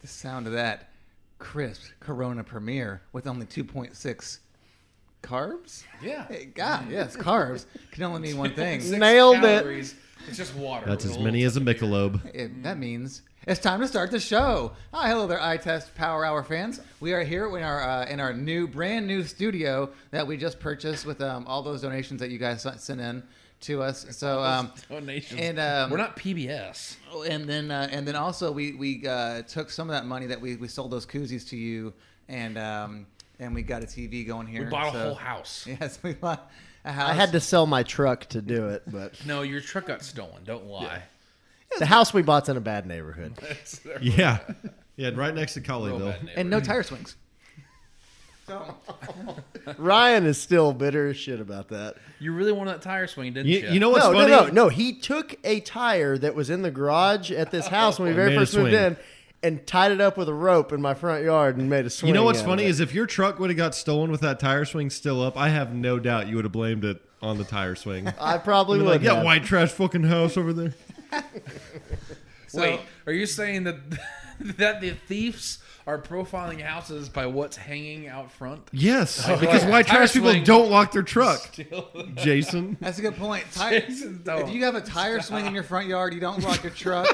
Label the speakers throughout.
Speaker 1: The sound of that crisp Corona Premier with only 2.6 carbs?
Speaker 2: Yeah.
Speaker 1: Hey, God, yes, carbs can only mean one thing.
Speaker 2: Six
Speaker 3: Nailed it.
Speaker 2: calories. It's just water.
Speaker 4: That's as
Speaker 2: rolled
Speaker 4: many as a
Speaker 2: up in beer.
Speaker 4: Michelob.
Speaker 1: It- that means it's time to start the show. Hi, hello there, iTest Power Hour fans. We are here in our uh, in our new, brand new studio that we just purchased with um, all those donations that you guys s- sent in to us. So, um,
Speaker 2: Donations.
Speaker 1: and um,
Speaker 2: We're not PBS.
Speaker 1: Oh, and then uh, and then also we we uh, took some of that money that we, we sold those koozies to you and um, and we got a TV going here.
Speaker 2: We bought a
Speaker 1: so-
Speaker 2: whole house.
Speaker 1: Yes, we bought a house.
Speaker 3: I had to sell my truck to do it, but
Speaker 2: No, your truck got stolen. Don't lie.
Speaker 3: the house we bought's in a bad neighborhood.
Speaker 2: That's a real
Speaker 4: Yeah. Yeah, right next to
Speaker 2: bad
Speaker 4: Colleyville.
Speaker 2: neighbor.
Speaker 1: and no tire swings.
Speaker 3: Ryan is still bitter as shit about that.
Speaker 2: you really wanted that tire swing, didn't
Speaker 4: You,
Speaker 2: you?
Speaker 4: you know what's
Speaker 3: No, no,
Speaker 4: funny?
Speaker 3: no, no. He took a tire that was in the garage at this house when we very
Speaker 4: Made a
Speaker 3: first moved
Speaker 4: swing.
Speaker 3: in and tied it up with a rope in my front yard and made a swing.
Speaker 4: You know what's
Speaker 3: out of
Speaker 4: funny
Speaker 3: it.
Speaker 4: is if your truck would have got stolen with that tire swing still up, I have no doubt you would have blamed it on the tire swing.
Speaker 3: I probably
Speaker 4: You're
Speaker 3: would.
Speaker 4: like, yeah,
Speaker 3: have.
Speaker 4: white trash fucking house over there.
Speaker 1: So,
Speaker 2: Wait, are you saying that that the thieves are profiling houses by what's hanging out front?
Speaker 4: Yes, because white
Speaker 2: Tire
Speaker 4: trash people
Speaker 2: swing.
Speaker 4: don't lock their truck. Jason,
Speaker 1: That's a good point. Tire,
Speaker 2: Jason, don't.
Speaker 1: if you have a tire swing in your front yard, you don't lock your truck.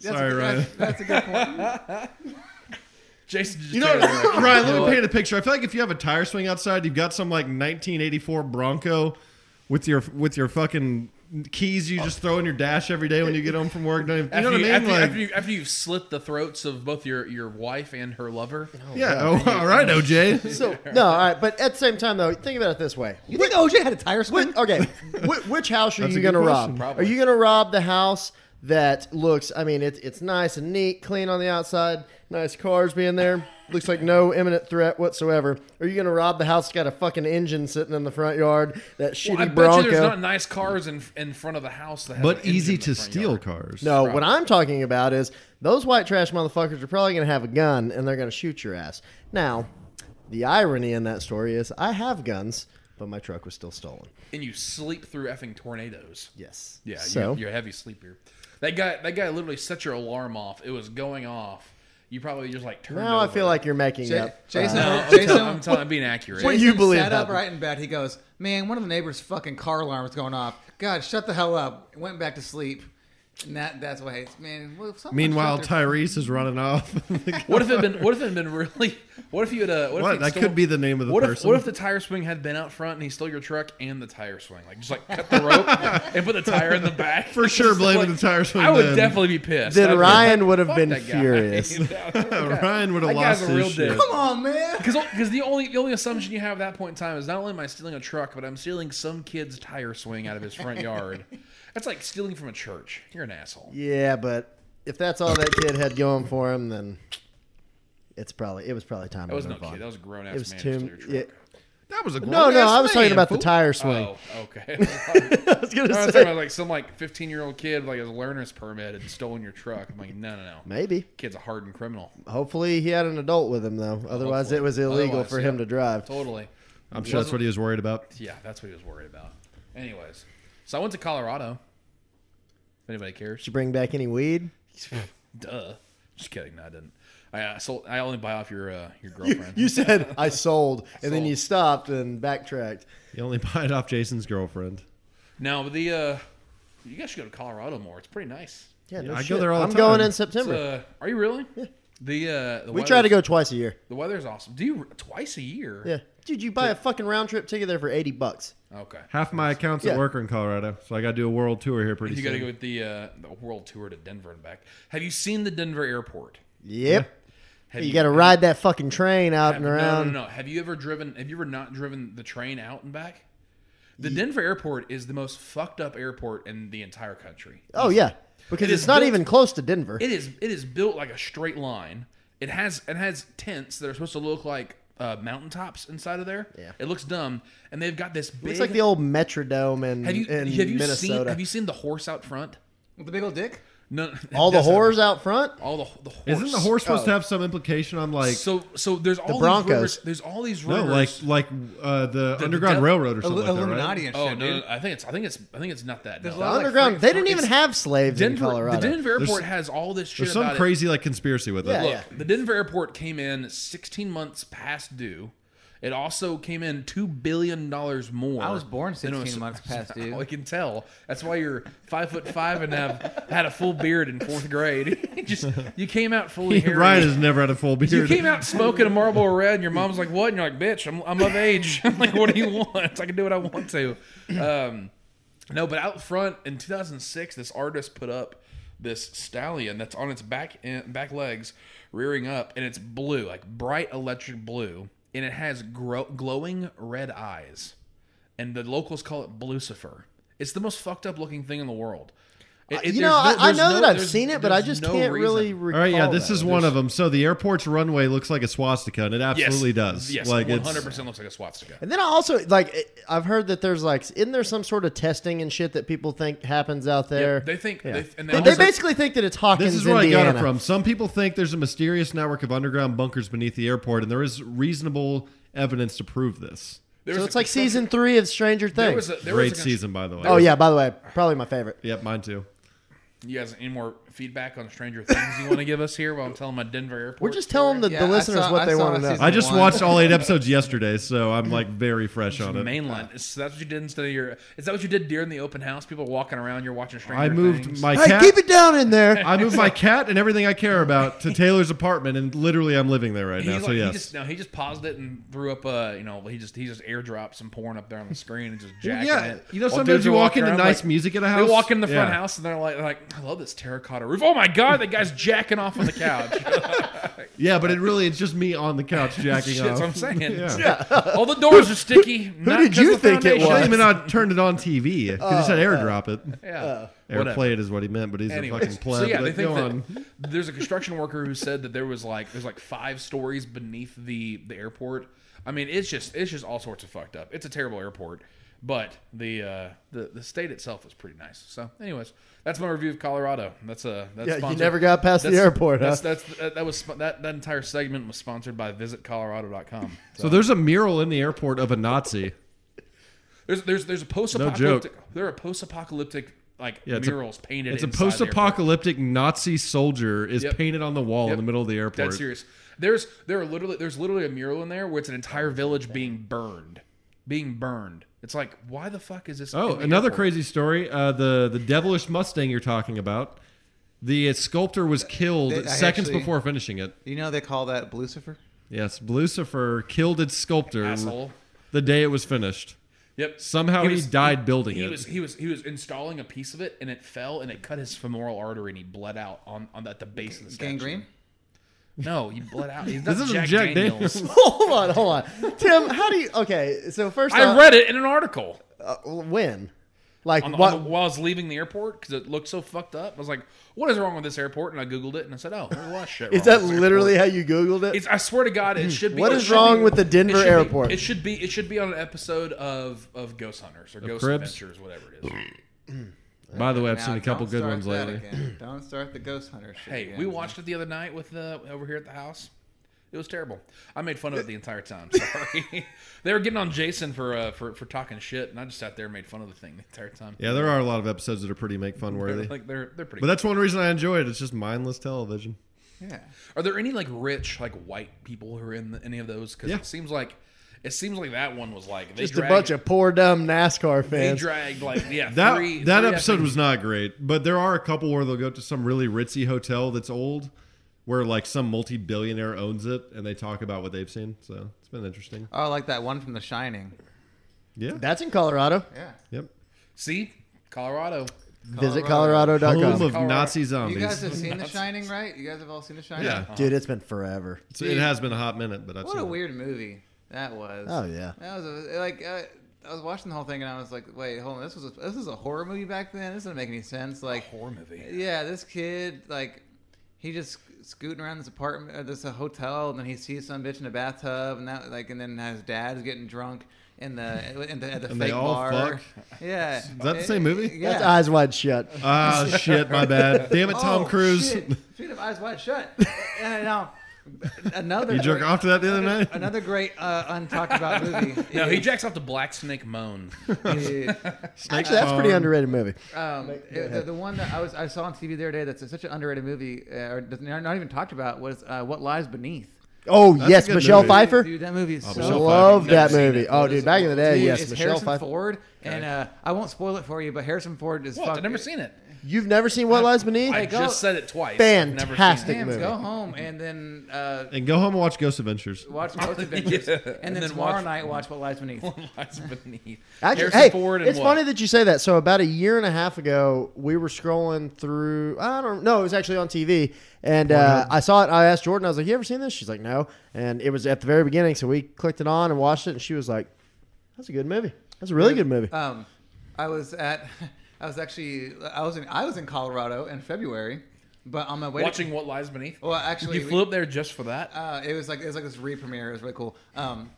Speaker 1: That's
Speaker 4: Sorry,
Speaker 1: a,
Speaker 4: Ryan.
Speaker 1: That's, that's a good point.
Speaker 2: Jason, just
Speaker 4: you know,
Speaker 2: turned around like,
Speaker 4: Ryan,
Speaker 2: "You know
Speaker 4: let me
Speaker 2: what?
Speaker 4: paint a picture. I feel like if you have a tire swing outside, you've got some like 1984 Bronco with your with your fucking keys you just throw in your dash every day when you get home from work. Don't even, you know
Speaker 2: After
Speaker 4: what I
Speaker 2: you,
Speaker 4: mean?
Speaker 2: after, you-
Speaker 4: like,
Speaker 2: after, you, after you've slit the throats of both your, your wife and her lover,
Speaker 4: yeah, oh, all right, OJ.
Speaker 3: So no, all right, but at the same time though, think about it this way.
Speaker 1: You think OJ had a tire swing?
Speaker 3: Wh- okay, Wh- which house are
Speaker 4: That's
Speaker 3: you
Speaker 4: a
Speaker 3: going to
Speaker 4: good
Speaker 3: rob?
Speaker 4: question.
Speaker 3: Are you going to rob the house that looks? I mean, it's it's nice and neat, clean on the outside, nice cars being there. Looks like no imminent threat whatsoever. Are you going to rob the house that's got a fucking engine sitting in the front yard? That shitty
Speaker 2: well, I bet you there's
Speaker 3: Bronco.
Speaker 2: not nice cars in in front of the house that have an
Speaker 4: But
Speaker 2: engine
Speaker 4: easy
Speaker 2: in the
Speaker 4: to
Speaker 2: front
Speaker 4: steal
Speaker 2: yard.
Speaker 4: cars.
Speaker 3: no, what I'm talking about is those white trash motherfuckers are probably going to have a gun and they're going to shoot your ass. Now, the irony in that story is I have guns, but my truck was still stolen.
Speaker 2: and you sleep through effing tornadoes.
Speaker 3: Yes.
Speaker 2: Yeah,
Speaker 3: So
Speaker 2: you, you're a heavy sleeper. That guy, that guy literally set your alarm off. It was going off. You probably just like turned.
Speaker 3: now I
Speaker 2: over.
Speaker 3: feel like you're making
Speaker 1: Ja-
Speaker 3: up.
Speaker 1: Jason,
Speaker 3: uh,
Speaker 2: No, I'm,
Speaker 1: Jason,
Speaker 2: telling, I'm, telling, I'm being accurate.
Speaker 3: What
Speaker 1: Jason
Speaker 3: you believe
Speaker 1: sat up
Speaker 3: happened.
Speaker 1: right in bed. He goes, "Man, one of the neighbors' fucking car alarm was going off. God, shut the hell up." Went back to sleep, and that that's why. It's, man, well, someone
Speaker 4: Meanwhile,
Speaker 1: shut their-
Speaker 4: Tyrese is running off.
Speaker 2: What if it been? What if it had been really? What if you had a? What,
Speaker 4: What?
Speaker 2: If he'd
Speaker 4: That
Speaker 2: stolen-
Speaker 4: could be the name of the
Speaker 2: what If,
Speaker 4: person.
Speaker 2: what if the tire swing had been out front and he stole your truck and the tire swing? Like just like cut the rope and put the tire in the back.
Speaker 4: For sure, blaming the tire swing
Speaker 2: I would
Speaker 4: then.
Speaker 2: definitely be pissed.
Speaker 3: Then
Speaker 2: I'd be
Speaker 3: Ryan would have
Speaker 2: "Fuck
Speaker 3: been
Speaker 2: that guy."
Speaker 3: furious.
Speaker 4: Ryan would have
Speaker 2: That guy's
Speaker 4: lost
Speaker 2: a
Speaker 4: his
Speaker 2: real
Speaker 4: shit.
Speaker 2: dick.
Speaker 1: Come on, man.
Speaker 2: Because the only the only assumption you have at that point in time is not only am I stealing a truck, but I'm stealing some kid's tire swing out of his front yard. That's like stealing from a church. You're an asshole.
Speaker 3: yeah, but if that's all that kid had going for him, then it's probably it was probably time
Speaker 2: That
Speaker 3: to
Speaker 2: was no
Speaker 3: move on.
Speaker 2: kid. That was a grown
Speaker 3: It
Speaker 2: ass
Speaker 3: was
Speaker 2: man.
Speaker 3: too.
Speaker 2: who stole your truck.
Speaker 3: yeah.
Speaker 4: That was a
Speaker 3: No, no,
Speaker 4: grown-ass
Speaker 3: I was
Speaker 4: man,
Speaker 3: talking about
Speaker 4: fool.
Speaker 3: the tire swing.
Speaker 2: Oh, okay.
Speaker 3: I was
Speaker 2: I
Speaker 3: gonna
Speaker 2: was
Speaker 3: say
Speaker 2: talking about like some like 15 year old kid with like his learner's permit and stolen your truck. I'm like, no, no, no.
Speaker 3: maybe.
Speaker 2: Kid's a hardened criminal.
Speaker 3: Hopefully, he had an adult with him though. Otherwise,
Speaker 2: Hopefully.
Speaker 3: it was illegal
Speaker 2: Otherwise,
Speaker 3: for
Speaker 2: yeah.
Speaker 3: him to drive.
Speaker 2: Totally.
Speaker 4: I'm sure that's what he was worried about.
Speaker 2: Yeah, that's what he was worried about. Anyways, so I went to Colorado. If anybody cares.
Speaker 3: Did you bring back any weed?
Speaker 2: Duh. Just kidding. No, I didn't. I uh, sold. I only buy off your uh, your girlfriend.
Speaker 3: You said I sold, and then
Speaker 2: Sold.
Speaker 3: you stopped and backtracked.
Speaker 4: He only bought off Jason's girlfriend.
Speaker 2: no, but the uh, you guys should go to Colorado more. It's pretty nice.
Speaker 3: Yeah, no
Speaker 4: I go
Speaker 3: shit.
Speaker 4: there all the
Speaker 3: I'm going
Speaker 4: time.
Speaker 3: in September.
Speaker 2: Uh, are you really? The uh, the
Speaker 3: we try to
Speaker 2: weather's-
Speaker 3: go twice a year.
Speaker 2: The weather's awesome. Do you twice a year?
Speaker 3: Yeah, dude, you buy a fucking round trip ticket there for eighty bucks.
Speaker 2: Okay.
Speaker 4: Half my accounts
Speaker 3: Yeah.
Speaker 4: at work are in Colorado, so I got to do a world tour here pretty
Speaker 2: You got to
Speaker 4: soon.
Speaker 2: go with the uh, the world tour to Denver and back. Have you seen the Denver airport?
Speaker 3: Yep.
Speaker 2: Have
Speaker 3: You, got to ride that fucking train out
Speaker 2: have-
Speaker 3: and around.
Speaker 2: No, no, no. Have you ever driven? Have you ever not driven the train out and back? The Denver airport is the most fucked up airport in the entire country.
Speaker 3: Oh yeah, because
Speaker 2: It
Speaker 3: it's
Speaker 2: is
Speaker 3: not
Speaker 2: built-
Speaker 3: even close to Denver.
Speaker 2: It is it is built like a straight line. It has it has tents that are supposed to look like uh, mountaintops inside of there.
Speaker 3: Yeah.
Speaker 2: it looks dumb, and they've got this big.
Speaker 3: Looks like the old Metrodome in,
Speaker 2: have you
Speaker 3: in
Speaker 2: have you
Speaker 3: Minnesota.
Speaker 2: seen have you seen the horse out front?
Speaker 1: With the big old dick.
Speaker 2: None,
Speaker 3: All the
Speaker 2: that's not-
Speaker 3: horrors out front.
Speaker 2: All the the horse.
Speaker 4: Isn't the horse supposed to
Speaker 3: Oh.
Speaker 4: have some implication on like
Speaker 2: so so there's all
Speaker 3: Broncos.
Speaker 2: these rumors. There's all these
Speaker 4: no,
Speaker 2: rumors.
Speaker 4: like like uh, the, Underground
Speaker 2: devil-
Speaker 4: Railroad or something like that,
Speaker 1: Illuminati and shit,
Speaker 4: right?
Speaker 2: oh no,
Speaker 1: dude.
Speaker 2: no, I think it's I think it's I think it's not that.
Speaker 1: There's a
Speaker 2: no.
Speaker 1: lot
Speaker 3: The
Speaker 1: like
Speaker 3: underground.
Speaker 1: Frank-
Speaker 3: they didn't
Speaker 1: it's-
Speaker 3: even have slaves in
Speaker 2: Denver, the
Speaker 3: Colorado.
Speaker 2: Denver
Speaker 4: There's-
Speaker 2: airport has all this shit.
Speaker 4: There's some
Speaker 2: about it.
Speaker 4: crazy like conspiracy with it.
Speaker 3: Yeah,
Speaker 4: Look,
Speaker 3: yeah.
Speaker 2: The Denver airport came in 16 months past due. It also came in two billion dollars more.
Speaker 1: I was born
Speaker 2: than it
Speaker 1: 16 months past due.
Speaker 2: I can tell. That's why you're five foot five and have had a full beard in fourth grade. Just you came out fully hairy.
Speaker 4: Ryan has never had a full
Speaker 2: you
Speaker 4: beard.
Speaker 2: came out smoking a Marlboro Red, and your mom's like, "What?" And you're like, "Bitch, I'm, I'm of age. I'm like, what do you want? I can do what I want to." Um, no, but out front in 2006, this artist put up this stallion that's on its back end, back legs, rearing up, and it's blue, like bright electric blue, and it has gro- glowing red eyes, and the locals call it Blucifer. It's the most fucked up looking thing in the world. It- it-
Speaker 3: Uh, You
Speaker 2: there's
Speaker 3: know, I, I
Speaker 2: there's
Speaker 3: know
Speaker 2: no-
Speaker 3: that I've
Speaker 2: there's-
Speaker 3: seen it, but I
Speaker 2: there's
Speaker 3: just
Speaker 2: no
Speaker 3: can't
Speaker 2: reason.
Speaker 3: really recall.
Speaker 4: All right, yeah, this
Speaker 3: that.
Speaker 4: is one of them. So the airport's runway looks like a swastika, and it
Speaker 2: Yes,
Speaker 4: absolutely does.
Speaker 2: Yes,
Speaker 4: like
Speaker 2: one
Speaker 4: it's-
Speaker 2: hundred percent looks like a swastika.
Speaker 3: And then I also like it- I've heard that there's like isn't there some sort of testing and shit that people think happens out there?
Speaker 2: They think,
Speaker 3: Yeah.
Speaker 2: they, and they,
Speaker 3: They-
Speaker 2: also-
Speaker 3: they basically think that it's Hawkins,
Speaker 4: This is where
Speaker 3: Indiana.
Speaker 4: I got it from. Some people think there's a mysterious network of underground bunkers beneath the airport, and there is reasonable evidence to prove this.
Speaker 2: there
Speaker 3: So
Speaker 2: was
Speaker 3: it's
Speaker 2: a
Speaker 3: like
Speaker 2: construction-
Speaker 3: season three of Stranger
Speaker 2: There was
Speaker 3: Things.
Speaker 2: a, there
Speaker 4: Great
Speaker 2: was a constr-
Speaker 4: season, by the way.
Speaker 3: oh yeah, by the way, probably my favorite.
Speaker 4: Yep, mine too.
Speaker 2: You guys, any more feedback on Stranger Things you want to give us here while I'm telling my Denver airport?
Speaker 3: We're just telling the,
Speaker 1: Yeah,
Speaker 3: the
Speaker 1: I
Speaker 3: listeners
Speaker 1: saw-
Speaker 3: what
Speaker 1: I
Speaker 3: they
Speaker 1: saw
Speaker 3: want to
Speaker 1: that
Speaker 3: know.
Speaker 1: season.
Speaker 4: I just
Speaker 1: One.
Speaker 4: watched all eight episodes yesterday, so I'm like very fresh on it.
Speaker 2: mainline. Is that what you did instead of your? Is that what you did during the open house? People walking around, you're watching Stranger
Speaker 4: I moved
Speaker 2: Things.
Speaker 4: my
Speaker 3: Hey,
Speaker 4: cat.
Speaker 3: keep it down in there.
Speaker 4: I moved my cat and everything I care about to Taylor's apartment, and literally I'm living there right
Speaker 2: He's
Speaker 4: now.
Speaker 2: like,
Speaker 4: so
Speaker 2: he
Speaker 4: yes,
Speaker 2: just no, he just paused it and threw up a you know he just he just airdropped some porn up there on the screen and just jacking
Speaker 4: yeah,
Speaker 2: it.
Speaker 4: you know,
Speaker 2: While
Speaker 4: sometimes
Speaker 2: dudes
Speaker 4: you
Speaker 2: are
Speaker 4: walk
Speaker 2: walking
Speaker 4: into
Speaker 2: around,
Speaker 4: nice music at a house.
Speaker 2: They walk in the front
Speaker 4: Yeah.
Speaker 2: house and they're like like I love this terracotta roof. Oh my god, that guy's jacking off on the couch.
Speaker 4: yeah, but it really it's just me on the couch jacking
Speaker 2: Shit's
Speaker 4: off.
Speaker 2: what I'm saying.
Speaker 4: Yeah.
Speaker 2: All the doors are sticky. Who
Speaker 3: did you think it
Speaker 4: He shouldn't
Speaker 3: was?
Speaker 4: even not turned it on TV. He just
Speaker 3: Oh,
Speaker 4: said airdrop it.
Speaker 2: Yeah.
Speaker 3: Uh,
Speaker 2: whatever.
Speaker 4: Airplay it is what he meant, but he's
Speaker 2: Anyway,
Speaker 4: a fucking pleb.
Speaker 2: so yeah, they
Speaker 4: Like,
Speaker 2: think
Speaker 4: go
Speaker 2: that
Speaker 4: on.
Speaker 2: there's a construction worker who said that there was like there's like five stories beneath the the airport. I mean, it's just it's just all sorts of fucked up. It's a terrible airport, but the uh, the the state itself is pretty nice. So, anyways, that's my review of Colorado. That's a that's
Speaker 3: Yeah, you
Speaker 2: sponsored-
Speaker 3: never got past the
Speaker 2: that's-
Speaker 3: airport, huh?
Speaker 2: That's, that's, that, that was sp- that that entire segment was sponsored by visitcolorado.com.
Speaker 4: So there's a mural in the airport of a Nazi.
Speaker 2: There's there's there's a post
Speaker 4: joke.
Speaker 2: apocalyptic. there are post apocalyptic like
Speaker 4: Yeah, it's a-
Speaker 2: murals painted.
Speaker 4: It's a
Speaker 2: inside the airport.
Speaker 4: post-apocalyptic Nazi soldier is
Speaker 2: Yep.
Speaker 4: painted on the wall in
Speaker 2: Yep.
Speaker 4: the middle of the airport.
Speaker 2: Dead serious. There's there are literally there's literally a mural in there where it's an entire village being burned, being burned. It's like why the fuck is this?
Speaker 4: Oh,
Speaker 2: in the
Speaker 4: another
Speaker 2: airport?
Speaker 4: crazy story. Uh, the the devilish Mustang you're talking about. The sculptor was killed
Speaker 1: They- I
Speaker 4: seconds
Speaker 1: actually-
Speaker 4: before finishing it.
Speaker 1: You know they call that Blucifer?
Speaker 4: Yes, Lucifer killed its sculptor
Speaker 2: asshole.
Speaker 4: the day it was finished.
Speaker 2: Yep.
Speaker 4: Somehow he,
Speaker 2: was-
Speaker 4: died building
Speaker 2: He
Speaker 4: it.
Speaker 2: was he was he was installing a piece of it and it fell and it cut his femoral artery and he bled out on on at the base of the statue.
Speaker 1: Gangrene?
Speaker 2: No, he bled out. He's not
Speaker 4: this is
Speaker 2: Jack,
Speaker 4: Jack,
Speaker 2: Daniels.
Speaker 4: Daniels.
Speaker 3: hold on, hold on, Tim. How do you? Okay, so first
Speaker 2: I
Speaker 3: off,
Speaker 2: read it in an article
Speaker 3: uh, when, like
Speaker 2: on the,
Speaker 3: what?
Speaker 2: on the- while I was leaving the airport because it looked so fucked up. I was like, "What is wrong with this airport?" And I googled it and I said, "Oh, there's a lot of shit."
Speaker 3: is
Speaker 2: wrong with
Speaker 3: that
Speaker 2: this airport."
Speaker 3: literally how you googled it?
Speaker 2: It's, I swear to God, it should be.
Speaker 3: What
Speaker 2: it
Speaker 3: is
Speaker 2: should
Speaker 3: wrong
Speaker 2: be-
Speaker 3: with the Denver
Speaker 2: it should be-
Speaker 3: airport?
Speaker 2: it should be. It should be on an episode of of Ghost Hunters or Ghost
Speaker 4: Cribs?
Speaker 2: Adventures, whatever it is.
Speaker 4: By the way, I've
Speaker 1: Now,
Speaker 4: seen a
Speaker 1: don't
Speaker 4: couple good
Speaker 1: start
Speaker 4: ones
Speaker 1: that
Speaker 4: lately.
Speaker 1: again. Don't start the ghost hunter shit.
Speaker 2: hey,
Speaker 1: again.
Speaker 2: we watched it the other night with uh, over here at the house. It was terrible. I made fun of it the entire time. Sorry, they were getting on Jason for uh, for for talking shit, and I just sat there and made fun of the thing the entire time.
Speaker 4: Yeah, there are a lot of episodes that are pretty make fun worthy.
Speaker 2: like they're they're pretty.
Speaker 4: But that's one reason I enjoy it. It's just mindless television.
Speaker 1: Yeah.
Speaker 2: Are there any like rich like white people who are in the, any of those? Because
Speaker 4: Yeah.
Speaker 2: it seems like it seems like that one was like they
Speaker 3: Just
Speaker 2: dragged,
Speaker 3: a bunch of poor dumb NASCAR
Speaker 2: they
Speaker 3: fans.
Speaker 2: dragged like yeah
Speaker 4: That
Speaker 2: three,
Speaker 4: that
Speaker 2: three
Speaker 4: episode
Speaker 2: effing-
Speaker 4: was not great, but there are a couple where they'll go to some really ritzy hotel that's old, where like some multi-billionaire owns it, and they talk about what they've seen. So it's been interesting.
Speaker 1: Oh, like that one from The Shining.
Speaker 4: Yeah.
Speaker 3: That's in Colorado.
Speaker 1: Yeah.
Speaker 4: yep.
Speaker 2: see Colorado.
Speaker 3: Visit
Speaker 1: Colorado.
Speaker 4: Home
Speaker 3: Colorado.com.
Speaker 4: of
Speaker 2: Colorado.
Speaker 4: Nazi
Speaker 1: You
Speaker 4: zombies.
Speaker 1: guys have seen The Shining, right? You guys have all seen The Shining.
Speaker 4: yeah.
Speaker 3: Dude, it's been forever.
Speaker 4: So it has been a hot minute, but I've
Speaker 1: What
Speaker 4: seen
Speaker 1: a
Speaker 4: it.
Speaker 1: weird movie that was.
Speaker 3: Oh, yeah.
Speaker 1: That was a, like uh, I was watching the whole thing and I was like, wait, hold on, this was a, this is a horror movie back then. This doesn't make any sense. Like
Speaker 2: horror movie.
Speaker 1: Yeah, this kid like he just scooting around this uh, apartment, or this uh, hotel, and then he sees some bitch in a bathtub, and that like, and then his dad's getting drunk, in the in the, at the
Speaker 4: And they
Speaker 1: fake
Speaker 4: all
Speaker 1: bar.
Speaker 4: fuck?
Speaker 1: Yeah, is
Speaker 4: that the same movie?
Speaker 1: Yeah.
Speaker 3: That's eyes wide shut.
Speaker 4: Ah, shit, my bad. Damn it, Tom
Speaker 1: Oh,
Speaker 4: Cruise.
Speaker 1: shit. Speaking of eyes wide shut, and, um, another
Speaker 4: You jerk
Speaker 1: great-
Speaker 4: off to that the other
Speaker 1: another-
Speaker 4: night?
Speaker 1: Another great uh, untalked about movie.
Speaker 2: No, he jacks off the Black Snake Moan.
Speaker 1: is-
Speaker 4: Snake
Speaker 3: Actually, that's a pretty
Speaker 4: Farm.
Speaker 3: underrated movie.
Speaker 1: Um, it- the, the one that I was I saw on TV the other day that's such an underrated movie, uh, or doesn't- not even talked about, was uh, What Lies Beneath.
Speaker 3: Oh
Speaker 4: That's a
Speaker 3: yes,
Speaker 4: good
Speaker 3: Michelle
Speaker 4: movie.
Speaker 3: Pfeiffer.
Speaker 1: Dude, that movie is so.
Speaker 4: Michelle
Speaker 3: Love
Speaker 4: Pfeiffer.
Speaker 3: that
Speaker 2: Oh, Never seen
Speaker 3: movie.
Speaker 2: it.
Speaker 3: Oh, dude, back in the day,
Speaker 1: Dude,
Speaker 3: yes,
Speaker 1: it's
Speaker 3: Michelle
Speaker 1: Harrison
Speaker 3: Pfeiffer.
Speaker 1: Ford, and uh, I won't spoil it for you, but Harrison Ford is
Speaker 2: What?
Speaker 1: fucking.
Speaker 2: I've never seen it.
Speaker 3: You've never seen What Lies Beneath?
Speaker 2: I
Speaker 1: go-
Speaker 2: just said it twice.
Speaker 3: Fantastic.
Speaker 2: I've never seen it.
Speaker 1: Damn,
Speaker 3: movie.
Speaker 1: go home and then uh,
Speaker 4: And go home and watch Ghost Adventures.
Speaker 1: watch both adventures, and,
Speaker 2: And
Speaker 1: then,
Speaker 2: then
Speaker 1: tomorrow
Speaker 2: watch-
Speaker 1: night watch What Lies Beneath.
Speaker 2: Lies beneath.
Speaker 3: Actually,
Speaker 2: Harrison
Speaker 3: hey,
Speaker 2: Ford and
Speaker 3: it's
Speaker 2: what?
Speaker 3: funny that you say that. So about a year and a half ago, we were scrolling through. I don't know. It was actually on TV, and uh, I saw it. I asked Jordan. I was like, "You ever seen this?" She's like, "No." And it was at the very beginning, so we clicked it on and watched it, and she was like, "That's a good movie. That's a really good movie."
Speaker 1: Um, I was at, I was actually, I was in, I was in Colorado in February, but on my way
Speaker 2: Watching What Lies Beneath.
Speaker 1: To, well, Oh, actually,
Speaker 2: you
Speaker 1: we-
Speaker 2: flew up there just for that.
Speaker 1: uh, it was like it was like this re-premiere. It was really cool. Um,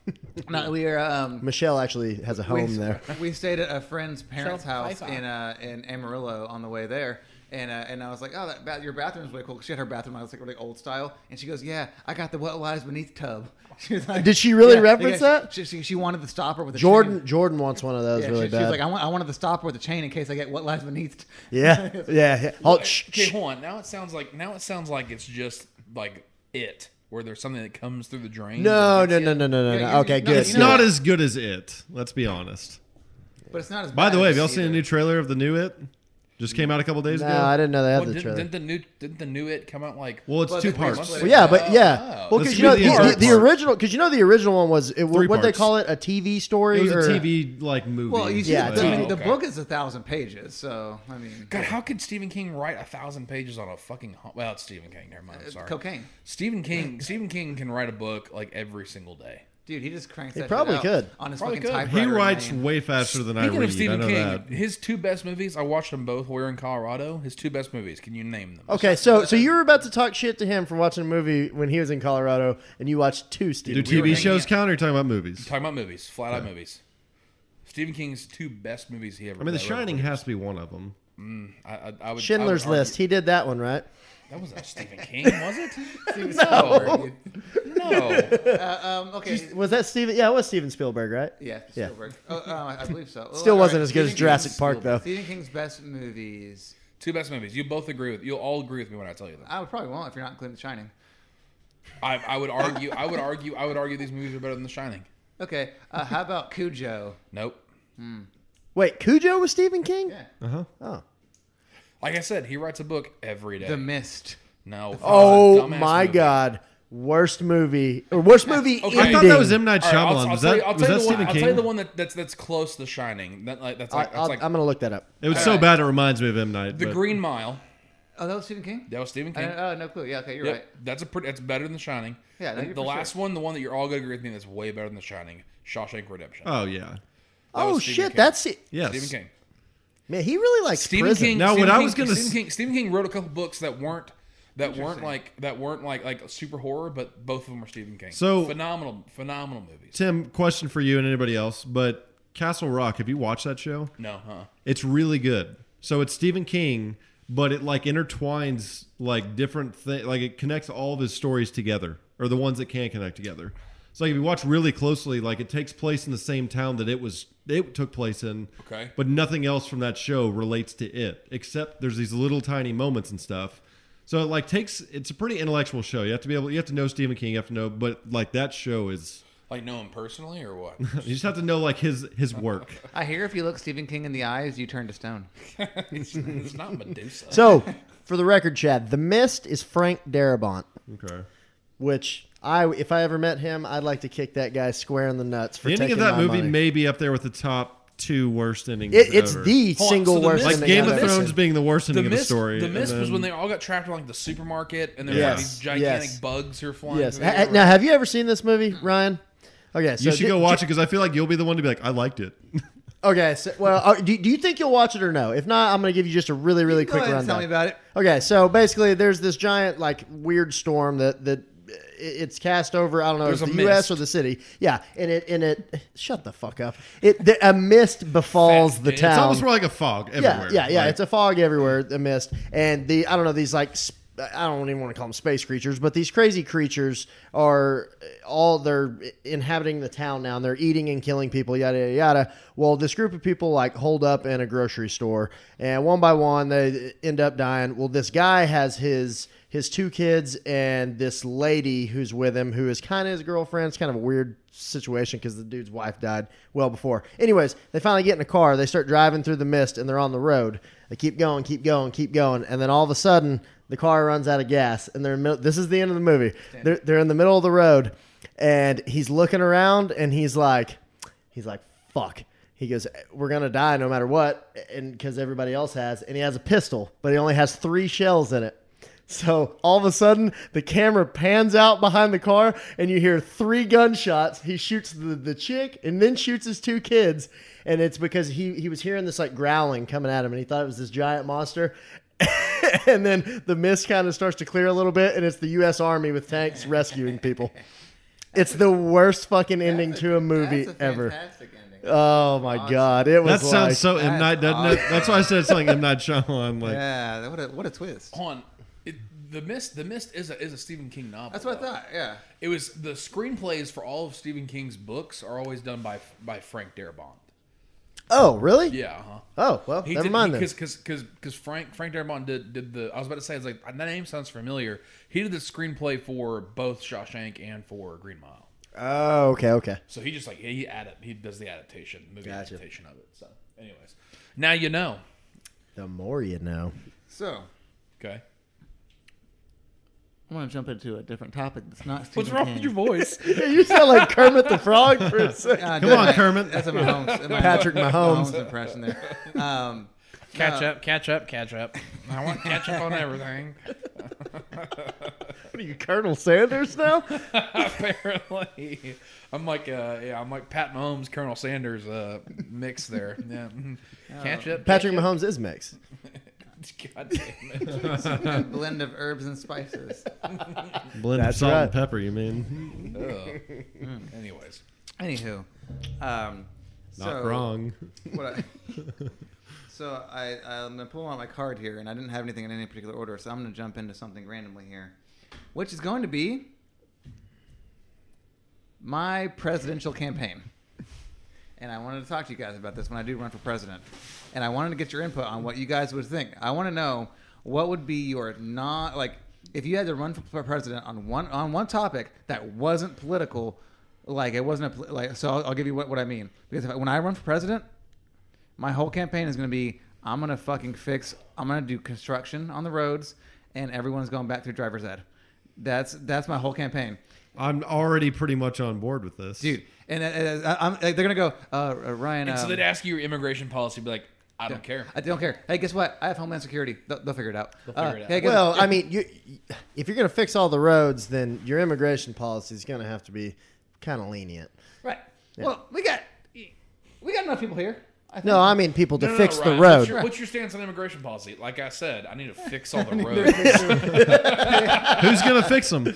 Speaker 1: no, we are um,
Speaker 3: Michelle actually has a home
Speaker 1: we,
Speaker 3: there.
Speaker 1: We stayed at a friend's parents'
Speaker 2: Shout out
Speaker 1: house
Speaker 2: Pfeiffer.
Speaker 1: in uh, in Amarillo on the way there. And, uh, and I was like, oh, that ba- your bathroom's really cool. 'Cause She had her bathroom. I was like, really old style. And she goes, yeah, I got the What Lies Beneath tub. She was like,
Speaker 3: Did she really
Speaker 1: yeah,
Speaker 3: reference
Speaker 1: yeah,
Speaker 3: that?
Speaker 1: She, she, she wanted the stopper with the
Speaker 3: Jordan
Speaker 1: chain.
Speaker 3: Jordan wants one of those
Speaker 1: Yeah,
Speaker 3: really
Speaker 1: she, she
Speaker 3: bad.
Speaker 1: was like, I, want, I wanted the stopper with the chain in case I get What Lies Beneath.
Speaker 3: yeah, yeah, yeah. Oh, shh,
Speaker 2: okay,
Speaker 3: shh.
Speaker 2: hold on. Now it sounds like now it sounds like it's just like it, where there's something that comes through the drain.
Speaker 3: No, no, no, no, no, no,
Speaker 1: Yeah,
Speaker 3: no.
Speaker 1: you-
Speaker 3: Okay,
Speaker 1: no,
Speaker 3: good.
Speaker 1: you
Speaker 4: It's
Speaker 1: know
Speaker 3: good.
Speaker 4: not as good as it. Let's be honest.
Speaker 1: But it's not as
Speaker 4: By
Speaker 1: bad
Speaker 4: the way,
Speaker 1: as
Speaker 4: have y'all
Speaker 1: she
Speaker 4: seen a
Speaker 1: did.
Speaker 4: new trailer of the new it? Just came out a couple days
Speaker 3: No,
Speaker 4: ago.
Speaker 3: I didn't know they had
Speaker 2: Well,
Speaker 3: the
Speaker 2: didn't,
Speaker 3: trailer.
Speaker 2: didn't the new didn't the new it come out like?
Speaker 4: Well, it's
Speaker 1: Well,
Speaker 4: two
Speaker 1: the remake
Speaker 4: parts.
Speaker 1: was-
Speaker 3: Well, yeah, but
Speaker 2: Oh,
Speaker 3: yeah.
Speaker 2: oh.
Speaker 3: Well,
Speaker 4: This
Speaker 3: because
Speaker 4: would
Speaker 3: you know
Speaker 4: be
Speaker 3: the,
Speaker 4: the
Speaker 3: the, the
Speaker 4: part.
Speaker 3: original, because you know the original one was it,
Speaker 4: Three
Speaker 3: what they
Speaker 4: parts.
Speaker 3: call it a TV story.
Speaker 4: It was a
Speaker 3: or,
Speaker 4: TV like movie.
Speaker 1: Well, you see,
Speaker 3: Yeah,
Speaker 1: the,
Speaker 3: it's-
Speaker 1: the
Speaker 2: Oh, okay.
Speaker 1: book is a thousand pages, so I mean,
Speaker 2: God, how could Stephen King write a thousand pages on a fucking? Home? Well, it's Stephen King. Never mind.
Speaker 3: Uh,
Speaker 2: I'm sorry.
Speaker 1: cocaine,
Speaker 2: Stephen King. Stephen King can write a book like every single day.
Speaker 1: dude. He just cranks. that shit
Speaker 3: probably
Speaker 1: out
Speaker 3: could.
Speaker 1: on his
Speaker 2: Probably
Speaker 1: fucking
Speaker 2: could. He
Speaker 1: typewriter.
Speaker 4: he
Speaker 1: in the
Speaker 4: writes
Speaker 1: hand.
Speaker 4: way faster than I
Speaker 2: Speaking
Speaker 4: read.
Speaker 2: of Stephen
Speaker 4: I know
Speaker 2: King,
Speaker 4: that.
Speaker 2: his two best movies. I watched them both. We're in Colorado. His two best movies. Can you name them?
Speaker 3: Okay, so so you were about to talk shit to him for watching a movie when he was in Colorado, and you watched two
Speaker 4: Do
Speaker 3: Stephen. King.
Speaker 4: TV
Speaker 2: hanging
Speaker 4: shows
Speaker 2: out.
Speaker 4: count or are you talking about movies?
Speaker 2: Talking about movies, flat out movies. Stephen King's two best movies he ever.
Speaker 4: I mean,
Speaker 2: wrote.
Speaker 4: The Shining has to be one of them.
Speaker 2: I, I, I would,
Speaker 3: Schindler's
Speaker 2: I would argue-
Speaker 3: List. He did that one, right?
Speaker 2: That was a Stephen King, was it?
Speaker 1: Steven
Speaker 2: No.
Speaker 1: Spielberg.
Speaker 2: No.
Speaker 1: Uh, um, okay.
Speaker 3: Was that Steven? Yeah, it was Steven Spielberg, right?
Speaker 1: Yeah,
Speaker 3: Yeah.
Speaker 1: Spielberg. Oh, uh, I believe so.
Speaker 3: Still
Speaker 1: All
Speaker 3: wasn't as good as
Speaker 1: Stephen
Speaker 3: Jurassic
Speaker 1: King's-
Speaker 3: Park, though.
Speaker 1: Stephen King's best movies.
Speaker 2: Two best movies. You both agree with. You'll all agree with me when I tell you them.
Speaker 1: I would probably won't if you're not including The Shining.
Speaker 2: I, I would argue. I would argue. I would argue these movies are better than The Shining.
Speaker 1: Okay. Uh, how about Cujo?
Speaker 2: Nope.
Speaker 3: Wait, Cujo was Stephen King?
Speaker 1: Yeah.
Speaker 3: Oh,
Speaker 2: Like I said, he writes a book every day.
Speaker 1: The Mist.
Speaker 2: no.
Speaker 3: oh
Speaker 2: Dumbass
Speaker 3: my
Speaker 2: movie.
Speaker 3: God, worst movie or worst movie.
Speaker 2: Okay.
Speaker 3: ending.
Speaker 4: I thought that was M Night
Speaker 2: All right, I'll,
Speaker 4: Shyamalan.
Speaker 2: I'll
Speaker 4: was
Speaker 2: tell
Speaker 4: that
Speaker 2: you, I'll
Speaker 4: was
Speaker 2: tell you
Speaker 4: that
Speaker 2: the one.
Speaker 4: Stephen
Speaker 2: I'll
Speaker 4: King?
Speaker 2: tell you the one that, that's that's close to The Shining. That like that's like
Speaker 3: I'll-
Speaker 2: that's like
Speaker 3: I'm gonna look that up.
Speaker 4: It was so
Speaker 2: Alright.
Speaker 4: bad it reminds me of M Night.
Speaker 2: The
Speaker 4: but-
Speaker 2: Green Mile.
Speaker 1: Oh, that was Stephen King.
Speaker 2: That was Stephen
Speaker 1: I
Speaker 2: King.
Speaker 3: Uh,
Speaker 1: don't- Oh, no clue. Yeah. Okay, you're
Speaker 2: Yep.
Speaker 1: right.
Speaker 2: That's a pretty. That's better than The Shining.
Speaker 1: Yeah, no,
Speaker 2: And
Speaker 1: you're
Speaker 2: the
Speaker 1: for
Speaker 2: last one, the one that you're all gonna agree with me, that's way better than The Shining. Shawshank Redemption.
Speaker 4: Oh yeah.
Speaker 2: That was
Speaker 3: Oh
Speaker 2: Stephen
Speaker 3: shit,
Speaker 2: King.
Speaker 3: that's it.
Speaker 4: Yes.
Speaker 2: Stephen King.
Speaker 3: Man, he really likes
Speaker 2: Stephen
Speaker 3: prison.
Speaker 2: King.
Speaker 4: Now,
Speaker 2: Stephen
Speaker 4: what I
Speaker 2: King-
Speaker 4: was gonna
Speaker 2: Stephen
Speaker 4: s-
Speaker 2: King. Stephen King wrote a couple books that weren't that weren't like that weren't like like super horror, but both of them were Stephen King.
Speaker 4: So-
Speaker 2: phenomenal, phenomenal movies.
Speaker 4: Tim, question for you and anybody else, but Castle Rock, have you watched that show?
Speaker 2: No, huh?
Speaker 4: It's really good. So it's Stephen King, but it like intertwines like different things. Like it connects all of his stories together, or the ones that can connect together. So like if you watch really closely, like it takes place in the same town that it was it took place in.
Speaker 2: Okay.
Speaker 4: But nothing else from that show relates to it, except there's these little tiny moments and stuff. So it like takes it's a pretty intellectual show. You have to be able you have to know Stephen King, you have to know but like that show is
Speaker 2: Like know him personally or what?
Speaker 4: you just have to know like his his work.
Speaker 1: I hear if you look Stephen King in the eyes, you turn to stone.
Speaker 2: it's, it's not Medusa.
Speaker 3: So, for the record, Chad, The Mist is Frank Darabont,
Speaker 4: Okay.
Speaker 3: which I, if I ever met him, I'd like to kick that guy square in the nuts for
Speaker 4: The ending of
Speaker 3: taking
Speaker 4: that
Speaker 3: my
Speaker 4: movie
Speaker 3: money.
Speaker 4: may be up there with the top two worst endings.
Speaker 3: It, it's
Speaker 4: ever.
Speaker 3: the
Speaker 2: Hold on,
Speaker 3: single
Speaker 2: so The
Speaker 3: worst.
Speaker 2: Mist-
Speaker 4: like
Speaker 3: ending
Speaker 4: Game
Speaker 3: I've
Speaker 4: of
Speaker 3: ever
Speaker 4: Thrones
Speaker 3: seen.
Speaker 4: being the worst
Speaker 2: the
Speaker 4: ending of
Speaker 2: mist,
Speaker 4: the story.
Speaker 2: the
Speaker 4: and
Speaker 2: mist was
Speaker 4: then-
Speaker 2: when they all got trapped in like the supermarket, and there were
Speaker 3: Yes.
Speaker 2: these gigantic
Speaker 3: Yes.
Speaker 2: bugs who were flying.
Speaker 3: Yes.
Speaker 2: through the
Speaker 3: Ha-
Speaker 2: air.
Speaker 3: now, have you ever seen this movie, Ryan? Okay, so
Speaker 4: you should
Speaker 3: di-
Speaker 4: go watch it because I feel like you'll be the one to be like, I liked it.
Speaker 3: Okay, so, well, uh, do, do you think you'll watch it or no? If not, I'm going to give you just a really, really
Speaker 1: Go
Speaker 3: quick
Speaker 1: ahead and
Speaker 3: rundown.
Speaker 1: tell me about it.
Speaker 3: Okay, so basically, there's this giant, like, weird storm that that it's cast over. I don't know,
Speaker 2: There's
Speaker 3: it's
Speaker 2: a
Speaker 3: the U.S.
Speaker 2: mist.
Speaker 3: or the city. Yeah, and it and it shut the fuck up. It the, a mist befalls
Speaker 2: Fact.
Speaker 3: the
Speaker 2: It's
Speaker 3: town.
Speaker 4: It's almost more like a fog
Speaker 3: Oh. yeah,
Speaker 4: everywhere.
Speaker 3: yeah, yeah.
Speaker 4: Like,
Speaker 3: it's a fog everywhere, the mist, and the I don't know these like sp- I don't even want to call them space creatures, but these crazy creatures are uh, all they're inhabiting the town now, and they're eating and killing people, yada yada yada. Well, this group of people like hold up in a grocery store, and one by one they end up dying. Well, this guy has his his two kids and this lady who's with him who is kind of his girlfriend. It's kind of a weird situation because the dude's wife died well before. Anyways, they finally get in a car. They start driving through the mist and they're on the road. They keep going, keep going, keep going. And then all of a sudden, the car runs out of gas. And they're in mid- this is the end of the movie. They're, they're in the middle of the road and he's looking around and he's like, he's like, fuck. He goes, we're gonna die no matter what, and because everybody else has, and he has a pistol, but he only has three shells in it. So all of a sudden, the camera pans out behind the car, and you hear three gunshots. He shoots the, the chick, and then shoots his two kids, and it's because he he was hearing this like growling coming at him, and he thought it was this giant monster. and then the mist kind of starts to clear a little bit, and it's the U.S. Army with tanks rescuing people. It's the worst fucking ending to a movie
Speaker 1: That's a
Speaker 3: ever.
Speaker 1: fantastic ending.
Speaker 3: Oh my god, it
Speaker 4: That
Speaker 3: was like,
Speaker 4: sounds so M
Speaker 1: That's
Speaker 4: Night, doesn't it?
Speaker 1: awesome.
Speaker 4: That's why I said something M Night Shyamalan. Like,
Speaker 1: yeah, that- what a what a twist.
Speaker 2: on it, the mist. The mist is a is a Stephen King novel.
Speaker 1: That's what I
Speaker 2: though.
Speaker 1: thought. Yeah.
Speaker 2: It was the screenplays for all of Stephen King's books are always done by by Frank Darabont.
Speaker 3: Oh, really?
Speaker 2: Yeah, uh-huh.
Speaker 3: Oh, well,
Speaker 2: He
Speaker 3: never
Speaker 2: did,
Speaker 3: mind then.
Speaker 2: because because because Frank Frank Darabont did, did the I was about to say it's like that name sounds familiar. He did the screenplay for both Shawshank and for Green Mile.
Speaker 3: Oh, okay, okay.
Speaker 2: So he just like he added he does the adaptation movie
Speaker 3: Gotcha.
Speaker 2: adaptation of it. So anyways, now you know.
Speaker 3: The more you know.
Speaker 1: So
Speaker 2: Okay,
Speaker 1: I want to jump into a different topic that's not Stephen
Speaker 2: what's wrong
Speaker 1: King.
Speaker 2: with your voice?
Speaker 3: you sound like Kermit the Frog for a second.
Speaker 1: Uh,
Speaker 4: Come
Speaker 1: that-
Speaker 4: on, Kermit.
Speaker 1: That's a Mahomes, my
Speaker 3: Patrick Mahomes.
Speaker 1: impression there. Um,
Speaker 2: catch up, catch up, catch up. I want catch up on everything.
Speaker 3: What are you, Colonel Sanders now?
Speaker 2: Apparently, I'm like uh, yeah, I'm like Pat Mahomes, Colonel Sanders uh, mix there. Yeah, mhm. catch up,
Speaker 3: Patrick Mahomes is mixed.
Speaker 2: catch- God damn it.
Speaker 1: a blend of herbs and spices.
Speaker 4: blend of
Speaker 3: That's
Speaker 4: salt
Speaker 3: right.
Speaker 4: and pepper, you mean?
Speaker 2: Ugh. Anyways,
Speaker 1: Anywho, um,
Speaker 4: Not
Speaker 1: so-
Speaker 4: wrong.
Speaker 1: What I, so I, I'm gonna pull out my card here, and I didn't have anything in any particular order, so I'm gonna jump into something randomly here, which is going to be my presidential campaign. And I wanted to talk to you guys about this when I do run for president, and I wanted to get your input on what you guys would think. I want to know what would be your not like if you had to run for president on one on one topic that wasn't political. Like it wasn't a, poli- like so. I'll, I'll give you what, what I mean because if I, when I run for president, my whole campaign is going to be I'm going to fucking fix. I'm going to do construction on the roads, and everyone's going back through driver's ed. That's that's my whole campaign,
Speaker 4: I'm already pretty much on board with this,
Speaker 1: dude. And uh, uh, I'm, like, they're going to go, uh, uh, Ryan.
Speaker 2: so
Speaker 1: um,
Speaker 2: they'd ask you your immigration policy, be like, I don't care.
Speaker 1: I don't care. Hey, guess what? I have Homeland Security. They'll, they'll figure it out. Uh,
Speaker 2: They'll figure it out.
Speaker 1: hey, guess-
Speaker 3: Well, I mean, you, if you're going to fix all the roads, then your immigration policy is going to have to be kind of lenient.
Speaker 1: right. Well, we got we got enough people here. I think.
Speaker 3: No, I mean people to
Speaker 2: No, no, no,
Speaker 3: fix the
Speaker 2: Ryan,
Speaker 3: road.
Speaker 2: What's your, what's your stance on immigration policy? Like I said, I need to fix all the roads.
Speaker 4: Who's gonna fix them?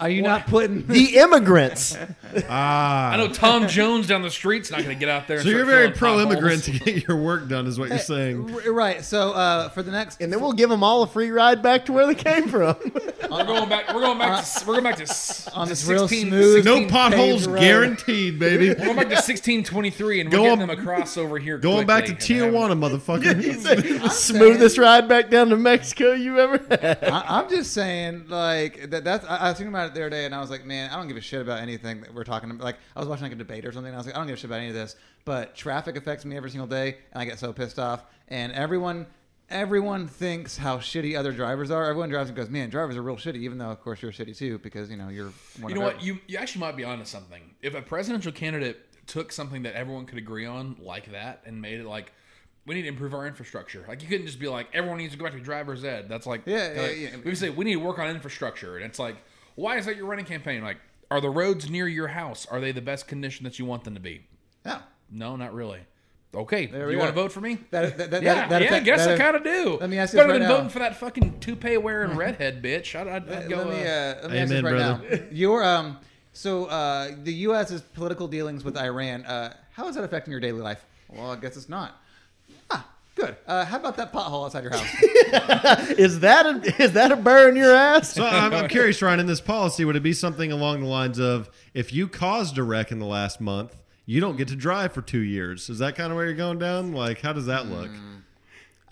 Speaker 1: Are you not putting?
Speaker 3: the immigrants.
Speaker 4: Ah,
Speaker 2: I know Tom Jones down the street's not going to get out there. and
Speaker 4: so you're
Speaker 2: start
Speaker 4: very
Speaker 2: filling potholes.
Speaker 4: pro-immigrant to get your work done, is what you're saying.
Speaker 1: R- Right. So uh, for the next,
Speaker 3: And then we'll give them all a free ride back to where they came from.
Speaker 2: We're going back. We're going back. To, we're going back to s-
Speaker 1: Uh, on
Speaker 2: to
Speaker 1: this real
Speaker 2: 16
Speaker 1: smooth-
Speaker 4: No
Speaker 1: 16
Speaker 4: potholes
Speaker 1: paved road.
Speaker 4: guaranteed, baby.
Speaker 2: We're going back to 1623, and we're
Speaker 4: Going-
Speaker 2: getting them across over here.
Speaker 4: Going back to
Speaker 2: quickly and having-
Speaker 4: Tijuana, motherfucker.
Speaker 3: Smoothest ride back down to Mexico you ever had.
Speaker 1: I, I'm just saying, like that. That's I, I was thinking about it the other day, and I was like, man, I don't give a shit about anything that we're talking about. Like, I was watching like a debate or something, and I was like, I don't give a shit about any of this. But traffic affects me every single day, and I get so pissed off. And everyone, everyone thinks how shitty other drivers are. Everyone drives and goes, man, drivers are real shitty. Even though, of course, you're shitty too, because you know you're. One
Speaker 2: You
Speaker 1: of
Speaker 2: know what?
Speaker 1: everyone.
Speaker 2: You you actually might be onto something. If a presidential candidate took something that everyone could agree on, like that, and made it like. We need to improve our infrastructure. Like you couldn't just be like everyone needs to go back to driver's ed. That's like
Speaker 1: Yeah, yeah,
Speaker 2: like,
Speaker 1: yeah.
Speaker 2: We say we need to work on infrastructure, and it's like, why is that your running campaign? Like, are the roads near your house? Are they the best condition that you want them to be?
Speaker 1: Yeah.
Speaker 2: No, not really. Okay,
Speaker 1: There we
Speaker 2: you want
Speaker 1: are.
Speaker 2: to vote for me?
Speaker 1: That, that, that,
Speaker 2: yeah,
Speaker 1: that, that
Speaker 2: yeah. I
Speaker 1: affect-
Speaker 2: guess I
Speaker 1: that-
Speaker 2: kind of do.
Speaker 1: Let me ask you
Speaker 2: Better
Speaker 1: this right
Speaker 2: than
Speaker 1: now.
Speaker 2: voting for that fucking toupee wearing redhead bitch. I'd, I'd, I'd go.
Speaker 1: let me, uh,
Speaker 2: uh,
Speaker 1: let me ask you
Speaker 4: Amen,
Speaker 1: this right
Speaker 4: brother.
Speaker 1: now. Your um, so uh, the U.S.'s political dealings with Iran. Uh, how is that affecting your daily life? Well, I guess it's not. Ah, good. Uh, how about that pothole outside your house?
Speaker 3: Is that a is that a burr in your ass?
Speaker 4: So I'm, I'm curious, Ryan. In this policy, would it be something along the lines of if you caused a wreck in the last month, you don't get to drive for two years? Is that kind of where you're going down? Like, how does that look?
Speaker 1: Mm.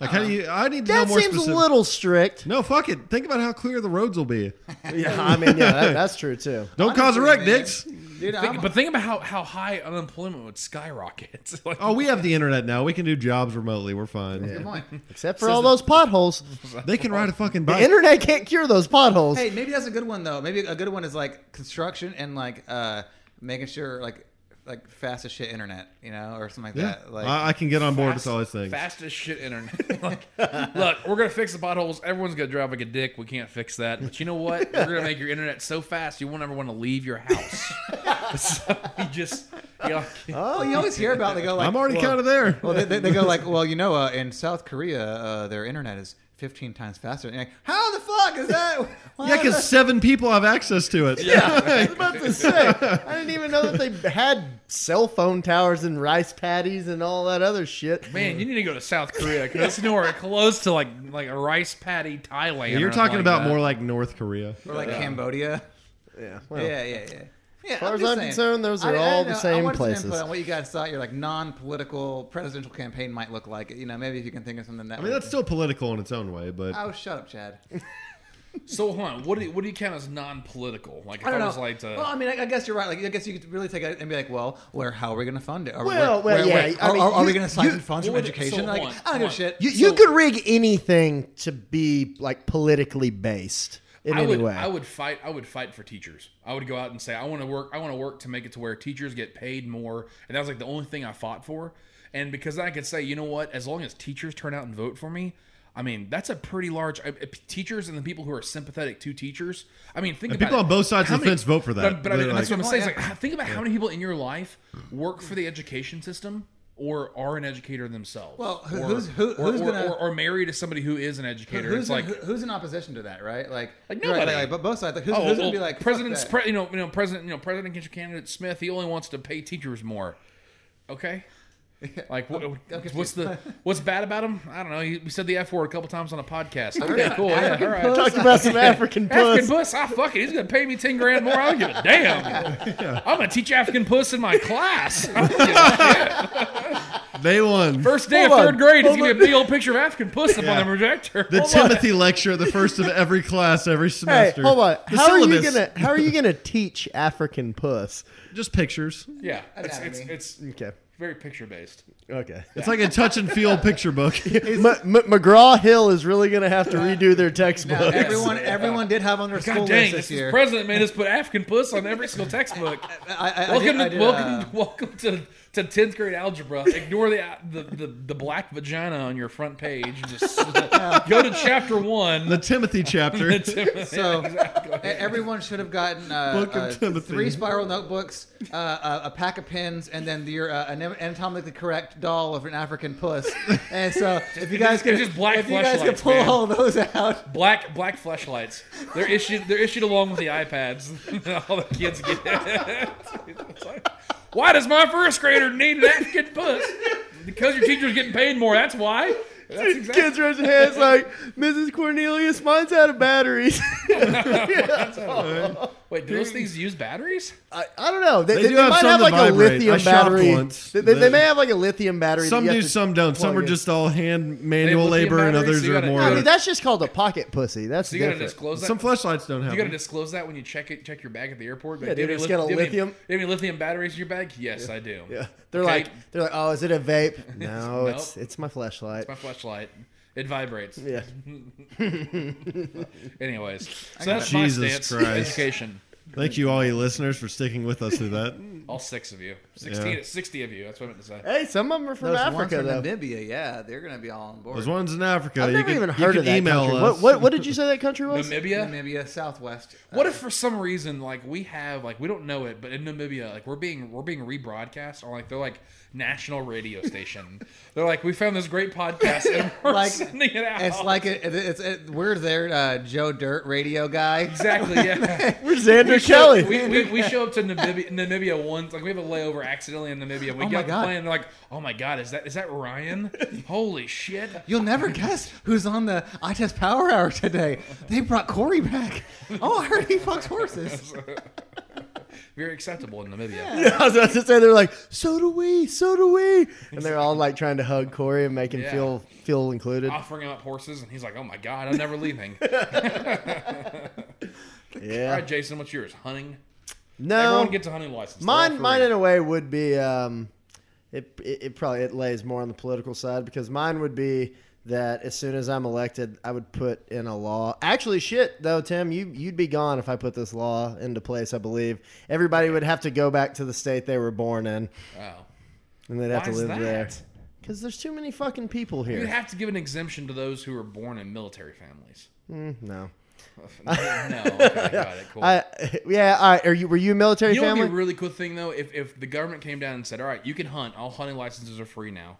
Speaker 4: Like, how do
Speaker 1: Uh,
Speaker 4: you? I need to know
Speaker 3: that
Speaker 4: more
Speaker 3: seems
Speaker 4: specific.
Speaker 3: a little strict.
Speaker 4: no, fuck it. Think about how clear the roads will be.
Speaker 3: Yeah, I mean, yeah, that, that's true too.
Speaker 4: Don't cause
Speaker 1: Honestly,
Speaker 4: a wreck,
Speaker 1: man.
Speaker 4: dicks.
Speaker 1: Dude,
Speaker 2: think-
Speaker 1: uh, I'm,
Speaker 2: but think about how, how high unemployment would skyrocket. like,
Speaker 4: Oh, we have the internet now. We can do jobs remotely. We're fine.
Speaker 1: good point.
Speaker 3: Except for all those potholes,
Speaker 4: They can ride a fucking
Speaker 3: the
Speaker 4: bike.
Speaker 3: internet can't cure those potholes.
Speaker 1: Hey, maybe that's a good one though. Maybe a good one is like construction and like uh, making sure like like fast as shit internet, you know, or something like
Speaker 4: yeah,
Speaker 1: that. Like
Speaker 4: I, I can get on board with all these
Speaker 2: fast-
Speaker 4: things.
Speaker 2: Fast as shit internet. Like, look, we're gonna fix the potholes. Everyone's gonna drive like a dick. We can't fix that. But you know what? We're gonna make your internet so fast you won't ever want to leave your house. so you just, you know,
Speaker 1: well, oh, you always hear about they go like
Speaker 4: I'm already
Speaker 1: well-
Speaker 4: kind of there.
Speaker 1: Well, they, they, they go like, well, you know, uh, in South Korea, uh, their internet is 15 times faster. And you're like, how the fuck is that?
Speaker 4: yeah, because seven people have access to it.
Speaker 3: I was about to say, I didn't even know that they had cell phone towers and rice paddies and all that other shit.
Speaker 2: man, you need to go to South Korea because it's nowhere close to like like a rice patty Thailand.
Speaker 4: You're
Speaker 2: or
Speaker 4: talking
Speaker 2: like
Speaker 4: about
Speaker 2: that.
Speaker 4: more like North Korea.
Speaker 1: or like Cambodia.
Speaker 3: Yeah, well,
Speaker 1: Yeah, yeah, yeah. Yeah,
Speaker 3: far
Speaker 1: I'm
Speaker 3: as
Speaker 1: just
Speaker 3: I'm
Speaker 1: saying.
Speaker 3: concerned, those are
Speaker 1: I- I
Speaker 3: all
Speaker 1: know-
Speaker 3: the same
Speaker 1: I wanted some
Speaker 3: places.
Speaker 1: input on what you guys thought your like non-political presidential campaign might look like. You know, maybe if you can think of something that.
Speaker 4: I mean, that's still political in its own way, but
Speaker 3: Uh,
Speaker 1: Oh, shut up, Chad.
Speaker 2: So hold on, what do you, what do you count as non-political? Like if
Speaker 1: I
Speaker 2: I,
Speaker 1: don't know.
Speaker 2: was like, to,
Speaker 1: well, I mean, I, I guess you're right. Like, I guess you could really take it and be like, well, where? How are we going to fund it? Are we-
Speaker 3: Well, well, yeah, I
Speaker 1: Are,
Speaker 3: mean,
Speaker 1: are- are
Speaker 3: you-
Speaker 1: we going to siphon
Speaker 3: you-
Speaker 1: funds
Speaker 2: Well,
Speaker 1: from
Speaker 2: wait, so
Speaker 1: education? like,
Speaker 2: hold
Speaker 1: I
Speaker 2: on,
Speaker 1: don't give a
Speaker 2: hold on.
Speaker 1: shit.
Speaker 3: you, you
Speaker 2: So-
Speaker 3: could rig anything to be like politically based in
Speaker 2: I
Speaker 3: any
Speaker 2: would,
Speaker 3: way.
Speaker 2: I would fight. I would fight for teachers. I would go out and say, I want to work. I want to work to make it to where teachers get paid more. And that was like the only thing I fought for. And because I could say, you know what? As long as teachers turn out and vote for me, I mean, that's a pretty large I- I- teachers and the people who are sympathetic to teachers. I mean, think
Speaker 4: And
Speaker 2: about
Speaker 4: people
Speaker 2: it.
Speaker 4: on both sides
Speaker 2: How
Speaker 4: of the fence vote for that.
Speaker 2: But, but I mean,
Speaker 4: They're
Speaker 2: that's
Speaker 4: like-
Speaker 2: what I'm saying.
Speaker 1: Oh,
Speaker 2: It's like, think about how many people in your life work for the education system. Or are an educator themselves,
Speaker 1: Well, who-
Speaker 2: or,
Speaker 1: who's- who-
Speaker 2: or,
Speaker 1: who's
Speaker 2: or,
Speaker 1: gonna-
Speaker 2: or, or married to somebody who is an educator.
Speaker 1: Who's
Speaker 2: it's
Speaker 1: in,
Speaker 2: like
Speaker 1: who- who's in opposition to that, right? Like,
Speaker 2: Like,
Speaker 1: you're right,
Speaker 2: nobody.
Speaker 1: like, but both sides. Like, who's,
Speaker 2: Oh,
Speaker 1: who's
Speaker 2: well,
Speaker 1: gonna be like fuck
Speaker 2: president's
Speaker 1: that?
Speaker 2: pre- you know you know president you know president candidate Smith. He only wants to pay teachers more. Okay. Like what, what's the what's bad about him? I don't know. He, we said the f word a couple times on a podcast. Okay, cool. Yeah, all right.
Speaker 3: Talked about some African puss.
Speaker 2: African puss, I fuck it. He's gonna pay me ten grand more. I don't give a damn. I'm gonna teach African puss in my class. I don't give a
Speaker 4: they won
Speaker 2: First day
Speaker 3: Hold
Speaker 2: of
Speaker 3: on,
Speaker 2: third grade, it's
Speaker 3: hold
Speaker 2: gonna be a big old picture of African puss up on
Speaker 4: Yeah.
Speaker 2: the projector.
Speaker 4: the
Speaker 2: Hold on.
Speaker 4: Timothy lecture, the first of every class every
Speaker 3: Hey,
Speaker 4: semester.
Speaker 3: hold on.
Speaker 4: The
Speaker 3: How are you
Speaker 4: syllabus.
Speaker 3: gonna How are you gonna teach African puss?
Speaker 4: Just pictures.
Speaker 2: Yeah, it's, it's,
Speaker 1: Anatomy.
Speaker 2: it's
Speaker 3: Okay,
Speaker 2: very picture based.
Speaker 3: okay.
Speaker 4: It's like a touch and feel picture book.
Speaker 3: M- M- McGraw Hill is really gonna have to redo their
Speaker 1: Now,
Speaker 3: textbooks.
Speaker 1: everyone, everyone did have on their school
Speaker 2: God dang,
Speaker 1: list this
Speaker 2: this is
Speaker 1: year.
Speaker 2: president made us put African puss on every single textbook.
Speaker 1: I, I, I
Speaker 2: welcome,
Speaker 1: did- I
Speaker 2: to,
Speaker 1: did,
Speaker 2: welcome,
Speaker 1: uh,
Speaker 2: welcome to to tenth grade algebra. Ignore the, the the the black vagina on your front page. Just go to chapter one.
Speaker 4: the Timothy chapter.
Speaker 1: so e- everyone should have gotten uh,
Speaker 4: Book of
Speaker 1: uh,
Speaker 4: Timothy.
Speaker 1: three spiral notebooks, uh, a, a pack of pens, and then your uh, an anatomically correct doll of an African puss. And so, if you guys
Speaker 2: just-
Speaker 1: could,
Speaker 2: it's just black
Speaker 1: if you guys could
Speaker 2: fleshlights,
Speaker 1: pull
Speaker 2: man.
Speaker 1: all those out,
Speaker 2: Black black flashlights. They're issued. They're issued along with the iPads. All the kids get. It's like, why does my first grader need an African puss? Because your teacher's getting paid more. That's why. That's exactly.
Speaker 3: Kids raising hands like Mrs. Cornelius. Mine's out of batteries.
Speaker 2: Wait, do those things use batteries?
Speaker 3: I, I don't know. They,
Speaker 4: They
Speaker 3: they,
Speaker 4: do
Speaker 3: they
Speaker 4: have
Speaker 3: might
Speaker 4: some
Speaker 3: have
Speaker 4: that
Speaker 3: like a
Speaker 4: vibrate. I
Speaker 3: lithium
Speaker 4: shopped
Speaker 3: battery.
Speaker 4: once.
Speaker 3: They, they- they
Speaker 4: They-
Speaker 3: may have like a lithium battery. that
Speaker 4: some
Speaker 3: you have
Speaker 4: do,
Speaker 3: to
Speaker 4: some don't. Some
Speaker 3: plug
Speaker 4: are
Speaker 3: in.
Speaker 4: just all hand manual
Speaker 2: They have lithium
Speaker 4: labor, and
Speaker 2: batteries,
Speaker 4: others
Speaker 2: so you
Speaker 4: are
Speaker 2: gotta-
Speaker 4: more.
Speaker 2: you
Speaker 3: I
Speaker 2: gotta-
Speaker 3: mean, that's just called a pocket pussy. That's
Speaker 2: So you gotta
Speaker 3: different.
Speaker 2: disclose that.
Speaker 4: some flashlights don't have.
Speaker 2: You gotta
Speaker 4: them.
Speaker 2: disclose that when you check it, check your bag at the airport.
Speaker 3: Yeah,
Speaker 2: do you have
Speaker 3: dude, it's
Speaker 2: any
Speaker 3: got a
Speaker 2: lith- do you have any-
Speaker 3: lithium.
Speaker 2: Do you have any lithium batteries in your bag? Yes, I do.
Speaker 3: Yeah. They're
Speaker 2: Okay.
Speaker 3: like they're like, oh, is it a vape? No,
Speaker 2: Nope.
Speaker 3: it's it's my flashlight.
Speaker 2: my flashlight. It vibrates.
Speaker 3: yeah.
Speaker 2: Anyways, so that's
Speaker 4: Jesus
Speaker 2: my stance.
Speaker 4: Christ.
Speaker 2: Education.
Speaker 4: Thank you, all you listeners, for sticking with us through that.
Speaker 2: All six of you. 16,
Speaker 4: Yeah.
Speaker 2: 60 of you. That's what I meant to say.
Speaker 3: Hey, some of them are from
Speaker 1: Those ones
Speaker 3: Africa
Speaker 1: from
Speaker 3: though.
Speaker 1: Namibia, yeah, they're gonna be all on board.
Speaker 4: There's ones in Africa.
Speaker 3: I've
Speaker 4: you
Speaker 3: never
Speaker 4: can,
Speaker 3: even
Speaker 4: you
Speaker 3: heard
Speaker 4: can
Speaker 3: of that
Speaker 4: email
Speaker 3: country.
Speaker 4: us.
Speaker 3: What, what what did you say that country was?
Speaker 2: Namibia?
Speaker 1: Namibia, Southwest.
Speaker 2: What if for some reason like we have like we don't know it, but in Namibia like we're being we're being rebroadcast on like they're like national radio station. they're like we found this great podcast and we're
Speaker 1: Like,
Speaker 2: sending it out.
Speaker 1: It's like it, it, it's it, we're their uh, Joe Dirt radio guy.
Speaker 2: exactly yeah.
Speaker 3: We're Xander
Speaker 2: We show,
Speaker 3: Kelly.
Speaker 2: we, we, we show up to Namibia, Namibia once, like we have a layover accidentally in Namibia. We
Speaker 1: Oh my
Speaker 2: get on
Speaker 1: God.
Speaker 2: the plane, and they're like, "Oh my god, is that is that Ryan? Holy shit!"
Speaker 1: You'll never guess who's on the I Test Power Hour today. They brought Corey back. Oh, I heard he fucks horses.
Speaker 2: Very acceptable in Namibia.
Speaker 3: Yeah, I was about to say they're like, so do we, so do we, and they're all like trying to hug Corey and make him
Speaker 2: Yeah. Oh,
Speaker 3: feel feel included.
Speaker 2: Offering him up horses, and he's like, "Oh my god, I'm never leaving." All
Speaker 3: yeah,
Speaker 2: right, Jason, what's yours? Hunting.
Speaker 3: no,
Speaker 2: Everyone gets a hunting license. They're all
Speaker 3: mine
Speaker 2: free.
Speaker 3: mine in a way would be um, it, it it probably it lays more on the political side because mine would be that as soon as I'm elected, I would put in a law. Actually, shit though, Tim, you you'd be gone if I put this law into place. I believe everybody would have to go back to the state they were born in,
Speaker 2: Oh.
Speaker 3: and they'd have to
Speaker 2: Why's
Speaker 3: live
Speaker 2: that?
Speaker 3: there. Because there's too many fucking people here.
Speaker 2: You'd have to give an exemption to those who were born in military families.
Speaker 3: Mm, no.
Speaker 2: no, okay, I got it. Cool.
Speaker 3: I yeah. I, are you were you a military
Speaker 2: you know what
Speaker 3: family?
Speaker 2: would be a really cool thing though? If if the government came down and said, "All right, you can hunt. All hunting licenses are free now,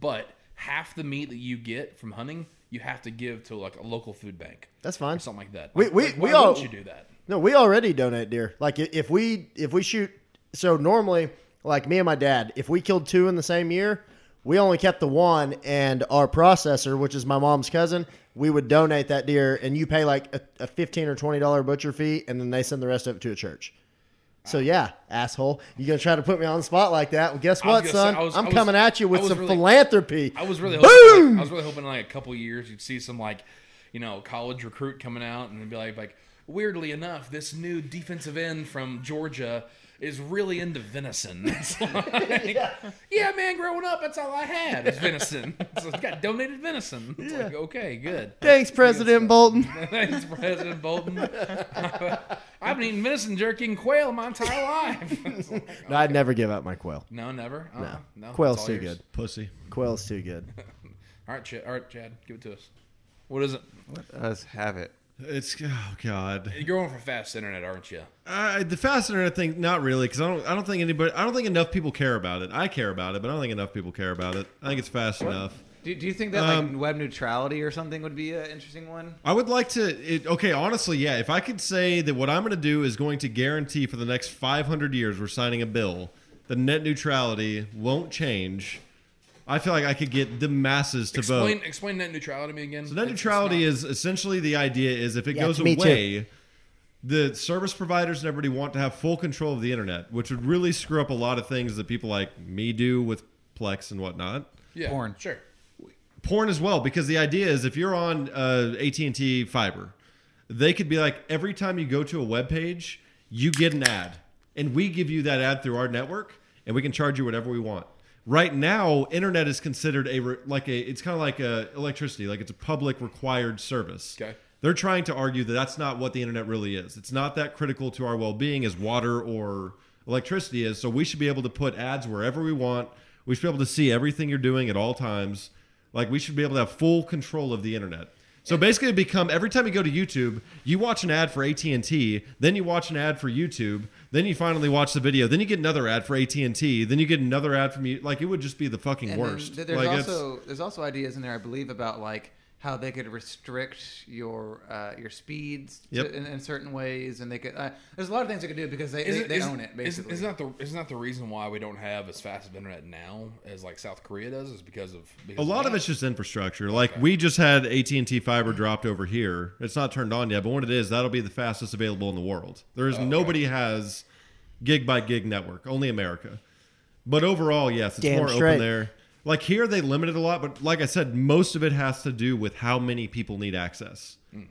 Speaker 2: but half the meat that you get from hunting, you have to give to like a local food bank
Speaker 3: That's fine.
Speaker 2: or something like that."
Speaker 3: We-
Speaker 2: Like,
Speaker 3: we-
Speaker 2: like,
Speaker 3: we
Speaker 2: why
Speaker 3: all-
Speaker 2: wouldn't you do that?
Speaker 3: No, we already donate deer. Like i- if we if we shoot, so normally like me and my dad, if we killed two in the same year, we only kept the one, and our processor, which is my mom's cousin, we would donate that deer, and you pay like a, a fifteen or twenty dollar butcher fee, and then they send the rest of it to a church. So yeah, asshole, you gonna try to put me on the spot like that? Well, guess
Speaker 2: was
Speaker 3: what,
Speaker 2: gonna
Speaker 3: son?
Speaker 2: say, I was-
Speaker 3: I'm
Speaker 2: I was-
Speaker 3: coming at you
Speaker 2: I
Speaker 3: with
Speaker 2: was
Speaker 3: some
Speaker 2: really-
Speaker 3: philanthropy.
Speaker 2: I was really hoping,
Speaker 3: Boom!
Speaker 2: I was really hoping in like a couple years you'd see some like, you know, college recruit coming out and they'd be like, like weirdly enough, this new defensive end from Georgia is really into venison. It's like, yeah. man, growing up, that's all I had is venison. so I got donated venison. It's like, okay, good.
Speaker 3: Thanks, President Bolton.
Speaker 2: Thanks, President Bolton. I've been eating venison jerky and quail my entire life. It's like,
Speaker 3: No, I'd never give up my quail.
Speaker 2: no, never. Uh-uh. No, it's
Speaker 3: Quail's
Speaker 2: all
Speaker 3: too
Speaker 2: yours.
Speaker 3: good.
Speaker 4: Pussy.
Speaker 3: Quail's too good.
Speaker 2: All right, Chad, all right, Chad, give it to us. What is it?
Speaker 1: Let us have it.
Speaker 4: It's oh god.
Speaker 2: You're going for fast internet, aren't you?
Speaker 4: I, the fast internet thing, not really, because I don't. I don't think anybody. I don't think enough people care about it. I care about it, but I don't think enough people care about it. I think it's fast enough.
Speaker 1: Do, do you think that like
Speaker 4: Um,
Speaker 1: web neutrality or something would be an interesting one?
Speaker 4: I would like to. It, okay, honestly, yeah. If I could say that what I'm going to do is going to guarantee for the next 500 years we're signing a bill that net neutrality won't change, I feel like I could get the masses to
Speaker 2: Explain
Speaker 4: vote.
Speaker 2: explain net neutrality to me again.
Speaker 4: So net neutrality is essentially the idea is if it
Speaker 3: Yeah,
Speaker 4: goes
Speaker 3: me too.
Speaker 4: away, the service providers and everybody want to have full control of the internet, which would really screw up a lot of things that people like me do with Plex and whatnot
Speaker 2: yeah,
Speaker 1: porn.
Speaker 2: Sure.
Speaker 4: porn as well because the idea is if you're on uh, AT&T fiber they could be like every time you go to a web page you get an ad and we give you that ad through our network and we can charge you whatever we want right now internet is considered a re- like a it's kind of like a electricity like it's a public required service
Speaker 2: Okay.
Speaker 4: they're trying to argue that that's not what the internet really is it's not that critical to our well-being as water or electricity is so we should be able to put ads wherever we want we should be able to see everything you're doing at all times like we should be able to have full control of the internet. So basically, it become every time you go to YouTube, you watch an ad for AT and T, then you watch an ad for YouTube, then you finally watch the video, then you get another ad for AT and T, then you get another ad from you. Like it would just be the fucking
Speaker 1: And then
Speaker 4: worst.
Speaker 1: th- there's
Speaker 4: like it's-
Speaker 1: also there's also ideas in there, I believe, about like how they could restrict your uh, your speeds
Speaker 4: Yep.
Speaker 1: to, in, in certain ways, and they could. Uh, there's a lot of things they could do because they, they,
Speaker 2: Isn't-
Speaker 1: they
Speaker 2: isn't-
Speaker 1: own it.
Speaker 2: isn't-
Speaker 1: Basically,
Speaker 2: isn't that the isn't that the reason why we don't have as fast of internet now as like South Korea does? Is because of
Speaker 4: a
Speaker 2: because
Speaker 4: lot
Speaker 2: that?
Speaker 4: of it's just infrastructure. Like we just had AT and T fiber dropped over here. It's not turned on yet, but when it is, that'll be the fastest available in the world. There
Speaker 2: Oh,
Speaker 4: is nobody has gig by gig network. Only America. But overall, yes, it's
Speaker 3: Damn
Speaker 4: more
Speaker 3: straight.
Speaker 4: open there. Like here, they limit it a lot, but like I said, most of it has to do with how many people need access.
Speaker 2: Hmm.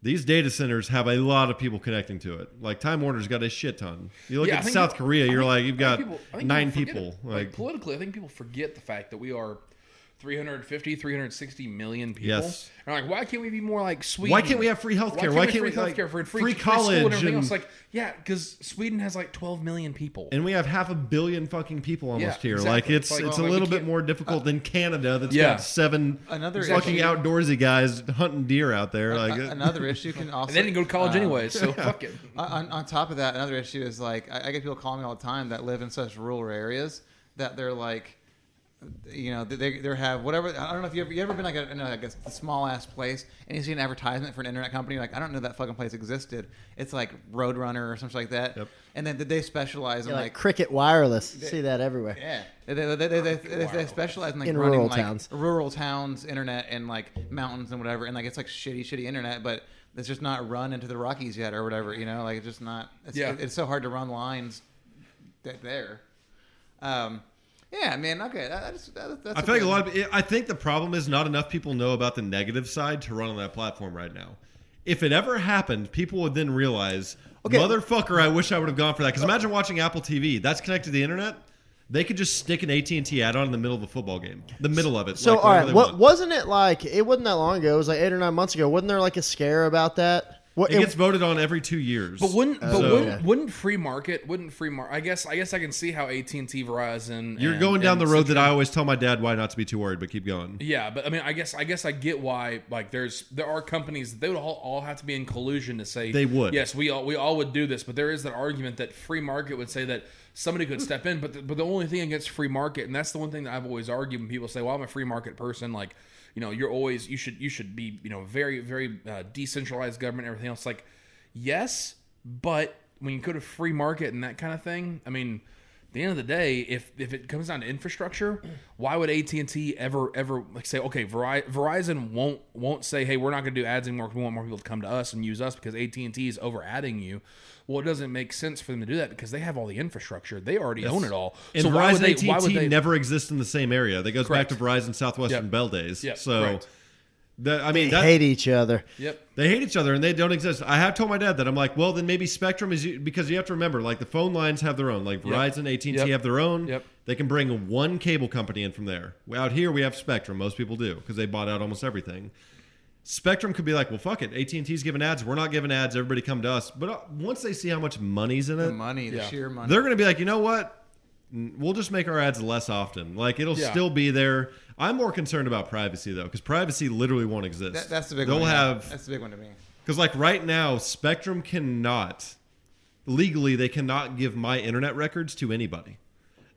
Speaker 4: These data centers have a lot of people connecting to it. Like Time Warner's got a shit ton. You look
Speaker 2: Yeah, I
Speaker 4: at
Speaker 2: think
Speaker 4: South
Speaker 2: people-
Speaker 4: Korea,
Speaker 2: I
Speaker 4: you're
Speaker 2: think-
Speaker 4: like you've
Speaker 2: I
Speaker 4: got
Speaker 2: think people- I think
Speaker 4: nine
Speaker 2: forget
Speaker 4: people.
Speaker 2: it.
Speaker 4: Like,
Speaker 2: politically, I think people forget the fact that we are 350, 360 million people.
Speaker 4: Yes.
Speaker 2: And I'm like, why can't we be more like Sweden?
Speaker 4: Why can't we have free healthcare? Why can't we,
Speaker 2: free
Speaker 4: like,
Speaker 2: healthcare for free,
Speaker 4: free
Speaker 2: free school
Speaker 4: college
Speaker 2: and everything
Speaker 4: and-
Speaker 2: else? Like, yeah, because Sweden has like 12 million people.
Speaker 4: and we have half a billion fucking people almost
Speaker 2: Yeah,
Speaker 4: here.
Speaker 2: exactly.
Speaker 4: Like it's
Speaker 2: It's
Speaker 4: it's,
Speaker 2: like,
Speaker 4: a
Speaker 2: well, we
Speaker 4: little bit
Speaker 2: can't-
Speaker 4: more difficult than Canada. That's
Speaker 2: Yeah.
Speaker 4: got seven
Speaker 1: Another
Speaker 4: fucking
Speaker 1: issue-
Speaker 4: outdoorsy guys hunting deer out there.
Speaker 1: A-
Speaker 4: Like
Speaker 1: another issue can also.
Speaker 2: And they didn't go to college
Speaker 4: Uh,
Speaker 1: um,
Speaker 2: anyway, so fuck it.
Speaker 1: On, on top of that, another issue is like I, I get people calling me all the time that live in such rural areas that they're like, you know, they they have whatever. I don't know if you ever you ever been like a, no, I guess a small ass place and you see an advertisement for an internet company like I don't know that fucking place existed. It's like Roadrunner or something like that.
Speaker 4: Yep.
Speaker 1: And then they specialize in
Speaker 3: like,
Speaker 1: like.
Speaker 3: cricket wireless. See that everywhere.
Speaker 1: yeah, they, they, they, they, they, they- they specialize in like
Speaker 3: In
Speaker 1: running
Speaker 3: rural
Speaker 1: like
Speaker 3: towns.
Speaker 1: rural towns internet and like mountains and whatever, and like it's like shitty, shitty internet, but it's just not run into the Rockies yet or whatever, you know, like it's just not. It's,
Speaker 2: Yeah.
Speaker 1: it- it's so hard to run lines that there. Um, yeah, man. Okay, that, that's, that, that's.
Speaker 4: I feel like a lot of I think the problem is not enough people know about the negative side to run on that platform right now. If it ever happened, people would then realize,
Speaker 3: Okay.
Speaker 4: motherfucker, I wish I would have gone for that. Because imagine watching Apple TV. That's connected to the internet. They could just stick an AT and T ad on in the middle of a football game, the middle of it.
Speaker 3: So
Speaker 4: like,
Speaker 3: all
Speaker 4: whenever
Speaker 3: right,
Speaker 4: they
Speaker 3: what
Speaker 4: want.
Speaker 3: wasn't it like? It wasn't that long ago. It was like eight or nine months ago. Wasn't there like a scare about that? What
Speaker 4: It gets voted on every two years.
Speaker 2: But wouldn't but
Speaker 4: So-
Speaker 2: wouldn't, wouldn't free market wouldn't free market? I guess I guess I can see how AT and T, Verizon.
Speaker 4: You're
Speaker 2: and-
Speaker 4: going down the
Speaker 2: and
Speaker 4: road that
Speaker 2: Citrix-
Speaker 4: I always tell my dad why not to be too worried, but keep going.
Speaker 2: Yeah, but I mean, I guess I guess I get why. Like, there's there are companies that they would all, all have to be in collusion to say
Speaker 4: They would.
Speaker 2: Yes, we all we all would do this, but there is that argument that free market would say that somebody could step in, but the, but the only thing against free market, and that's the one thing that I've always argued when people say, "Well, I'm a free market person," like you know, you're always you should you should be you know very very uh, decentralized government, and everything else. Like, yes, but when you go to free market and that kind of thing, I mean at the end of the day, if if it comes down to infrastructure, why would AT and T ever ever like say okay, Veri- Verizon won't won't say hey, we're not going to do ads anymore. 'cause We want more people to come to us and use us because AT and T is over adding you. Well, it doesn't make sense for them to do that because they have all the infrastructure. They already own it all.
Speaker 4: And
Speaker 2: so why would
Speaker 4: Verizon
Speaker 2: they?
Speaker 4: AT&T
Speaker 2: why would they?
Speaker 4: never exist in the same area. That goes
Speaker 2: Correct.
Speaker 4: back to Verizon Southwestern
Speaker 2: Yep.
Speaker 4: Bell days.
Speaker 2: Yep,
Speaker 4: So
Speaker 2: correct.
Speaker 4: that I mean
Speaker 3: They
Speaker 4: that,
Speaker 3: hate each other.
Speaker 2: yep.
Speaker 4: they hate each other and they don't exist. I have told my dad that I'm like, well, then maybe Spectrum is because you have to remember like the phone lines have their own. Like Verizon, AT&T
Speaker 2: Yep.
Speaker 4: have their own.
Speaker 2: Yep.
Speaker 4: They can bring one cable company in from there. Out here we have Spectrum. Most people do because they bought out almost everything. Spectrum could be like, well, fuck it. AT&T's giving ads. We're not giving ads. Everybody come to us. But uh, once they see how much money's in it,
Speaker 1: the money, the
Speaker 2: Yeah.
Speaker 1: sheer money.
Speaker 4: they're going to be like, you know what? N- We'll just make our ads less often. Like it'll
Speaker 2: Yeah.
Speaker 4: still be there. I'm more concerned about privacy though, because privacy literally won't exist.
Speaker 1: That- that's the big.
Speaker 4: They'll
Speaker 1: one.
Speaker 4: have
Speaker 1: That's the big one to me.
Speaker 4: because like right now, Spectrum cannot legally they cannot give my internet records to anybody.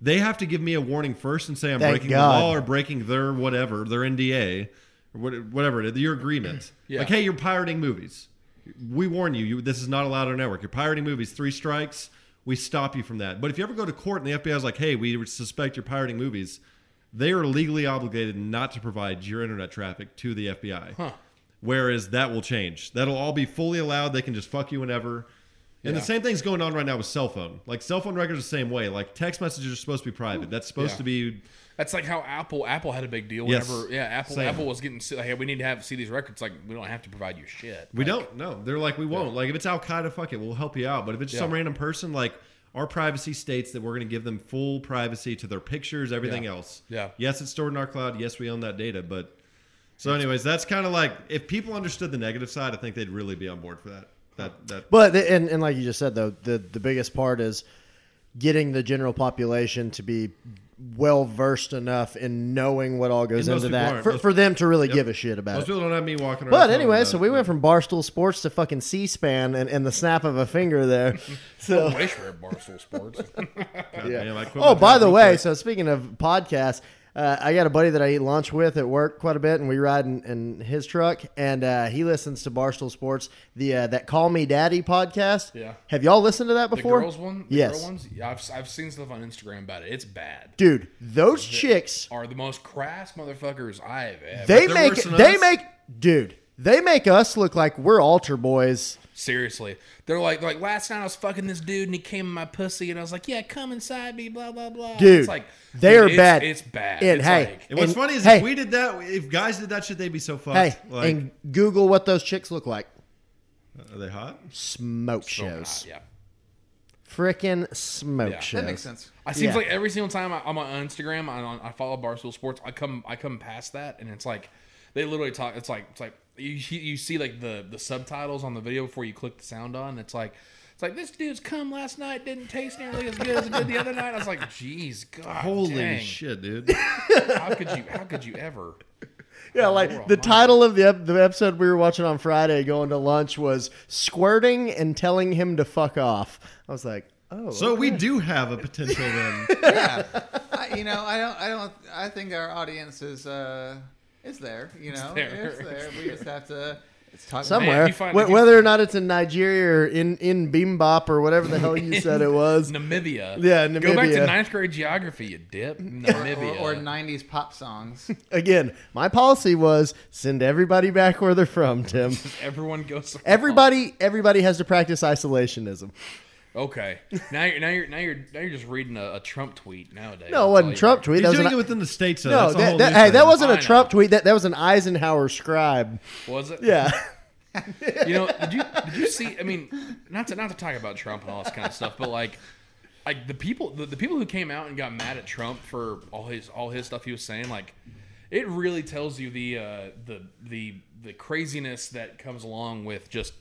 Speaker 4: They have to give me a warning first and say I'm
Speaker 3: Thank
Speaker 4: breaking
Speaker 3: God.
Speaker 4: the law or breaking their whatever their NDA, or what- whatever it is, your agreement.
Speaker 2: Yeah.
Speaker 4: Like hey, you're pirating movies. We warn you, you this is not allowed on our network. You're pirating movies. Three strikes. We stop you from that. But if you ever go to court and the FBI is like, hey, we suspect you're pirating movies, they are legally obligated not to provide your internet traffic to the FBI. Whereas that will change. That'll all be fully allowed. They can just fuck you whenever. And
Speaker 2: Yeah.
Speaker 4: the same thing's going on right now with cell phone. Like cell phone records are the same way. Like text messages are supposed to be private. That's supposed
Speaker 2: Yeah.
Speaker 4: to be
Speaker 2: That's like how Apple Apple had a big deal.
Speaker 4: Yes.
Speaker 2: Whenever yeah, Apple
Speaker 4: Same.
Speaker 2: Apple was getting like, hey, we need to have see these records. Like we don't have to provide you shit.
Speaker 4: we don't know. They're like, we won't. Like if it's Al Qaeda, fuck it, we'll help you out. But if it's
Speaker 2: Yeah.
Speaker 4: some random person, like our privacy states that we're gonna give them full privacy to their pictures, everything
Speaker 2: Yeah.
Speaker 4: else.
Speaker 2: Yeah.
Speaker 4: Yes, it's stored in our cloud. Yes, we own that data, but so anyways, that's kind of like if people understood the negative side, I think they'd really be on board for that. That that
Speaker 3: But the- and and like you just said though, the the biggest part is getting the general population to be well versed enough in knowing what all goes
Speaker 4: And most
Speaker 3: into
Speaker 4: people
Speaker 3: that
Speaker 4: aren't.
Speaker 3: for,
Speaker 4: Most-
Speaker 3: for them to really
Speaker 4: Yep.
Speaker 3: give a shit about
Speaker 4: most
Speaker 3: it.
Speaker 4: people don't have me walking around.
Speaker 3: But
Speaker 4: telling
Speaker 3: anyway,
Speaker 4: them
Speaker 3: so
Speaker 4: that.
Speaker 3: we went from Barstool Sports to fucking C-SPAN and, and the snap of a finger there. So
Speaker 2: I wish we had Barstool Sports.
Speaker 4: God damn, I quit
Speaker 3: Oh,
Speaker 4: my
Speaker 3: by
Speaker 4: job
Speaker 3: the
Speaker 4: real
Speaker 3: way,
Speaker 4: quick.
Speaker 3: so speaking of podcasts, uh, I got a buddy that I eat lunch with at work quite a bit, and we ride in, in his truck, and uh, he listens to Barstool Sports, the uh, that Call Me Daddy podcast.
Speaker 2: Yeah.
Speaker 3: have y'all listened to that
Speaker 2: The
Speaker 3: before?
Speaker 2: girls one, the
Speaker 3: yes,
Speaker 2: girl ones. Yeah, I've I've seen stuff on Instagram about it. It's bad.
Speaker 3: dude, those chicks
Speaker 2: Are the most crass motherfuckers I've ever.
Speaker 3: they
Speaker 4: they're
Speaker 3: make
Speaker 4: worse than
Speaker 3: they
Speaker 4: us.
Speaker 3: make dude they make us look like we're altar boys.
Speaker 2: Seriously, they're like like last night I was fucking this dude and he came in my pussy and I was like, yeah, come inside me, blah blah blah.
Speaker 3: Dude,
Speaker 2: it's like
Speaker 3: they
Speaker 2: dude,
Speaker 3: are
Speaker 2: it's,
Speaker 3: bad.
Speaker 2: It's bad.
Speaker 3: And
Speaker 2: it's
Speaker 3: hey,
Speaker 2: like,
Speaker 4: And what's
Speaker 3: And-
Speaker 4: funny is
Speaker 3: hey.
Speaker 4: if we did that, if guys did that shit, they'd be so fucked.
Speaker 3: Hey,
Speaker 4: like,
Speaker 3: and Google what those chicks look like.
Speaker 4: are they hot?
Speaker 3: Smoke
Speaker 2: so hot,
Speaker 3: shows.
Speaker 2: yeah.
Speaker 3: freaking smoke
Speaker 2: Yeah.
Speaker 3: show.
Speaker 1: That makes sense.
Speaker 2: I seems
Speaker 3: Yeah.
Speaker 2: like every single time I, I'm on Instagram, I, on, I follow Barstool Sports. I come, I come past that, and it's like they literally talk. It's like it's like you you see like the the subtitles on the video before you click the sound on. It's like it's like this dude's cum last night didn't taste nearly as good as it did the other night. I was like, jeez, God,
Speaker 4: Holy
Speaker 2: dang,
Speaker 4: shit, dude.
Speaker 2: How could you? How could you ever?
Speaker 3: Yeah, like the title of the, ep- the episode we were watching on Friday going to lunch was Squirting and Telling Him to Fuck Off. I was like, oh.
Speaker 4: So we do have a potential then.
Speaker 1: Yeah, I, you know, I don't, I don't, I think our audience is, uh, is there. You know,
Speaker 2: there.
Speaker 1: it's there. We just have to. It's talking
Speaker 3: somewhere.
Speaker 2: you find-
Speaker 3: Wh-
Speaker 2: if you-
Speaker 3: whether or not it's in Nigeria or in, in Beambop or whatever the hell you said it was.
Speaker 2: Namibia.
Speaker 3: Yeah,
Speaker 2: Go back to
Speaker 3: Namibia.
Speaker 2: ninth grade geography, you dip.
Speaker 1: or,
Speaker 2: Namibia.
Speaker 1: or 90s pop songs.
Speaker 3: Again, my policy was send everybody back where they're from, Tim.
Speaker 2: Everyone goes.
Speaker 3: Everybody everybody has to practice isolationism.
Speaker 2: Okay. Now you're now you're now you're now you're just reading a, a Trump tweet nowadays.
Speaker 3: No, it wasn't Trump tweet.
Speaker 4: He's
Speaker 3: That was
Speaker 4: doing
Speaker 3: an-
Speaker 4: it within the states, though.
Speaker 3: no,
Speaker 4: That's a
Speaker 3: that,
Speaker 4: whole
Speaker 3: that-
Speaker 4: new
Speaker 3: hey,
Speaker 4: thing.
Speaker 3: that wasn't
Speaker 2: I
Speaker 3: a
Speaker 2: know.
Speaker 3: Trump tweet. That that was an Eisenhower scribe.
Speaker 2: Was it?
Speaker 3: Yeah.
Speaker 2: You know, did you did you see? I mean, not to not to talk about Trump and all this kind of stuff, but like, like the people the, the people who came out and got mad at Trump for all his all his stuff he was saying, like, it really tells you the uh, the the the craziness that comes along with just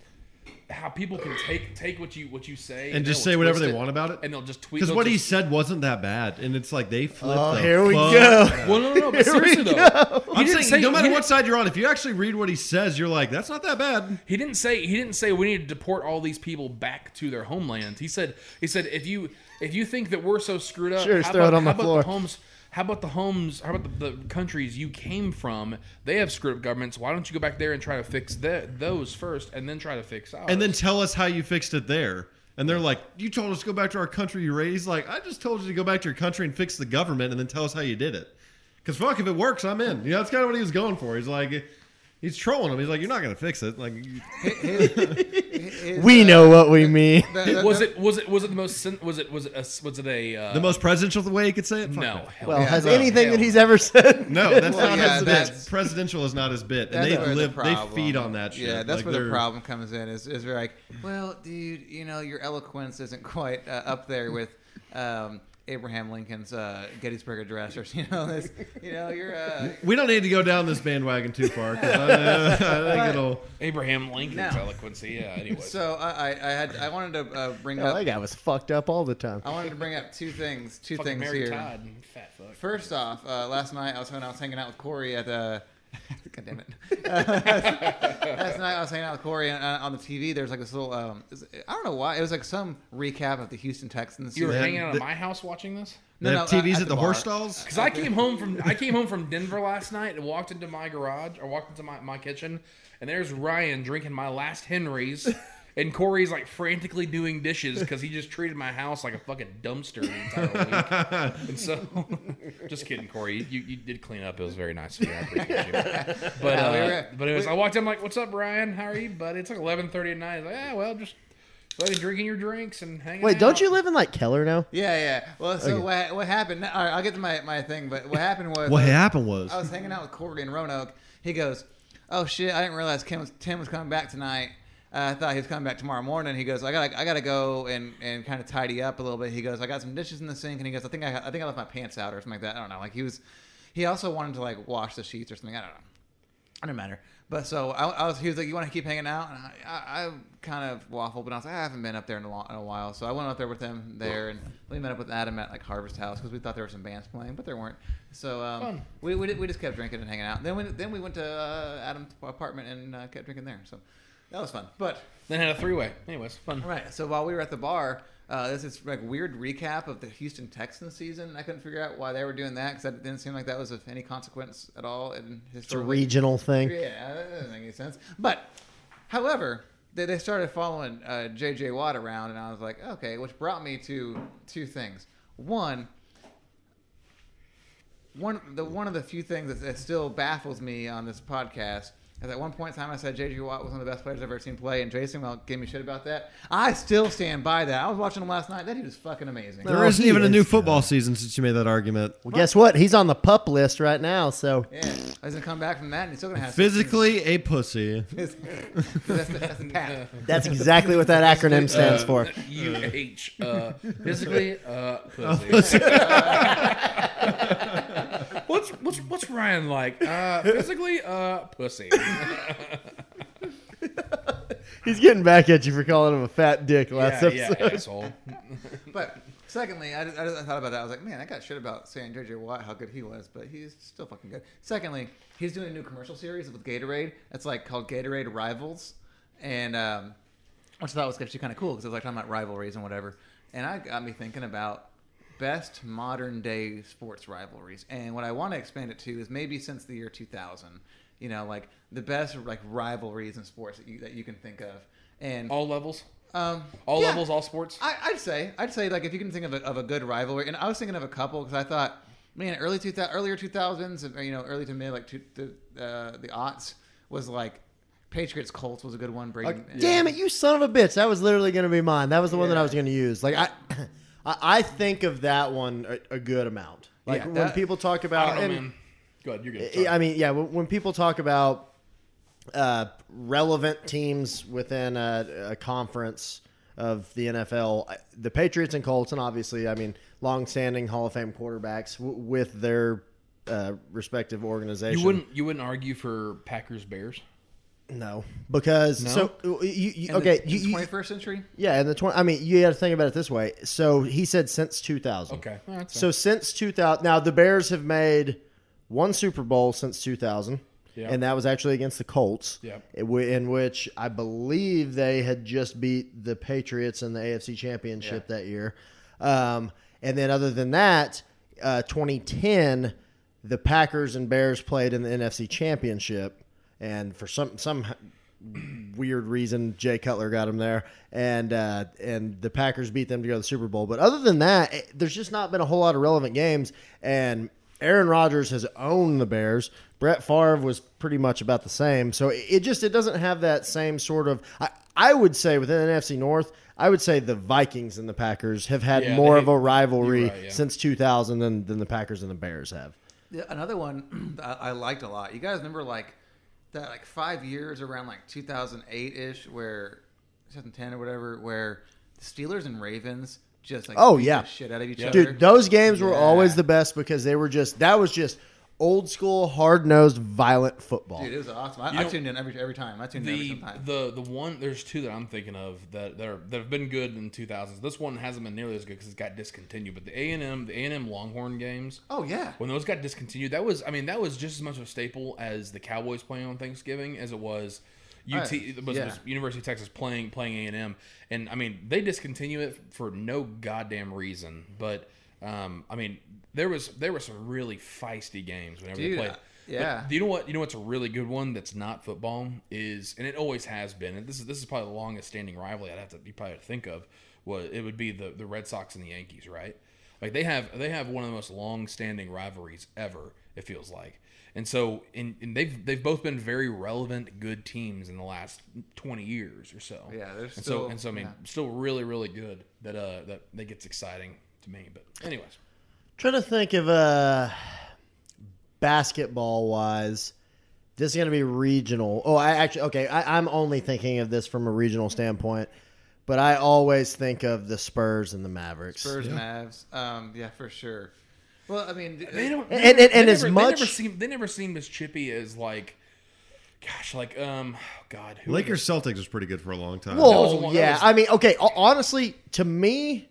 Speaker 2: how people can take take what you what you say
Speaker 4: And just
Speaker 2: they'll
Speaker 4: say whatever
Speaker 2: twist
Speaker 4: they want about it?
Speaker 2: and they'll just tweet
Speaker 4: Because
Speaker 2: they'll
Speaker 4: what he
Speaker 2: just-
Speaker 4: said wasn't that bad, and it's like they flipped.
Speaker 3: Oh,
Speaker 4: the
Speaker 3: here we
Speaker 4: fuck.
Speaker 3: go.
Speaker 2: Well, no, no, no but seriously though, he
Speaker 4: I'm
Speaker 2: didn't
Speaker 4: saying,
Speaker 2: say
Speaker 4: no
Speaker 2: he
Speaker 4: matter
Speaker 2: didn't-
Speaker 4: what side you're on, if you actually read what he says, you're like, that's not that bad.
Speaker 2: He didn't say he didn't say we need to deport all these people back to their homelands. He said he said if you if you think that we're so screwed up,
Speaker 3: Sure, just throw it on the
Speaker 2: how
Speaker 3: floor.
Speaker 2: About the homes, how about the homes? How about the, the countries you came from? They have screwed up governments. Why don't you go back there and try to fix the, those first, and then try to fix ours?
Speaker 4: And then tell us how you fixed it there. And they're like, you told us to go back to our country you raised. Like, I just told you to go back to your country and fix the government, and then tell us how you did it. Because fuck, if it works, I'm in. You know, that's kind of what he was going for. He's like, he's trolling him. He's like, you're not gonna fix it. Like, you-
Speaker 3: We know what we mean.
Speaker 2: was it was it was it the most sin- was it was it a, was it a uh,
Speaker 4: the most presidential way he could say it. Fuck
Speaker 2: no
Speaker 4: that.
Speaker 2: hell
Speaker 3: Well,
Speaker 2: no.
Speaker 3: has
Speaker 1: no,
Speaker 3: anything
Speaker 2: hell
Speaker 3: that he's ever
Speaker 4: Oh,
Speaker 3: said?
Speaker 4: No, that's
Speaker 1: Well,
Speaker 4: not
Speaker 1: yeah,
Speaker 4: his
Speaker 1: that's-
Speaker 4: bit. Presidential is not his bit, and
Speaker 1: That's
Speaker 4: they
Speaker 1: where the
Speaker 4: live. They
Speaker 1: problem-
Speaker 4: feed on that shit.
Speaker 1: Yeah, that's
Speaker 4: Like,
Speaker 1: where the
Speaker 4: they're-
Speaker 1: problem comes in. Is is they're like, well, dude, you know, your eloquence isn't quite uh, up there with um, Abraham Lincoln's uh, Gettysburg Address, or you know, this, you know, you're. Uh,
Speaker 4: We don't need to go down this bandwagon too far. 'cause I, I think it'll.
Speaker 2: Abraham Lincoln's
Speaker 1: No.
Speaker 2: eloquence. Yeah, anyway.
Speaker 1: so I, I, I had I wanted to uh, bring
Speaker 3: Oh, that
Speaker 1: up
Speaker 3: guy was fucked up all the time.
Speaker 2: Oh,
Speaker 1: I wanted to bring up two things, two
Speaker 2: Fucking
Speaker 1: things
Speaker 2: Mary
Speaker 1: here.
Speaker 2: Todd, fat fuck.
Speaker 1: First off, uh, last night I was when I was hanging out with Corey at uh, God damn it. last night I was hanging out with Corey and uh, on the TV. There's like this little um, is- I don't know why it was like some recap of the Houston Texans.
Speaker 2: You were
Speaker 4: Yeah.
Speaker 2: hanging out at
Speaker 4: The-
Speaker 2: my house watching this.
Speaker 4: They have TVs at, the, horse
Speaker 1: bar.
Speaker 4: stalls.
Speaker 2: Because I came home from I came home from Denver last night and walked into my garage or walked into my, my kitchen and there's Ryan drinking my last Henry's and Corey's like frantically doing dishes because he just treated my house like a fucking dumpster the entire week. And so, just kidding, Corey. You, you did clean up. It was very nice of you. I appreciate you. But
Speaker 1: No, we
Speaker 2: uh,
Speaker 1: were-
Speaker 2: but anyways, I walked in I'm like, "What's up, Ryan? How are you, buddy?" It's like 11:30 at night. He's like, "Yeah, well, just." Like drinking your drinks and hanging
Speaker 3: Wait, don't
Speaker 2: out."
Speaker 3: you live in like Keller now?
Speaker 1: Yeah, yeah. Well, so what, what happened? All right, I'll get to my, my thing, but what happened was
Speaker 4: What
Speaker 1: uh,
Speaker 4: happened was
Speaker 1: I was hanging out with Corey in Roanoke. He goes, "Oh shit, I didn't realize Kim was, Tim was coming back tonight. Uh, I thought he was coming back tomorrow morning." He goes, "I got to I got to go and, and kind of tidy up a little bit." He goes, "I got some dishes in the sink," and he goes, "I think I I think I left my pants out or something like that. I don't know." Like he was, he also wanted to like wash the sheets or something. I don't know. It didn't matter. But so I, I was. He was like, "You want to keep hanging out?" And I, I, I kind of waffled, but I was like, "I haven't been up there in a, lo- in a while." So I went up there with him there, and we met up with Adam at like Harvest House because we thought there were some bands playing, but there weren't. So um,
Speaker 2: Fun.
Speaker 1: we, we, did- we just kept drinking and hanging out. Then we then we went to uh, Adam's apartment and uh, kept drinking there. So that was fun. But
Speaker 2: Then had a three way. Anyways, fun.
Speaker 1: all Right. So while we were at the bar, uh, this is like weird recap of the Houston Texans season. I couldn't figure out why they were doing that because it didn't seem like that was of any consequence at all in
Speaker 3: It's a
Speaker 1: history.
Speaker 3: regional thing.
Speaker 1: Yeah, that doesn't make any sense. But, however, they, they started following uh, J.J. Watt around, and I was like, okay, which brought me to two things. One, one the one of the few things that, that still baffles me on this podcast As at one point in time, I said J.J. Watt was one of the best players I've ever seen play, and Jason well gave me shit about that. I still stand by that. I was watching him last night. That dude is fucking amazing.
Speaker 3: No.
Speaker 4: There isn't
Speaker 3: he
Speaker 4: even a
Speaker 3: is
Speaker 4: new
Speaker 3: good.
Speaker 4: football season since you made that argument.
Speaker 3: Well, guess what? He's on the pup list right now. So
Speaker 1: Yeah, he's gonna come back from that, and he's still gonna have
Speaker 4: Physically a pussy.
Speaker 1: That's the, that's the path.
Speaker 3: that's exactly what that
Speaker 2: Uh,
Speaker 3: acronym stands for.
Speaker 2: U H. Uh, physically, uh, pussy. what's what's what's Ryan like? Uh, physically, uh, pussy.
Speaker 3: He's getting back at you for calling him a fat dick last
Speaker 2: yeah, yeah,
Speaker 3: episode.
Speaker 2: asshole.
Speaker 1: But secondly, I, just, I, just, I thought about that. I was like, man, I got shit about saying JJ Watt how good he was, but he's still fucking good. Secondly, he's doing a new commercial series with Gatorade. It's like called Gatorade Rivals, and um, which I thought was actually kind of cool because it was like talking about rivalries and whatever. And I got me thinking about best modern day sports rivalries. And what I want to expand it to is maybe since the year 2000. You know, like the best like rivalries in sports that you that you can think of. And
Speaker 2: All levels,
Speaker 1: um,
Speaker 2: all
Speaker 1: yeah.
Speaker 2: levels, all
Speaker 3: Uh,
Speaker 2: sports.
Speaker 1: I, I'd say, I'd say, like if you can think of a, of a good rivalry, and I was thinking of a couple because I thought, man, early two thousand, earlier two thousands, you know, early to mid, like two, the uh, the aughts was like Patriots Colts was a good one. Brady,
Speaker 3: Damn it, you son of a bitch! That was literally going to be mine. That was the one that I was going to use. Like I, I, I think of that one a, a good amount. Like
Speaker 1: Yeah,
Speaker 3: when
Speaker 1: that-
Speaker 3: people talk
Speaker 2: I
Speaker 3: about,
Speaker 2: don't know,
Speaker 3: and-
Speaker 2: man. Go ahead, you're good. Sorry.
Speaker 3: Yeah, I mean, yeah, when, when people talk about uh, relevant teams within a, a conference of the NFL, I- the Patriots and Colts, and obviously, I mean, longstanding Hall of Fame quarterbacks w- with their uh, respective organizations.
Speaker 2: you wouldn't you wouldn't argue for Packers Bears?
Speaker 3: no, because so you, you, okay, you, you-
Speaker 1: twenty first century.
Speaker 3: yeah, and the twenty. I mean, you got to think about it this way. So he said since two thousand.
Speaker 2: Okay, All right,
Speaker 3: So since 2000, now the Bears have made one Super Bowl since 2000,
Speaker 2: Yeah.
Speaker 3: and that was actually against the Colts,
Speaker 2: Yeah.
Speaker 3: in whi- in which I believe they had just beat the Patriots in the AFC Championship that year. Um, and then other than that, uh, 2010, the Packers and Bears played in the NFC Championship, and for some some weird reason Jay Cutler got him there, and uh, and the Packers beat them to go to the Super Bowl. But other than that, it, there's just not been a whole lot of relevant games. And Aaron Rodgers has owned the Bears. Brett Favre was pretty much about the same. So it, it just it doesn't have that same sort of. I, I would say within the NFC North, I would say the Vikings and the Packers have had
Speaker 2: Yeah,
Speaker 3: more
Speaker 2: they-
Speaker 3: of a rivalry
Speaker 2: you're right, yeah.
Speaker 3: since 2000 than than the Packers and the Bears have.
Speaker 1: Yeah, another one that I I liked a lot. You guys remember like that, like five years around like 2008 ish, where 2010 or whatever, where the Steelers and Ravens just like
Speaker 3: Oh,
Speaker 1: beat
Speaker 3: yeah.
Speaker 1: the shit out of each other.
Speaker 3: Dude, those games were
Speaker 1: Yeah.
Speaker 3: always the best because they were just that was just old school, hard nosed, violent football.
Speaker 1: Dude, it was awesome. I,
Speaker 2: You
Speaker 1: I
Speaker 2: know,
Speaker 1: tuned in every every time. I tuned in every
Speaker 2: the
Speaker 1: single time.
Speaker 2: the the one there's two that I'm thinking of that that, are, that have been good in 2000s. This one hasn't been nearly as good because it's got discontinued. But the A and M the A and M Longhorn games
Speaker 1: oh yeah.
Speaker 2: when those got discontinued, that was I mean that was just as much of a staple as the Cowboys playing on Thanksgiving as it was. UT
Speaker 1: Uh,
Speaker 2: was,
Speaker 1: yeah.
Speaker 2: was University of Texas playing playing A and M, and I mean they discontinue it for no goddamn reason. But um, I mean there was there were some really feisty games whenever
Speaker 1: Dude,
Speaker 2: they played.
Speaker 1: I- yeah.
Speaker 2: But do you know what? You know what's a really good one that's not football is, and it always has been. And this is this is probably the longest standing rivalry I'd have to you probably have to think of. Was it would be the the Red Sox and the Yankees, right? Like they have they have one of the most long standing rivalries ever. It feels like, and so and, and they've they've both been very relevant, good teams in the last twenty years or so.
Speaker 1: Yeah, they're
Speaker 2: and so
Speaker 1: still-
Speaker 2: and so I mean
Speaker 1: yeah.
Speaker 2: still really really good. That uh that that gets exciting to me. But anyways,
Speaker 3: Trying to think of uh basketball wise. This is going to be regional. Oh, I actually okay. I, I'm only thinking of this from a regional standpoint, but I always think of the Spurs and the Mavericks.
Speaker 1: Spurs, Mavs. Um, yeah, for sure. Well, I mean,
Speaker 2: They don't.
Speaker 3: And- and- and
Speaker 2: they
Speaker 3: as
Speaker 2: never, They
Speaker 3: much-
Speaker 2: never, seem, they never seem as chippy as like, gosh, like um, God, who
Speaker 4: Lakers Celtics was pretty good for a long time.
Speaker 2: That was
Speaker 3: Well,
Speaker 2: a long- that
Speaker 3: yeah.
Speaker 2: was-
Speaker 3: I mean, okay. ho- Honestly, to me,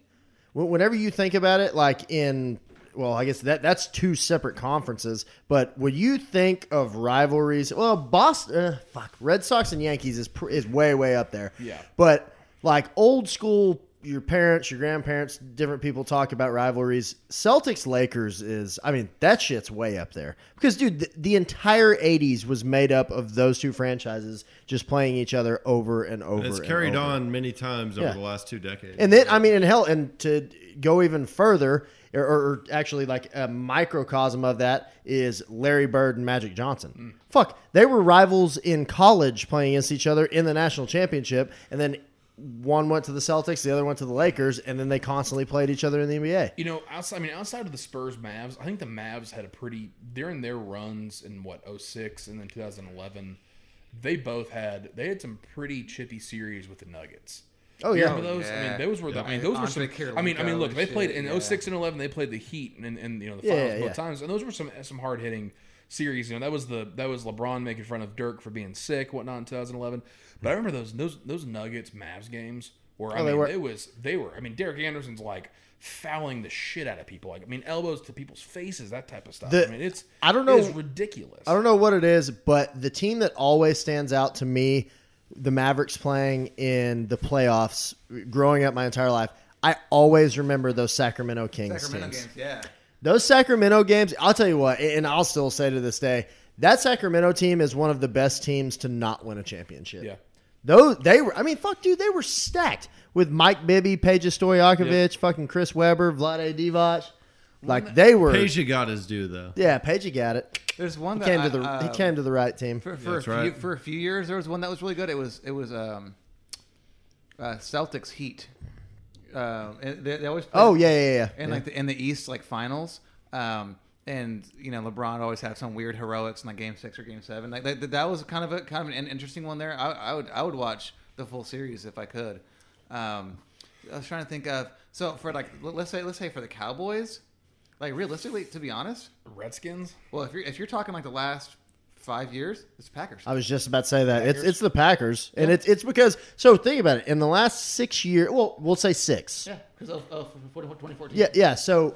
Speaker 3: wh- whenever you think about it, like in well, I guess that that's two separate conferences. But when you think of rivalries, well, Boston, uh, fuck, Red Sox and Yankees is pr- is way way up there.
Speaker 2: Yeah.
Speaker 3: But like old school, your parents, your grandparents, different people talk about rivalries. Celtics Lakers is, I mean, that shit's way up there because dude, the, the entire '80s was made up of those two franchises just playing each other over and over.
Speaker 4: it's
Speaker 3: and
Speaker 4: carried
Speaker 3: over.
Speaker 4: on many times over
Speaker 3: Yeah.
Speaker 4: the last two decades.
Speaker 3: And then, I mean, and hell, and to go even further, or, or, or actually like a microcosm of that is Larry Bird and Magic Johnson. Fuck, they were rivals in college playing against each other in the national championship, and then one went to the Celtics, the other went to the Lakers, and then they constantly played each other in the NBA.
Speaker 2: You know, outside, I mean, outside of the Spurs, Mavs, I think the Mavs had a pretty during their runs in what 06 and then 2011. They both had they had some pretty chippy series with the Nuggets.
Speaker 3: Oh
Speaker 2: You
Speaker 3: yeah,
Speaker 2: remember those? I
Speaker 1: yeah.
Speaker 2: mean, those were the. I mean,
Speaker 1: Yeah.
Speaker 2: those were some.
Speaker 1: Andre
Speaker 2: I mean, I mean,
Speaker 1: Kirilenko
Speaker 2: look, they
Speaker 1: shit,
Speaker 2: played in
Speaker 1: yeah.
Speaker 2: 06 and 11. They played the Heat and and you know the
Speaker 3: Yeah,
Speaker 2: finals
Speaker 3: yeah,
Speaker 2: both
Speaker 3: yeah.
Speaker 2: times, and those were some some hard hitting series. You know, that was the that was LeBron making fun of Dirk for being sick, whatnot in 2011. But I remember those those those Nuggets Mavs games where I
Speaker 3: Oh, they
Speaker 2: mean,
Speaker 3: were-
Speaker 2: it was they were. I mean, Derek Anderson's like fouling the shit out of people. Like, I mean, elbows to people's faces, that type of stuff.
Speaker 3: The-
Speaker 2: I mean, it's
Speaker 3: I don't
Speaker 2: it
Speaker 3: know-
Speaker 2: is ridiculous.
Speaker 3: I don't know what it is, but the team that always stands out to me, the Mavericks playing in the playoffs growing up my entire life, I always remember those Sacramento Kings
Speaker 1: Sacramento
Speaker 3: teams.
Speaker 1: games, yeah.
Speaker 3: Those Sacramento games, I'll tell you what, and I'll still say to this day, that Sacramento team is one of the best teams to not win a championship.
Speaker 2: Yeah.
Speaker 3: Those they were I mean, fuck dude, they were stacked with Mike Bibby, Paige Stoyakovich, fucking Chris Webber, Vlade Divac. Like they were
Speaker 4: Peja got his due though.
Speaker 3: Yeah, Paige got it.
Speaker 1: There's one
Speaker 3: He
Speaker 1: that
Speaker 3: came
Speaker 1: I,
Speaker 3: to the he
Speaker 1: um,
Speaker 3: came to the right team.
Speaker 1: for, for a
Speaker 4: that's
Speaker 1: few
Speaker 4: right.
Speaker 1: for a few years. There was one that was really good. It was it was um, uh, Celtics Heat. Um, and they, they always played-
Speaker 3: Oh yeah, yeah, yeah.
Speaker 1: and like the, in the East like finals. Um, and you know LeBron always had some weird heroics in like Game Six or Game Seven. Like that, that was kind of a kind of an interesting one there. I, I would I would watch the full series if I could. Um, I was trying to think of so for like l- let's say let's say for the Cowboys, like realistically to be honest,
Speaker 2: Redskins.
Speaker 1: well if you're if you're talking like the last five years, it's Packers.
Speaker 3: I was just about to say that it's it's the Packers, and it's it's because so think about it. In the last six year, well, we'll say six.
Speaker 1: yeah, because of, of 2014.
Speaker 3: yeah, yeah, So,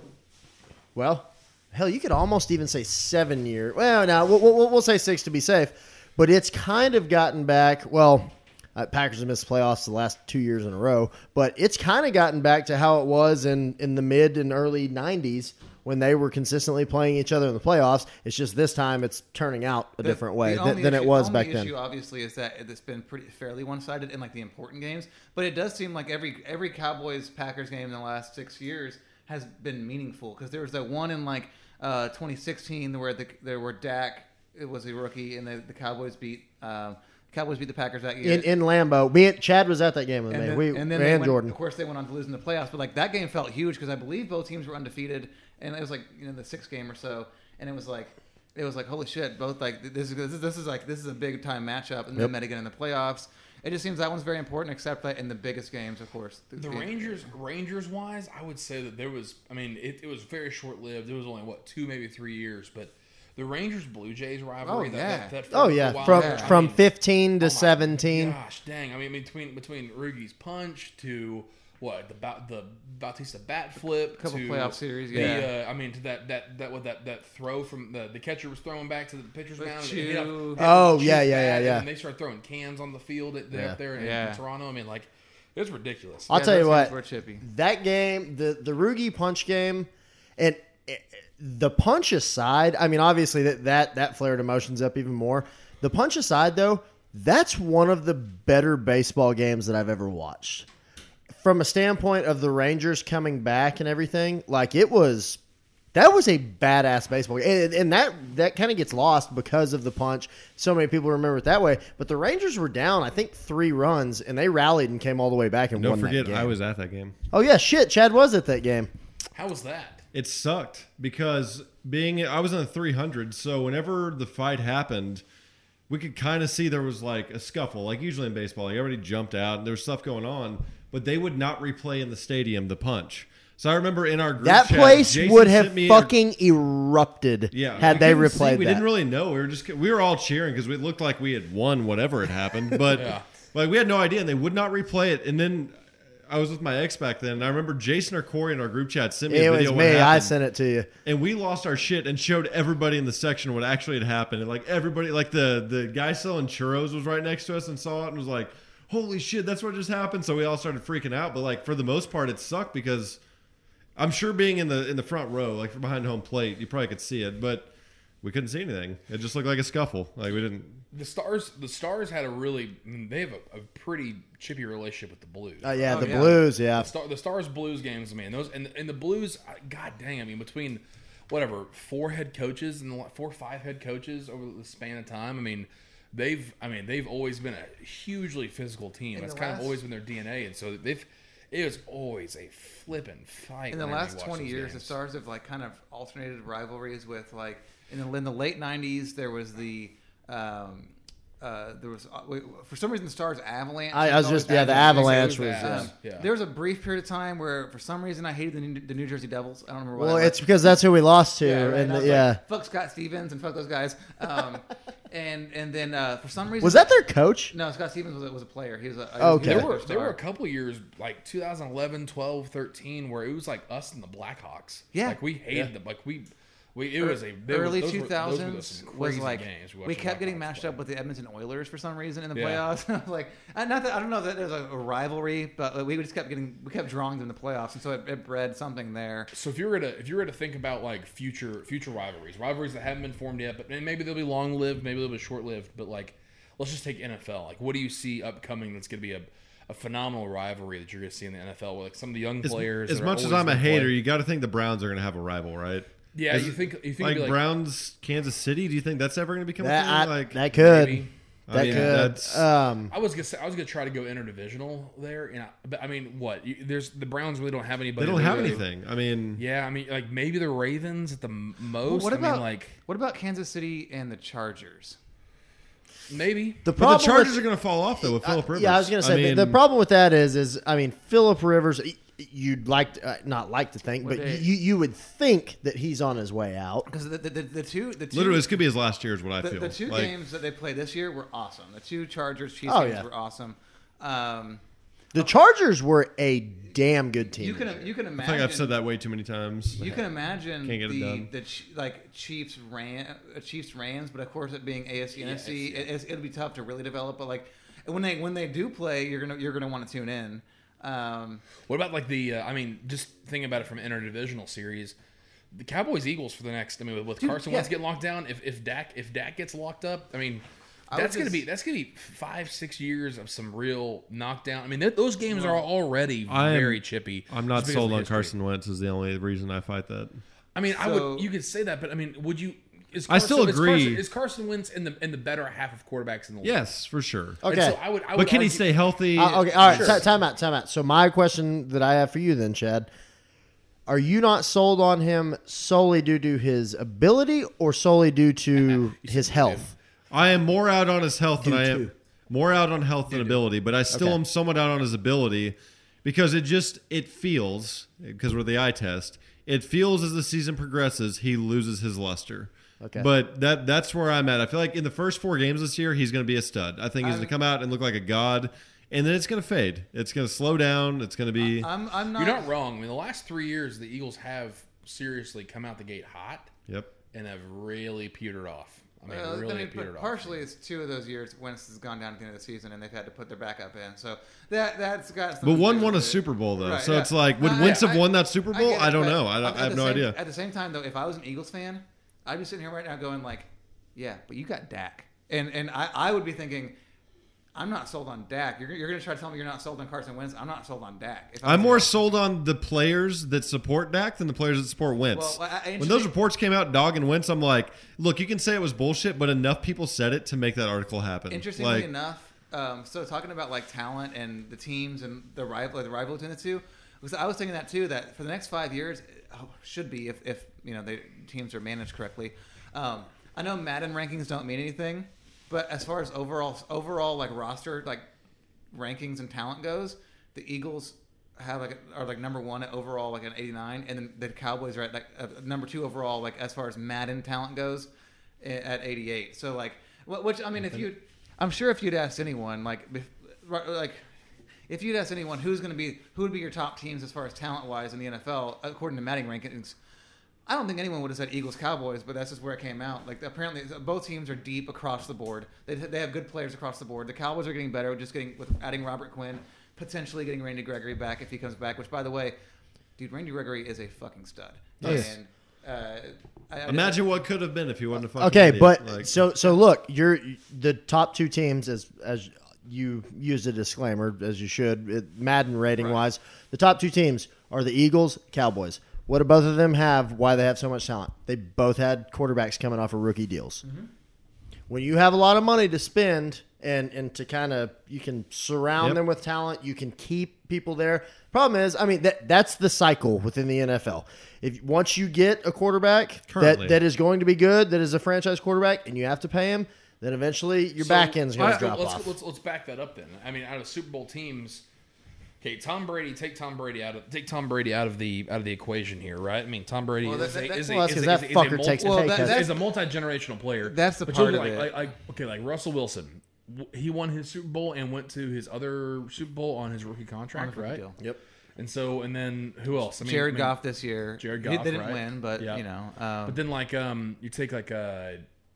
Speaker 3: well, hell, you could almost even say seven year. Well, now we'll, we'll, we'll say six to be safe, but it's kind of gotten back. Well, uh, Packers have missed playoffs the last two years in a row, but it's kind of gotten back to how it was in in the mid and early '90s when they were consistently playing each other in the playoffs. It's just this time it's turning out a
Speaker 1: The-
Speaker 3: different way
Speaker 1: the
Speaker 3: than,
Speaker 1: only
Speaker 3: than
Speaker 1: issue-
Speaker 3: it was
Speaker 1: only
Speaker 3: back then.
Speaker 1: issue, obviously, is that it's been pretty fairly one-sided in like the important games. But it does seem like every every Cowboys Packers game in the last six years has been meaningful because there was that one in like uh, 2016 where the there were Dak it was a rookie and the, the Cowboys beat um, Cowboys beat the Packers that year.
Speaker 3: in, in Lambo. Me and Chad was at that game with
Speaker 1: and
Speaker 3: me.
Speaker 1: then,
Speaker 3: we
Speaker 1: and
Speaker 3: and,
Speaker 1: then they went-
Speaker 3: Jordan.
Speaker 1: Of course, they went on to lose in the playoffs, but like that game felt huge because I believe both teams were undefeated, and it was like you know the sixth game or so, and it was like it was like holy shit, both like this is this is, this is like this is a big time matchup, and they met again in the playoffs. It just seems that one's very important, except that in the biggest games, of course.
Speaker 2: The Rangers, Rangers wise, I would say that there was. I mean, it, it was very short lived. It was only what two, maybe three years. But the Rangers Blue Jays rivalry.
Speaker 1: Oh,
Speaker 2: that-
Speaker 1: yeah.
Speaker 2: That, that,
Speaker 3: Oh
Speaker 2: for a
Speaker 3: yeah,
Speaker 2: while
Speaker 3: from
Speaker 2: there, I
Speaker 3: from
Speaker 2: mean,
Speaker 3: 15
Speaker 2: oh
Speaker 3: to
Speaker 2: my
Speaker 3: 17.
Speaker 2: Gosh dang! I mean, between between Rugi's punch to what the Ba- the Bautista bat flip,
Speaker 1: Couple
Speaker 2: to
Speaker 1: playoff series,
Speaker 2: the,
Speaker 1: yeah.
Speaker 2: uh, I mean, to that that that what that that throw from the the catcher was throwing back to the pitcher's
Speaker 1: With
Speaker 2: mound. and
Speaker 1: Chu.
Speaker 2: it hit up- it hit
Speaker 3: Oh,
Speaker 2: Chu's
Speaker 3: yeah, yeah, yeah,
Speaker 2: bat,
Speaker 3: yeah.
Speaker 2: And then they start throwing cans on the field at,
Speaker 3: Yeah.
Speaker 2: up there in,
Speaker 1: Yeah.
Speaker 2: in Toronto. I mean, like it's ridiculous.
Speaker 3: I'll tell you
Speaker 1: those games
Speaker 3: what.
Speaker 1: were chippy.
Speaker 3: That game, the the Rugi punch game, and it- the punch aside. I mean, obviously that that that flared emotions up even more. The punch aside, though, that's one of the better baseball games that I've ever watched. From a standpoint of the Rangers coming back and everything, like it was That was a badass baseball game, and, and that that kind of gets lost because of the punch. So many people remember it that way. But the Rangers were down, I think, three runs, and they rallied and came all the way back and
Speaker 4: Don't
Speaker 3: won
Speaker 4: forget,
Speaker 3: that game.
Speaker 4: I was at that game.
Speaker 3: oh yeah, shit, Chad was at that game.
Speaker 2: How was that?
Speaker 4: It sucked because being I was in the 300, so whenever the fight happened, we could kind of see there was like a scuffle, like usually in baseball, like everybody jumped out and there was stuff going on, but they would not replay in the stadium the punch. So I remember in our group
Speaker 3: That
Speaker 4: chat,
Speaker 3: place
Speaker 4: Jason
Speaker 3: would
Speaker 4: sent
Speaker 3: have
Speaker 4: me-
Speaker 3: fucking erupted.
Speaker 4: yeah,
Speaker 3: had
Speaker 4: we
Speaker 3: they
Speaker 4: couldn't see-
Speaker 3: replayed
Speaker 4: We
Speaker 3: that.
Speaker 4: didn't really know. We were just we were all cheering because it looked like we had won whatever had happened, but like we had no idea, and they would not replay it. And then I was with my ex back then, and I remember Jason or Corey in our group chat sent me
Speaker 3: it
Speaker 4: a
Speaker 3: was
Speaker 4: video. what
Speaker 3: me. I
Speaker 4: happened
Speaker 3: sent it to you.
Speaker 4: and we lost our shit and showed everybody in the section what actually had happened. And like everybody, like the the guy selling churros was right next to us and saw it and was like, "Holy shit, that's what just happened!" So we all started freaking out. But like for the most part, it sucked because I'm sure being in the in the front row, like from behind home plate, you probably could see it, but. we couldn't see anything. It just looked like a scuffle. Like we didn't.
Speaker 2: The stars, the stars had a really, I mean, they have a, a pretty chippy relationship with the Blues.
Speaker 3: Uh, yeah,
Speaker 1: Oh,
Speaker 3: the
Speaker 1: yeah.
Speaker 3: Blues. Yeah,
Speaker 2: The, Star, the Stars Blues games, man. Those and and the Blues, I- god dang, I mean between whatever four head coaches and the la- four or five head coaches over the span of time, I mean they've I mean they've always been a hugely physical team. That's
Speaker 1: the
Speaker 2: kind
Speaker 1: last-
Speaker 2: of always been their DNA, and so they've it was always a flippin' fight.
Speaker 1: in the
Speaker 2: whenever you
Speaker 1: last
Speaker 2: watch
Speaker 1: 20
Speaker 2: those
Speaker 1: years the
Speaker 2: games.
Speaker 1: stars have like kind of alternated rivalries with like in the, in the late 90s there was the um uh, there was uh, wait, for some reason the stars avalanche
Speaker 3: I, I was
Speaker 1: always
Speaker 3: just yeah. The
Speaker 1: Avalanche.
Speaker 3: Avalanche
Speaker 2: It
Speaker 3: was.
Speaker 2: was
Speaker 3: yeah.
Speaker 2: Avs.
Speaker 1: Um,
Speaker 2: Yeah.
Speaker 1: There was a brief period of time where, for some reason, I hated the New, the New Jersey Devils. I don't remember why.
Speaker 3: Well,
Speaker 1: that was.
Speaker 3: it's because that's who we lost to,
Speaker 1: Yeah, right.
Speaker 3: and
Speaker 1: I was
Speaker 3: yeah.
Speaker 1: like, fuck Scott Stevens and fuck those guys. Um, and and then uh, for some reason,
Speaker 3: was that their coach?
Speaker 1: No, Scott Stevens was a, was a player. He was a he
Speaker 3: Okay.
Speaker 1: was
Speaker 2: There
Speaker 1: a
Speaker 2: were
Speaker 1: star.
Speaker 2: there were a couple years like 2011, 12, 13 where it was like us and the Blackhawks.
Speaker 1: Yeah.
Speaker 2: like we hated them. Like we, we it was a they were-
Speaker 1: early
Speaker 2: those
Speaker 1: two
Speaker 2: were- those were
Speaker 1: thousands
Speaker 2: some
Speaker 1: was
Speaker 2: crazy
Speaker 1: like
Speaker 2: games
Speaker 1: we
Speaker 2: watched the
Speaker 1: kept getting
Speaker 2: Blackhawks
Speaker 1: matched
Speaker 2: play.
Speaker 1: up with the Edmonton Oilers for some reason in the
Speaker 2: Yeah.
Speaker 1: playoffs. I was like, uh, not that I don't know that there's a a rivalry, but like, we just kept getting we kept drawing them in the playoffs, and so it, it bred something there.
Speaker 2: So if you were to if you were to think about like future future rivalries, rivalries that haven't been formed yet, but maybe they'll be long lived, maybe they'll be short lived. But like, let's just take NFL. Like, what do you see upcoming that's going to be a, a phenomenal rivalry that you're going to see in the NFL with like some of the young
Speaker 4: As,
Speaker 2: players?
Speaker 4: as
Speaker 2: that are
Speaker 4: much as
Speaker 2: always
Speaker 4: I'm a
Speaker 2: gonna
Speaker 4: hater,
Speaker 2: play.
Speaker 4: you got to think the Browns are going to have a rival, right?
Speaker 2: yeah,
Speaker 4: Is
Speaker 2: you
Speaker 4: it-
Speaker 2: think you think
Speaker 4: like,
Speaker 2: it'd be, like
Speaker 4: Browns, Kansas City. Do you think that's ever going to become
Speaker 3: That
Speaker 4: a
Speaker 3: I,
Speaker 4: thing? like
Speaker 3: that could.
Speaker 2: maybe.
Speaker 4: I
Speaker 3: That
Speaker 4: mean, that's-
Speaker 3: could. Um,
Speaker 2: I was gonna say, I was gonna try to go interdivisional there, and I, but I mean, what? You, there's the Browns really don't have
Speaker 4: they
Speaker 2: anybody.
Speaker 4: don't have
Speaker 2: really-
Speaker 4: anything. I mean,
Speaker 2: Yeah, I mean, like maybe the Ravens at the m- most.
Speaker 1: what
Speaker 2: I
Speaker 1: about
Speaker 2: mean, like
Speaker 1: what about Kansas City and the Chargers?
Speaker 2: maybe
Speaker 3: the
Speaker 4: but
Speaker 3: problem
Speaker 4: the Chargers
Speaker 3: with-
Speaker 4: are going to fall off though with Philip Rivers.
Speaker 3: Yeah, I was going to say the-
Speaker 4: mean,
Speaker 3: the problem with that is, is I mean, Philip Rivers. y- You'd like to, uh, not like to think, but
Speaker 1: Would they-
Speaker 3: you you would think that he's on his way out.
Speaker 1: Because the, the, the, the two the two
Speaker 4: Literally, this could be his last year. Is what I
Speaker 1: the,
Speaker 4: feel.
Speaker 1: the two
Speaker 4: Like,
Speaker 1: games that they played this year were awesome. The two Chargers Chiefs
Speaker 3: Oh,
Speaker 1: games
Speaker 3: yeah.
Speaker 1: were awesome. Um,
Speaker 3: The Chargers were a damn good team.
Speaker 1: you can you can
Speaker 4: I
Speaker 1: imagine
Speaker 4: think I've said that way too many times.
Speaker 1: You can imagine
Speaker 4: Can't get it
Speaker 1: the
Speaker 4: done.
Speaker 1: the Ch- like Chiefs ran uh, Chiefs Rams, but of course it being AFC NFC, it, it's, it'll be tough to really develop. But like when they when they do play, you're gonna you're gonna want to tune in. Um,
Speaker 2: What about like the? Uh, I mean, just thinking about it from interdivisional series, the Cowboys Eagles for the next. I mean, with Carson
Speaker 1: yeah.
Speaker 2: Wentz getting locked down, if if Dak if Dak gets locked up, I mean,
Speaker 1: I
Speaker 2: that's
Speaker 1: would
Speaker 2: gonna
Speaker 1: just-
Speaker 2: be that's gonna be five six years of some real knockdown. I mean, th- those games are already
Speaker 4: I am-
Speaker 2: very chippy.
Speaker 4: I'm not
Speaker 2: just because
Speaker 4: sold
Speaker 2: of
Speaker 4: on
Speaker 2: history.
Speaker 4: Carson Wentz. Is the only reason I fight that.
Speaker 2: I mean, I
Speaker 1: So-
Speaker 2: would. You could say that, but I mean, would you? Is
Speaker 4: I still
Speaker 2: is
Speaker 4: agree.
Speaker 2: Carson, is Carson Wentz in the in the better half of quarterbacks in the league?
Speaker 4: Yes, for sure.
Speaker 2: And
Speaker 3: Okay.
Speaker 2: so I would. I
Speaker 4: but
Speaker 2: would
Speaker 4: can he
Speaker 2: argue-
Speaker 4: stay healthy?
Speaker 3: Uh, okay, all right.
Speaker 2: Sure.
Speaker 3: ti- time out. Time out. So my question that I have for you then, Chad, are you not sold on him solely due to his ability or solely due to his health?
Speaker 4: I am more out on his health than
Speaker 3: Due
Speaker 4: I
Speaker 3: to.
Speaker 4: am more out on health than ability, but I still
Speaker 3: Okay.
Speaker 4: am somewhat out on his ability because it just it feels because we're the eye test. It feels as the season progresses, he loses his luster.
Speaker 3: Okay.
Speaker 4: But that that's where I'm at. I feel like in the first four games this year, he's going to be a stud. I think he's going to come out and look like a god, and then it's going to fade. It's going to slow down. It's going to be
Speaker 1: I'm I'm not,
Speaker 2: You're not wrong. I mean, the last three years, the Eagles have seriously come out the gate hot.
Speaker 4: yep.
Speaker 2: and have really petered off. I mean,
Speaker 1: uh, I
Speaker 2: really
Speaker 1: mean, but
Speaker 2: petered off.
Speaker 1: partially, it's two of those years Wentz has gone down at the end of the season, and they've had to put their backup in. So that that's got. something
Speaker 4: But
Speaker 1: to do
Speaker 4: one
Speaker 1: with
Speaker 4: won
Speaker 1: it.
Speaker 4: a Super Bowl though,
Speaker 1: Right,
Speaker 4: so
Speaker 1: yeah.
Speaker 4: it's like would
Speaker 1: Uh,
Speaker 4: Wentz
Speaker 1: yeah,
Speaker 4: have
Speaker 1: I-
Speaker 4: won that Super
Speaker 1: I
Speaker 4: Bowl?
Speaker 1: get it,
Speaker 4: I, don't
Speaker 1: but
Speaker 4: know. I,
Speaker 1: at
Speaker 4: don't,
Speaker 1: the
Speaker 4: I have no
Speaker 1: same-
Speaker 4: idea.
Speaker 1: At the same time, though, if I was an Eagles fan, I'd be sitting here right now going like, "Yeah, but you got Dak," and and I, I would be thinking, "I'm not sold on Dak. You're, you're going to try to tell me you're not sold on Carson Wentz. I'm not sold on Dak." If I
Speaker 4: I'm
Speaker 1: was-
Speaker 4: more sold on the players that support Dak than the players that support Wentz.
Speaker 1: Well, I- I-
Speaker 4: when those
Speaker 1: interesting-
Speaker 4: reports came out, Dog and Wentz, I'm like, look, you can say it was bullshit, but enough people said it to make that article happen.
Speaker 1: Interestingly
Speaker 4: Like,
Speaker 1: enough, um, so talking about like talent and the teams and the rival, the rival between the two, because I was thinking that too. That for the next five years oh, should be if, if you know the teams are managed correctly. Um, I know Madden rankings don't mean anything, but as far as overall overall like roster like rankings and talent goes, the Eagles have like are like number one at overall like an 89, and then the Cowboys are at like uh, number two overall like as far as Madden talent goes i- at 88. So like, wh- which I mean, if you, I'm sure if you'd asked anyone like, if, right, like. If you'd asked anyone who's going to be who would be your top teams as far as talent wise in the NFL according to Madden rankings, I don't think anyone would have said Eagles Cowboys, but that's just where it came out. Like apparently, both teams are deep across the board. They, they have good players across the board. The Cowboys are getting better, just getting with adding Robert Quinn, potentially getting Randy Gregory back if he comes back. Which, by the way, dude, Randy Gregory is a fucking stud.
Speaker 3: Nice.
Speaker 1: And Uh, I, I
Speaker 4: Imagine what could have been if he wasn't a fucking
Speaker 3: Okay,
Speaker 4: idiot.
Speaker 3: but
Speaker 4: Like,
Speaker 3: so so look, you're the top two teams as as you use a disclaimer as you should it, Madden rating wise. The top two teams are the Eagles, Cowboys. What do both of them have? Why they have so much talent? They both had quarterbacks coming off of rookie deals.
Speaker 4: Mm-hmm.
Speaker 3: When you have a lot of money to spend and and to kind of you can surround
Speaker 4: Yep.
Speaker 3: them with talent, you can keep people there. Problem is, I mean that that's the cycle within the NFL. If once you get a quarterback
Speaker 4: Currently.
Speaker 3: that that is going to be good, that is a franchise quarterback, and you have to pay him, then eventually your back end's going to
Speaker 2: I-
Speaker 3: drop
Speaker 2: let's,
Speaker 3: off.
Speaker 2: Let's, let's back that up then. I mean, out of Super Bowl teams, okay, Tom Brady, take Tom Brady out of take Tom Brady out of the out of the equation here, right? I mean, Tom Brady
Speaker 1: Well,
Speaker 2: is
Speaker 1: that-
Speaker 2: a
Speaker 1: that-
Speaker 2: is
Speaker 1: well,
Speaker 2: a
Speaker 3: that's
Speaker 2: is
Speaker 3: 'cause
Speaker 2: a-
Speaker 3: that
Speaker 2: is a
Speaker 3: fucker
Speaker 2: multi-
Speaker 3: takes a
Speaker 1: Well,
Speaker 3: pay
Speaker 1: that-
Speaker 3: cut.
Speaker 2: is a multi generational player.
Speaker 1: That's the
Speaker 2: But you're
Speaker 1: part of
Speaker 2: like,
Speaker 1: it.
Speaker 2: like, like okay, like Russell Wilson, W- he won his Super Bowl and went to his other Super Bowl on his rookie contract,
Speaker 1: rookie
Speaker 2: right?
Speaker 1: deal.
Speaker 3: Yep.
Speaker 2: And so, and then who else? I mean,
Speaker 1: Jared
Speaker 2: I mean,
Speaker 1: Goff this year.
Speaker 2: Jared
Speaker 1: He-
Speaker 2: Goff,
Speaker 1: They didn't
Speaker 2: right?
Speaker 1: win, but
Speaker 2: Yeah.
Speaker 1: you know. Um,
Speaker 2: But then, like, um, you take like uh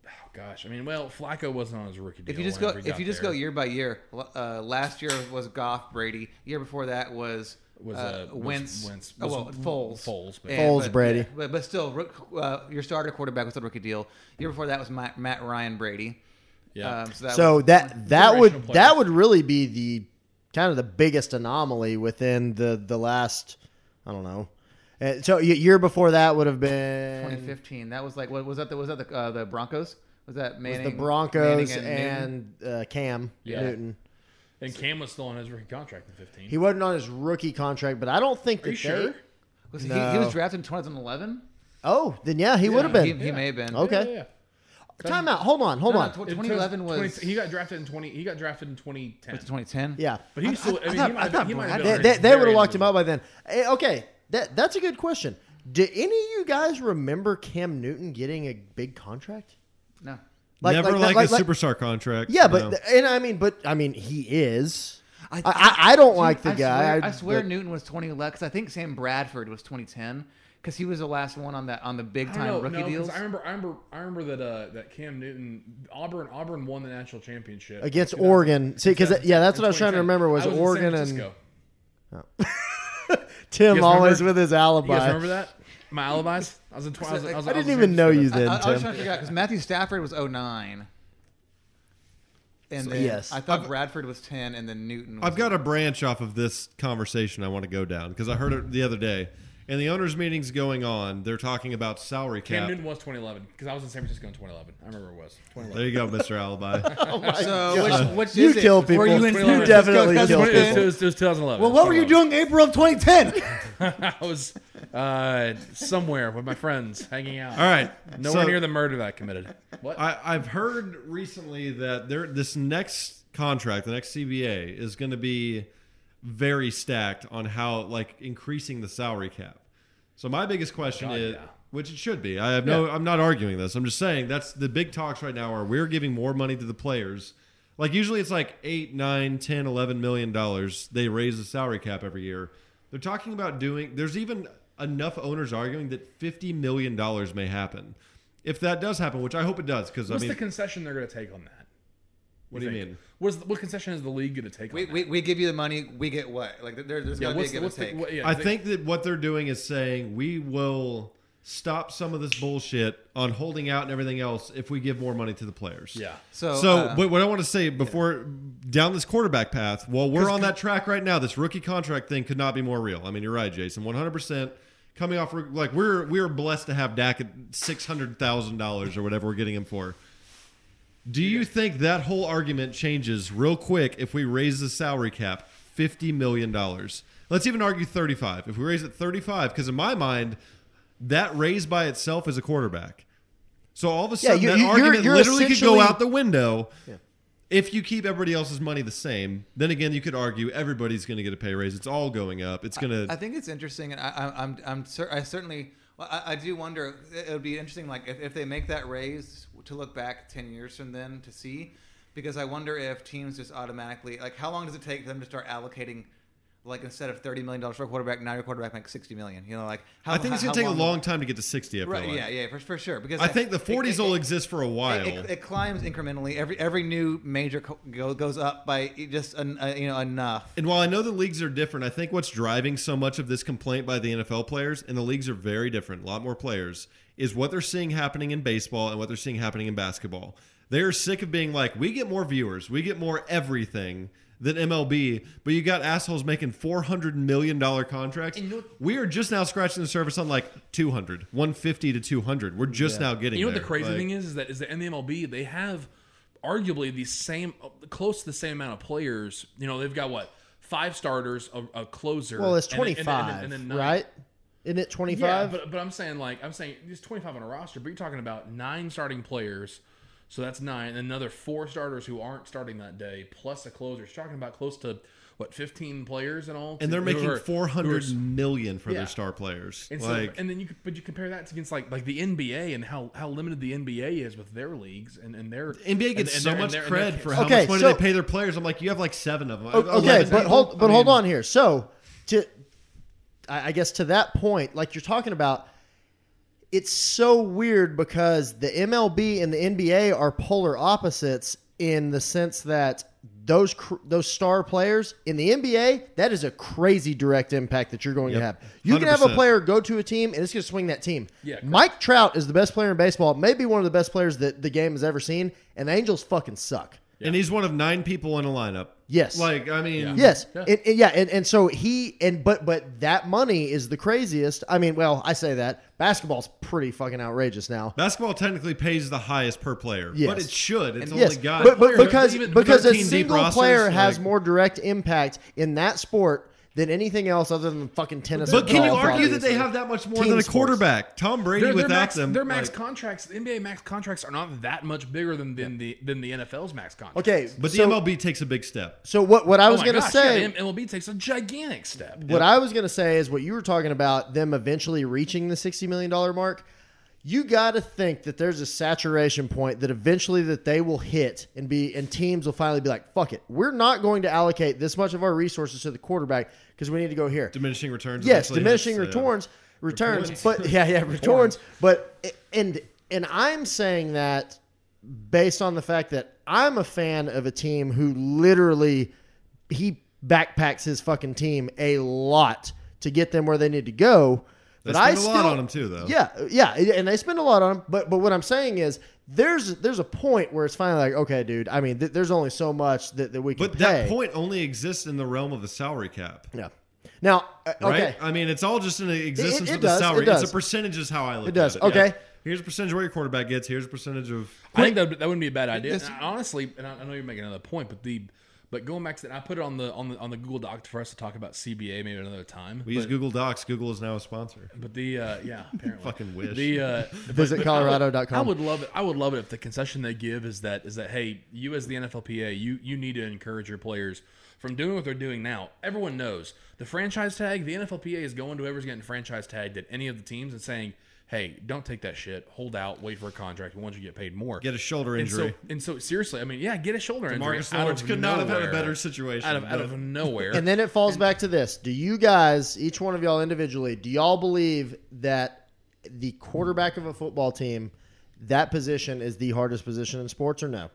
Speaker 2: oh gosh, I mean, well, Flacco wasn't on his rookie deal.
Speaker 1: if you just go,
Speaker 2: whenever he
Speaker 1: if
Speaker 2: got
Speaker 1: you just
Speaker 2: there.
Speaker 1: go year by year, l- uh, last year was Goff, Brady. Year before that was
Speaker 2: Was,
Speaker 1: uh,
Speaker 2: uh, was-
Speaker 1: Wentz,
Speaker 2: Wentz-
Speaker 1: oh, well,
Speaker 2: was
Speaker 1: Foles,
Speaker 2: Foles, but-
Speaker 1: And-
Speaker 3: Foles,
Speaker 1: but-
Speaker 3: Brady.
Speaker 1: yeah, but but still, rook- uh, your starter quarterback was a rookie deal. Year before that was Matt, Matt Ryan, Brady.
Speaker 2: Yeah.
Speaker 1: Um, so that
Speaker 3: So
Speaker 1: was,
Speaker 3: that that would
Speaker 2: Generational
Speaker 3: that
Speaker 2: players.
Speaker 3: would really be the kind of the biggest anomaly within the the last I don't know. Uh, so y- year before that would have been
Speaker 1: 2015. That was like what was that? The, was that the uh, the Broncos? Was that
Speaker 3: was
Speaker 1: Manning?
Speaker 3: the Broncos
Speaker 1: Manning Newton?
Speaker 3: and, uh, Cam
Speaker 2: Yeah.
Speaker 3: Newton.
Speaker 2: And Cam was still on his rookie contract in 15.
Speaker 3: He wasn't on his rookie contract, but I don't think that
Speaker 2: Are you
Speaker 3: they-
Speaker 2: sure?
Speaker 1: was he,
Speaker 3: No.
Speaker 1: he was drafted in 2011.
Speaker 3: Oh, then yeah, he would have been.
Speaker 1: He, he may have been.
Speaker 3: Okay.
Speaker 2: Yeah, yeah, yeah.
Speaker 3: Time out. Hold on. Hold
Speaker 1: No, no,
Speaker 3: on.
Speaker 1: tw- 2011
Speaker 2: It
Speaker 1: was.
Speaker 2: 20 he got drafted in 20. He got drafted in 2010.
Speaker 1: was it 2010.
Speaker 3: yeah.
Speaker 2: But he still. I,
Speaker 1: thought- I
Speaker 2: mean, he might have
Speaker 1: thought
Speaker 2: been. He might
Speaker 1: Brad-
Speaker 2: have
Speaker 3: they,
Speaker 2: been
Speaker 3: they, they
Speaker 2: very
Speaker 3: would have locked him
Speaker 2: underrated.
Speaker 3: up by then. Eh, okay, that that's a good question. Do any of you guys remember Cam Newton getting a big contract?
Speaker 1: No.
Speaker 4: never
Speaker 3: that-
Speaker 4: like, a superstar contract.
Speaker 3: Yeah, but
Speaker 4: No.
Speaker 3: and I mean, but I mean, he is.
Speaker 1: I-
Speaker 3: I I, I don't like the
Speaker 1: I
Speaker 3: guy.
Speaker 1: Swear, I, swear
Speaker 3: but-
Speaker 1: Newton was 2011 because I think Sam Bradford was 2010 because he was the last one on that on the big
Speaker 2: I
Speaker 1: time
Speaker 2: know,
Speaker 1: rookie
Speaker 2: no, 'cause
Speaker 1: deals.
Speaker 2: I remember, I remember, I remember that uh, that Cam Newton, Auburn, Auburn won the national championship
Speaker 3: Against
Speaker 2: in 2000
Speaker 3: Oregon. See, 'cause that- yeah, that's what I was trying to
Speaker 2: 2010.
Speaker 3: remember was
Speaker 2: I in San
Speaker 3: Oregon and-
Speaker 2: Francisco.
Speaker 3: Tim
Speaker 2: guys
Speaker 3: always
Speaker 2: remember-
Speaker 3: with his
Speaker 2: You guys
Speaker 3: alibi.
Speaker 2: remember that? My alibis. I was in. Tw- I, was, I, was,
Speaker 3: I
Speaker 2: was
Speaker 3: didn't
Speaker 2: in
Speaker 3: even know
Speaker 2: San
Speaker 3: you
Speaker 2: Francisco.
Speaker 1: I,
Speaker 3: then,
Speaker 1: I was
Speaker 3: Tim.
Speaker 1: trying to figure out because Matthew Stafford was 09. And
Speaker 3: So-
Speaker 1: then
Speaker 3: yes.
Speaker 1: I thought Bradford was 10 and then Newton was
Speaker 4: I've got a branch off of this conversation I want to go down because I heard it the other day. And the owners' meeting's going on. They're talking about salary
Speaker 2: Cam
Speaker 4: cap.
Speaker 2: Newton was 2011 because I was in San Francisco in 2011. I remember it was 2011.
Speaker 4: There you go, Mr. Alibi.
Speaker 1: oh So
Speaker 3: God.
Speaker 1: which, which
Speaker 3: You
Speaker 1: is it?
Speaker 3: kill
Speaker 1: Were
Speaker 3: people.
Speaker 1: you in
Speaker 3: You
Speaker 1: San
Speaker 3: definitely
Speaker 1: Francisco?
Speaker 2: It was-
Speaker 3: kill
Speaker 2: it
Speaker 3: people.
Speaker 2: was, it was 2011.
Speaker 1: Well, what were you
Speaker 2: 2011.
Speaker 1: doing April of 2010?
Speaker 2: I was uh, somewhere with my friends hanging out.
Speaker 4: All right.
Speaker 2: Nowhere
Speaker 4: so
Speaker 2: near the murder that I committed. What?
Speaker 4: I, I've heard recently that there this next contract, the next CBA, is going to be very stacked on how like increasing the salary cap. So my biggest question
Speaker 2: God,
Speaker 4: is,
Speaker 2: yeah.
Speaker 4: which it should be. I have no. I'm not arguing this. I'm just saying that's the big talks right now. Are we're giving more money to the players? Like usually it's like eight, nine, ten, eleven million dollars. They raise the salary cap every year. They're talking about doing. There's even enough owners arguing that fifty million dollars may happen. If that does happen, which I hope it does, because I
Speaker 2: What's
Speaker 4: mean,
Speaker 2: the concession they're going to take on that?
Speaker 4: what do you
Speaker 2: think?
Speaker 4: mean?
Speaker 2: What's the, what concession is the league going to take
Speaker 1: we,
Speaker 2: on
Speaker 1: we, we give you the money, we get what? Like there, there's
Speaker 2: that? Yeah,
Speaker 1: going to be
Speaker 2: what's
Speaker 1: a
Speaker 2: the-
Speaker 1: give and take.
Speaker 2: what's the- what- yeah,
Speaker 4: I
Speaker 2: they-
Speaker 4: think that what they're doing is saying we will stop some of this bullshit on holding out and everything else if we give more money to the players.
Speaker 2: Yeah.
Speaker 1: So,
Speaker 4: so
Speaker 1: uh,
Speaker 4: but what I want to say before down this quarterback path, while we're
Speaker 2: 'Cause-
Speaker 4: on that track right now, this rookie contract thing could not be more real. I mean, you're right, Jason, 100. percent Coming off rook- like we're we're blessed to have Dak at six hundred thousand dollars or whatever we're getting him for. Do you think that whole argument changes real quick if we raise the salary cap fifty million dollars? Let's even argue thirty-five. If we raise it thirty-five, because in my mind, that raise by itself is a quarterback. So all of a sudden,
Speaker 3: you-
Speaker 4: that
Speaker 3: you- you're-
Speaker 4: argument
Speaker 3: you're
Speaker 4: literally could go
Speaker 3: essentially-
Speaker 4: out the window. If you keep everybody else's money the same, then again, you could argue everybody's going to get a pay raise. It's all going up. It's going
Speaker 1: I
Speaker 4: to.
Speaker 1: think it's interesting, and I, I, I'm I'm cer- I certainly well, I, I do wonder. It would be interesting, like if, if they make that raise to look back ten years from then to see, because I wonder if teams just automatically like how long does it take for them to start allocating like instead of thirty million dollars for a quarterback, now your quarterback makes sixty million. You know, like how
Speaker 4: I think it's
Speaker 1: how-
Speaker 4: gonna take
Speaker 1: how
Speaker 4: a long time to get to sixty. I feel
Speaker 1: Right?
Speaker 4: like.
Speaker 1: Yeah, yeah, for, for sure. Because
Speaker 4: I think the
Speaker 1: it-
Speaker 4: forties
Speaker 1: it-
Speaker 4: will
Speaker 1: it-
Speaker 4: exist for a while.
Speaker 1: It, it, it climbs incrementally. Every every new major co- go, goes up by just an, uh, you know enough.
Speaker 4: And while I know the leagues are different, I think what's driving so much of this complaint by the NFL players, and the leagues are very different, a lot more players, is what they're seeing happening in baseball and what they're seeing happening in basketball. They are sick of being like, we get more viewers, we get more everything than MLB, but you got assholes making $400 million contracts.
Speaker 1: And you know what-
Speaker 4: we are just now scratching the surface on like 200, 150 to 200. We're just now getting
Speaker 2: You know what
Speaker 4: there.
Speaker 2: the crazy
Speaker 4: Like,
Speaker 2: thing is, is that is that in the MLB they have arguably the same, close to the same amount of players. You know, they've got what five starters, a, a closer.
Speaker 3: Well, it's
Speaker 2: and then-
Speaker 3: twenty
Speaker 2: and then- and then- and then
Speaker 3: five,
Speaker 2: nine-
Speaker 3: right? Isn't it twenty five?
Speaker 2: Yeah, but, but I'm saying like I'm saying there's 25 on a roster, but you're talking about nine starting players, so that's nine, and another four starters who aren't starting that day, plus a closer. You're talking about close to what 15 players in all,
Speaker 4: And they're
Speaker 2: who
Speaker 4: making
Speaker 2: are-
Speaker 4: four
Speaker 2: who are
Speaker 4: hundred
Speaker 2: s-
Speaker 4: million for
Speaker 2: Yeah.
Speaker 4: their star players.
Speaker 2: And, so,
Speaker 4: like,
Speaker 2: and then you could- but you compare that against like like the NBA and how how limited the NBA is with their leagues and and their
Speaker 4: NBA
Speaker 2: and-
Speaker 4: gets
Speaker 2: and
Speaker 4: so
Speaker 2: their- and
Speaker 4: much
Speaker 2: their- and their
Speaker 4: cred
Speaker 2: kids.
Speaker 4: for how
Speaker 3: Okay,
Speaker 4: much money
Speaker 3: so-
Speaker 4: they pay their players. I'm like, you have like seven of them.
Speaker 3: O- okay, but hold, but hold on here. So, to, I I guess to that point, like you're talking about, it's so weird because the MLB and the NBA are polar opposites in the sense that those cr- those star players in the NBA, that is a crazy direct impact that you're going
Speaker 4: Yep.
Speaker 3: to have. You can have a
Speaker 4: 100%.
Speaker 3: player go to a team and it's going to swing that team.
Speaker 2: Yeah, correct.
Speaker 3: Mike Trout is the best player in baseball, maybe one of the best players that the game has ever seen, and the Angels fucking suck.
Speaker 4: And he's one of nine people in a lineup.
Speaker 3: Yes.
Speaker 4: Like, I mean,
Speaker 3: Yes,
Speaker 2: Yeah.
Speaker 3: yeah, and, and- yeah, and, and so he and but but that money is the craziest. I mean, well, I say that basketball's pretty fucking outrageous now.
Speaker 4: basketball technically pays the highest per player, but
Speaker 3: Yes.
Speaker 4: it should. It's only
Speaker 3: Yes,
Speaker 4: got.
Speaker 3: but, but
Speaker 2: Player,
Speaker 3: because
Speaker 2: even
Speaker 3: because a
Speaker 4: 13 deep
Speaker 3: single
Speaker 4: rosters,
Speaker 3: player has
Speaker 4: like-
Speaker 3: more direct impact in that sport than anything else other than fucking tennis.
Speaker 4: But
Speaker 3: or
Speaker 4: can you
Speaker 3: golf,
Speaker 4: argue that they
Speaker 3: obviously.
Speaker 4: have that much more
Speaker 3: Team
Speaker 4: than a
Speaker 3: sports.
Speaker 4: quarterback? Tom Brady
Speaker 2: Their, their
Speaker 4: without
Speaker 2: Oh, max,
Speaker 4: them.
Speaker 2: their max
Speaker 4: like-
Speaker 2: contracts, the NBA max contracts are not that much bigger than than the than the NFL's max contracts.
Speaker 3: Okay,
Speaker 4: but the
Speaker 3: so,
Speaker 4: MLB takes a big step.
Speaker 3: So what
Speaker 4: Oh
Speaker 3: what I was
Speaker 2: my
Speaker 3: gonna
Speaker 2: gosh,
Speaker 3: say
Speaker 2: yeah, the MLB takes a gigantic step.
Speaker 3: What I was going to say is what you were talking about them eventually reaching the $60 million mark. You got to think that there's a saturation point that eventually that they will hit and be and teams will finally be like, "Fuck it. We're not going to allocate this much of our resources to the quarterback because we need to go here."
Speaker 4: Diminishing returns.
Speaker 3: yes,
Speaker 4: eventually
Speaker 3: diminishing
Speaker 4: hits, uh,
Speaker 3: returns, returns, but yeah, yeah, returns, but and and I'm saying that based on the fact that I'm a fan of a team who literally he backpacks his fucking team a lot to get them where they need to go.
Speaker 4: They
Speaker 3: but I
Speaker 4: spend a
Speaker 3: still,
Speaker 4: lot on him too, though.
Speaker 3: Yeah, yeah, and they spend a lot on him. But but what I'm saying is, there's there's a point where it's finally like, okay, dude. I mean, th- there's only so much that, that we can.
Speaker 4: But that
Speaker 3: pay.
Speaker 4: point only exists in the realm of the salary cap.
Speaker 3: yeah. Now, uh,
Speaker 4: Right?
Speaker 3: okay,
Speaker 4: I mean, it's all just in the existence
Speaker 3: it
Speaker 4: of the
Speaker 3: does, it
Speaker 4: salary.
Speaker 3: does.
Speaker 4: It's a percentage, is how I look
Speaker 3: It does,
Speaker 4: at it. Yeah.
Speaker 3: okay.
Speaker 4: Here's a percentage of what your quarterback gets. Here's a percentage of.
Speaker 2: I think that, that wouldn't be a bad idea.
Speaker 1: This-
Speaker 2: And I- honestly, and I, I know you're making another point, but the but going back to that, I put it on the on the on the Google Doc for us to talk about CBA maybe another time.
Speaker 4: We use
Speaker 2: but,
Speaker 4: Google Docs. Google is now a sponsor.
Speaker 2: but the uh, yeah, apparently
Speaker 4: Fucking wish.
Speaker 2: the uh,
Speaker 3: Visit
Speaker 2: but I would-
Speaker 3: colorado.com.
Speaker 2: I would love it. I would love it if the concession they give is that is that hey, you as the NFLPA, you you need to encourage your players from doing what they're doing now. Everyone knows the franchise tag. The NFLPA is going to whoever's getting franchise tagged at any of the teams and saying, hey, don't take that shit. Hold out. Wait for a contract. And once you get paid more,
Speaker 4: Get a shoulder
Speaker 2: and so,
Speaker 4: injury.
Speaker 2: and so, seriously, I mean, yeah, get a shoulder injury.
Speaker 4: Marcus
Speaker 2: out
Speaker 4: Lawrence
Speaker 2: of
Speaker 4: could not have had a
Speaker 2: nowhere.
Speaker 4: better situation,
Speaker 2: Out of, out
Speaker 4: but-
Speaker 2: of nowhere.
Speaker 3: And then it falls back to this. Do you guys, each one of y'all individually, do y'all believe that the quarterback of a football team, that position is the hardest position in sports or no?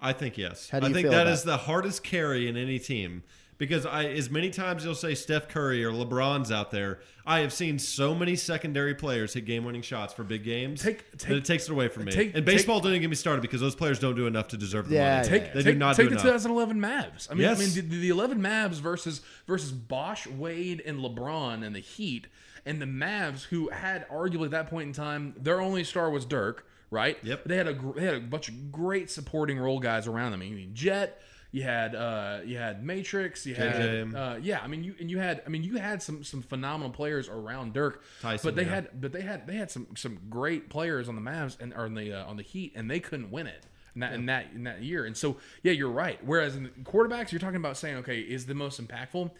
Speaker 4: I think yes.
Speaker 3: How do
Speaker 4: I
Speaker 3: you
Speaker 4: think
Speaker 3: feel
Speaker 4: that
Speaker 3: about
Speaker 4: is the hardest carry in any team because I as many times you'll say Steph Curry or LeBron's out there, I have seen so many secondary players hit game-winning shots for big games
Speaker 2: Take-
Speaker 4: that
Speaker 2: take-
Speaker 4: it takes it away from me.
Speaker 2: take-
Speaker 4: and baseball didn't get me started because those players don't do enough to deserve the
Speaker 3: Yeah,
Speaker 4: money.
Speaker 3: yeah.
Speaker 2: take
Speaker 4: they
Speaker 2: take,
Speaker 4: do not
Speaker 2: take
Speaker 4: do
Speaker 2: the
Speaker 4: enough.
Speaker 2: 2011 Mavs. I mean,
Speaker 4: Yes.
Speaker 2: I mean, the, the 11 Mavs versus versus Bosch, Wade, and LeBron and the Heat, and the Mavs, who had arguably at that point in time their only star was Dirk, right?
Speaker 4: Yep.
Speaker 2: They had a gr- they had a bunch of great supporting role guys around them. I mean, Jet. You had uh, you had Matrix. You had
Speaker 4: JJ.
Speaker 2: uh, yeah. I mean, you and you had I mean, you had some some phenomenal players around Dirk.
Speaker 4: Tyson,
Speaker 2: but they
Speaker 4: yeah.
Speaker 2: had but they had they had some some great players on the Mavs and or on the uh, on the Heat, and they couldn't win it in that, in that in that year. And so yeah, you're right. Whereas in the quarterbacks, you're talking about saying okay, is the most impactful.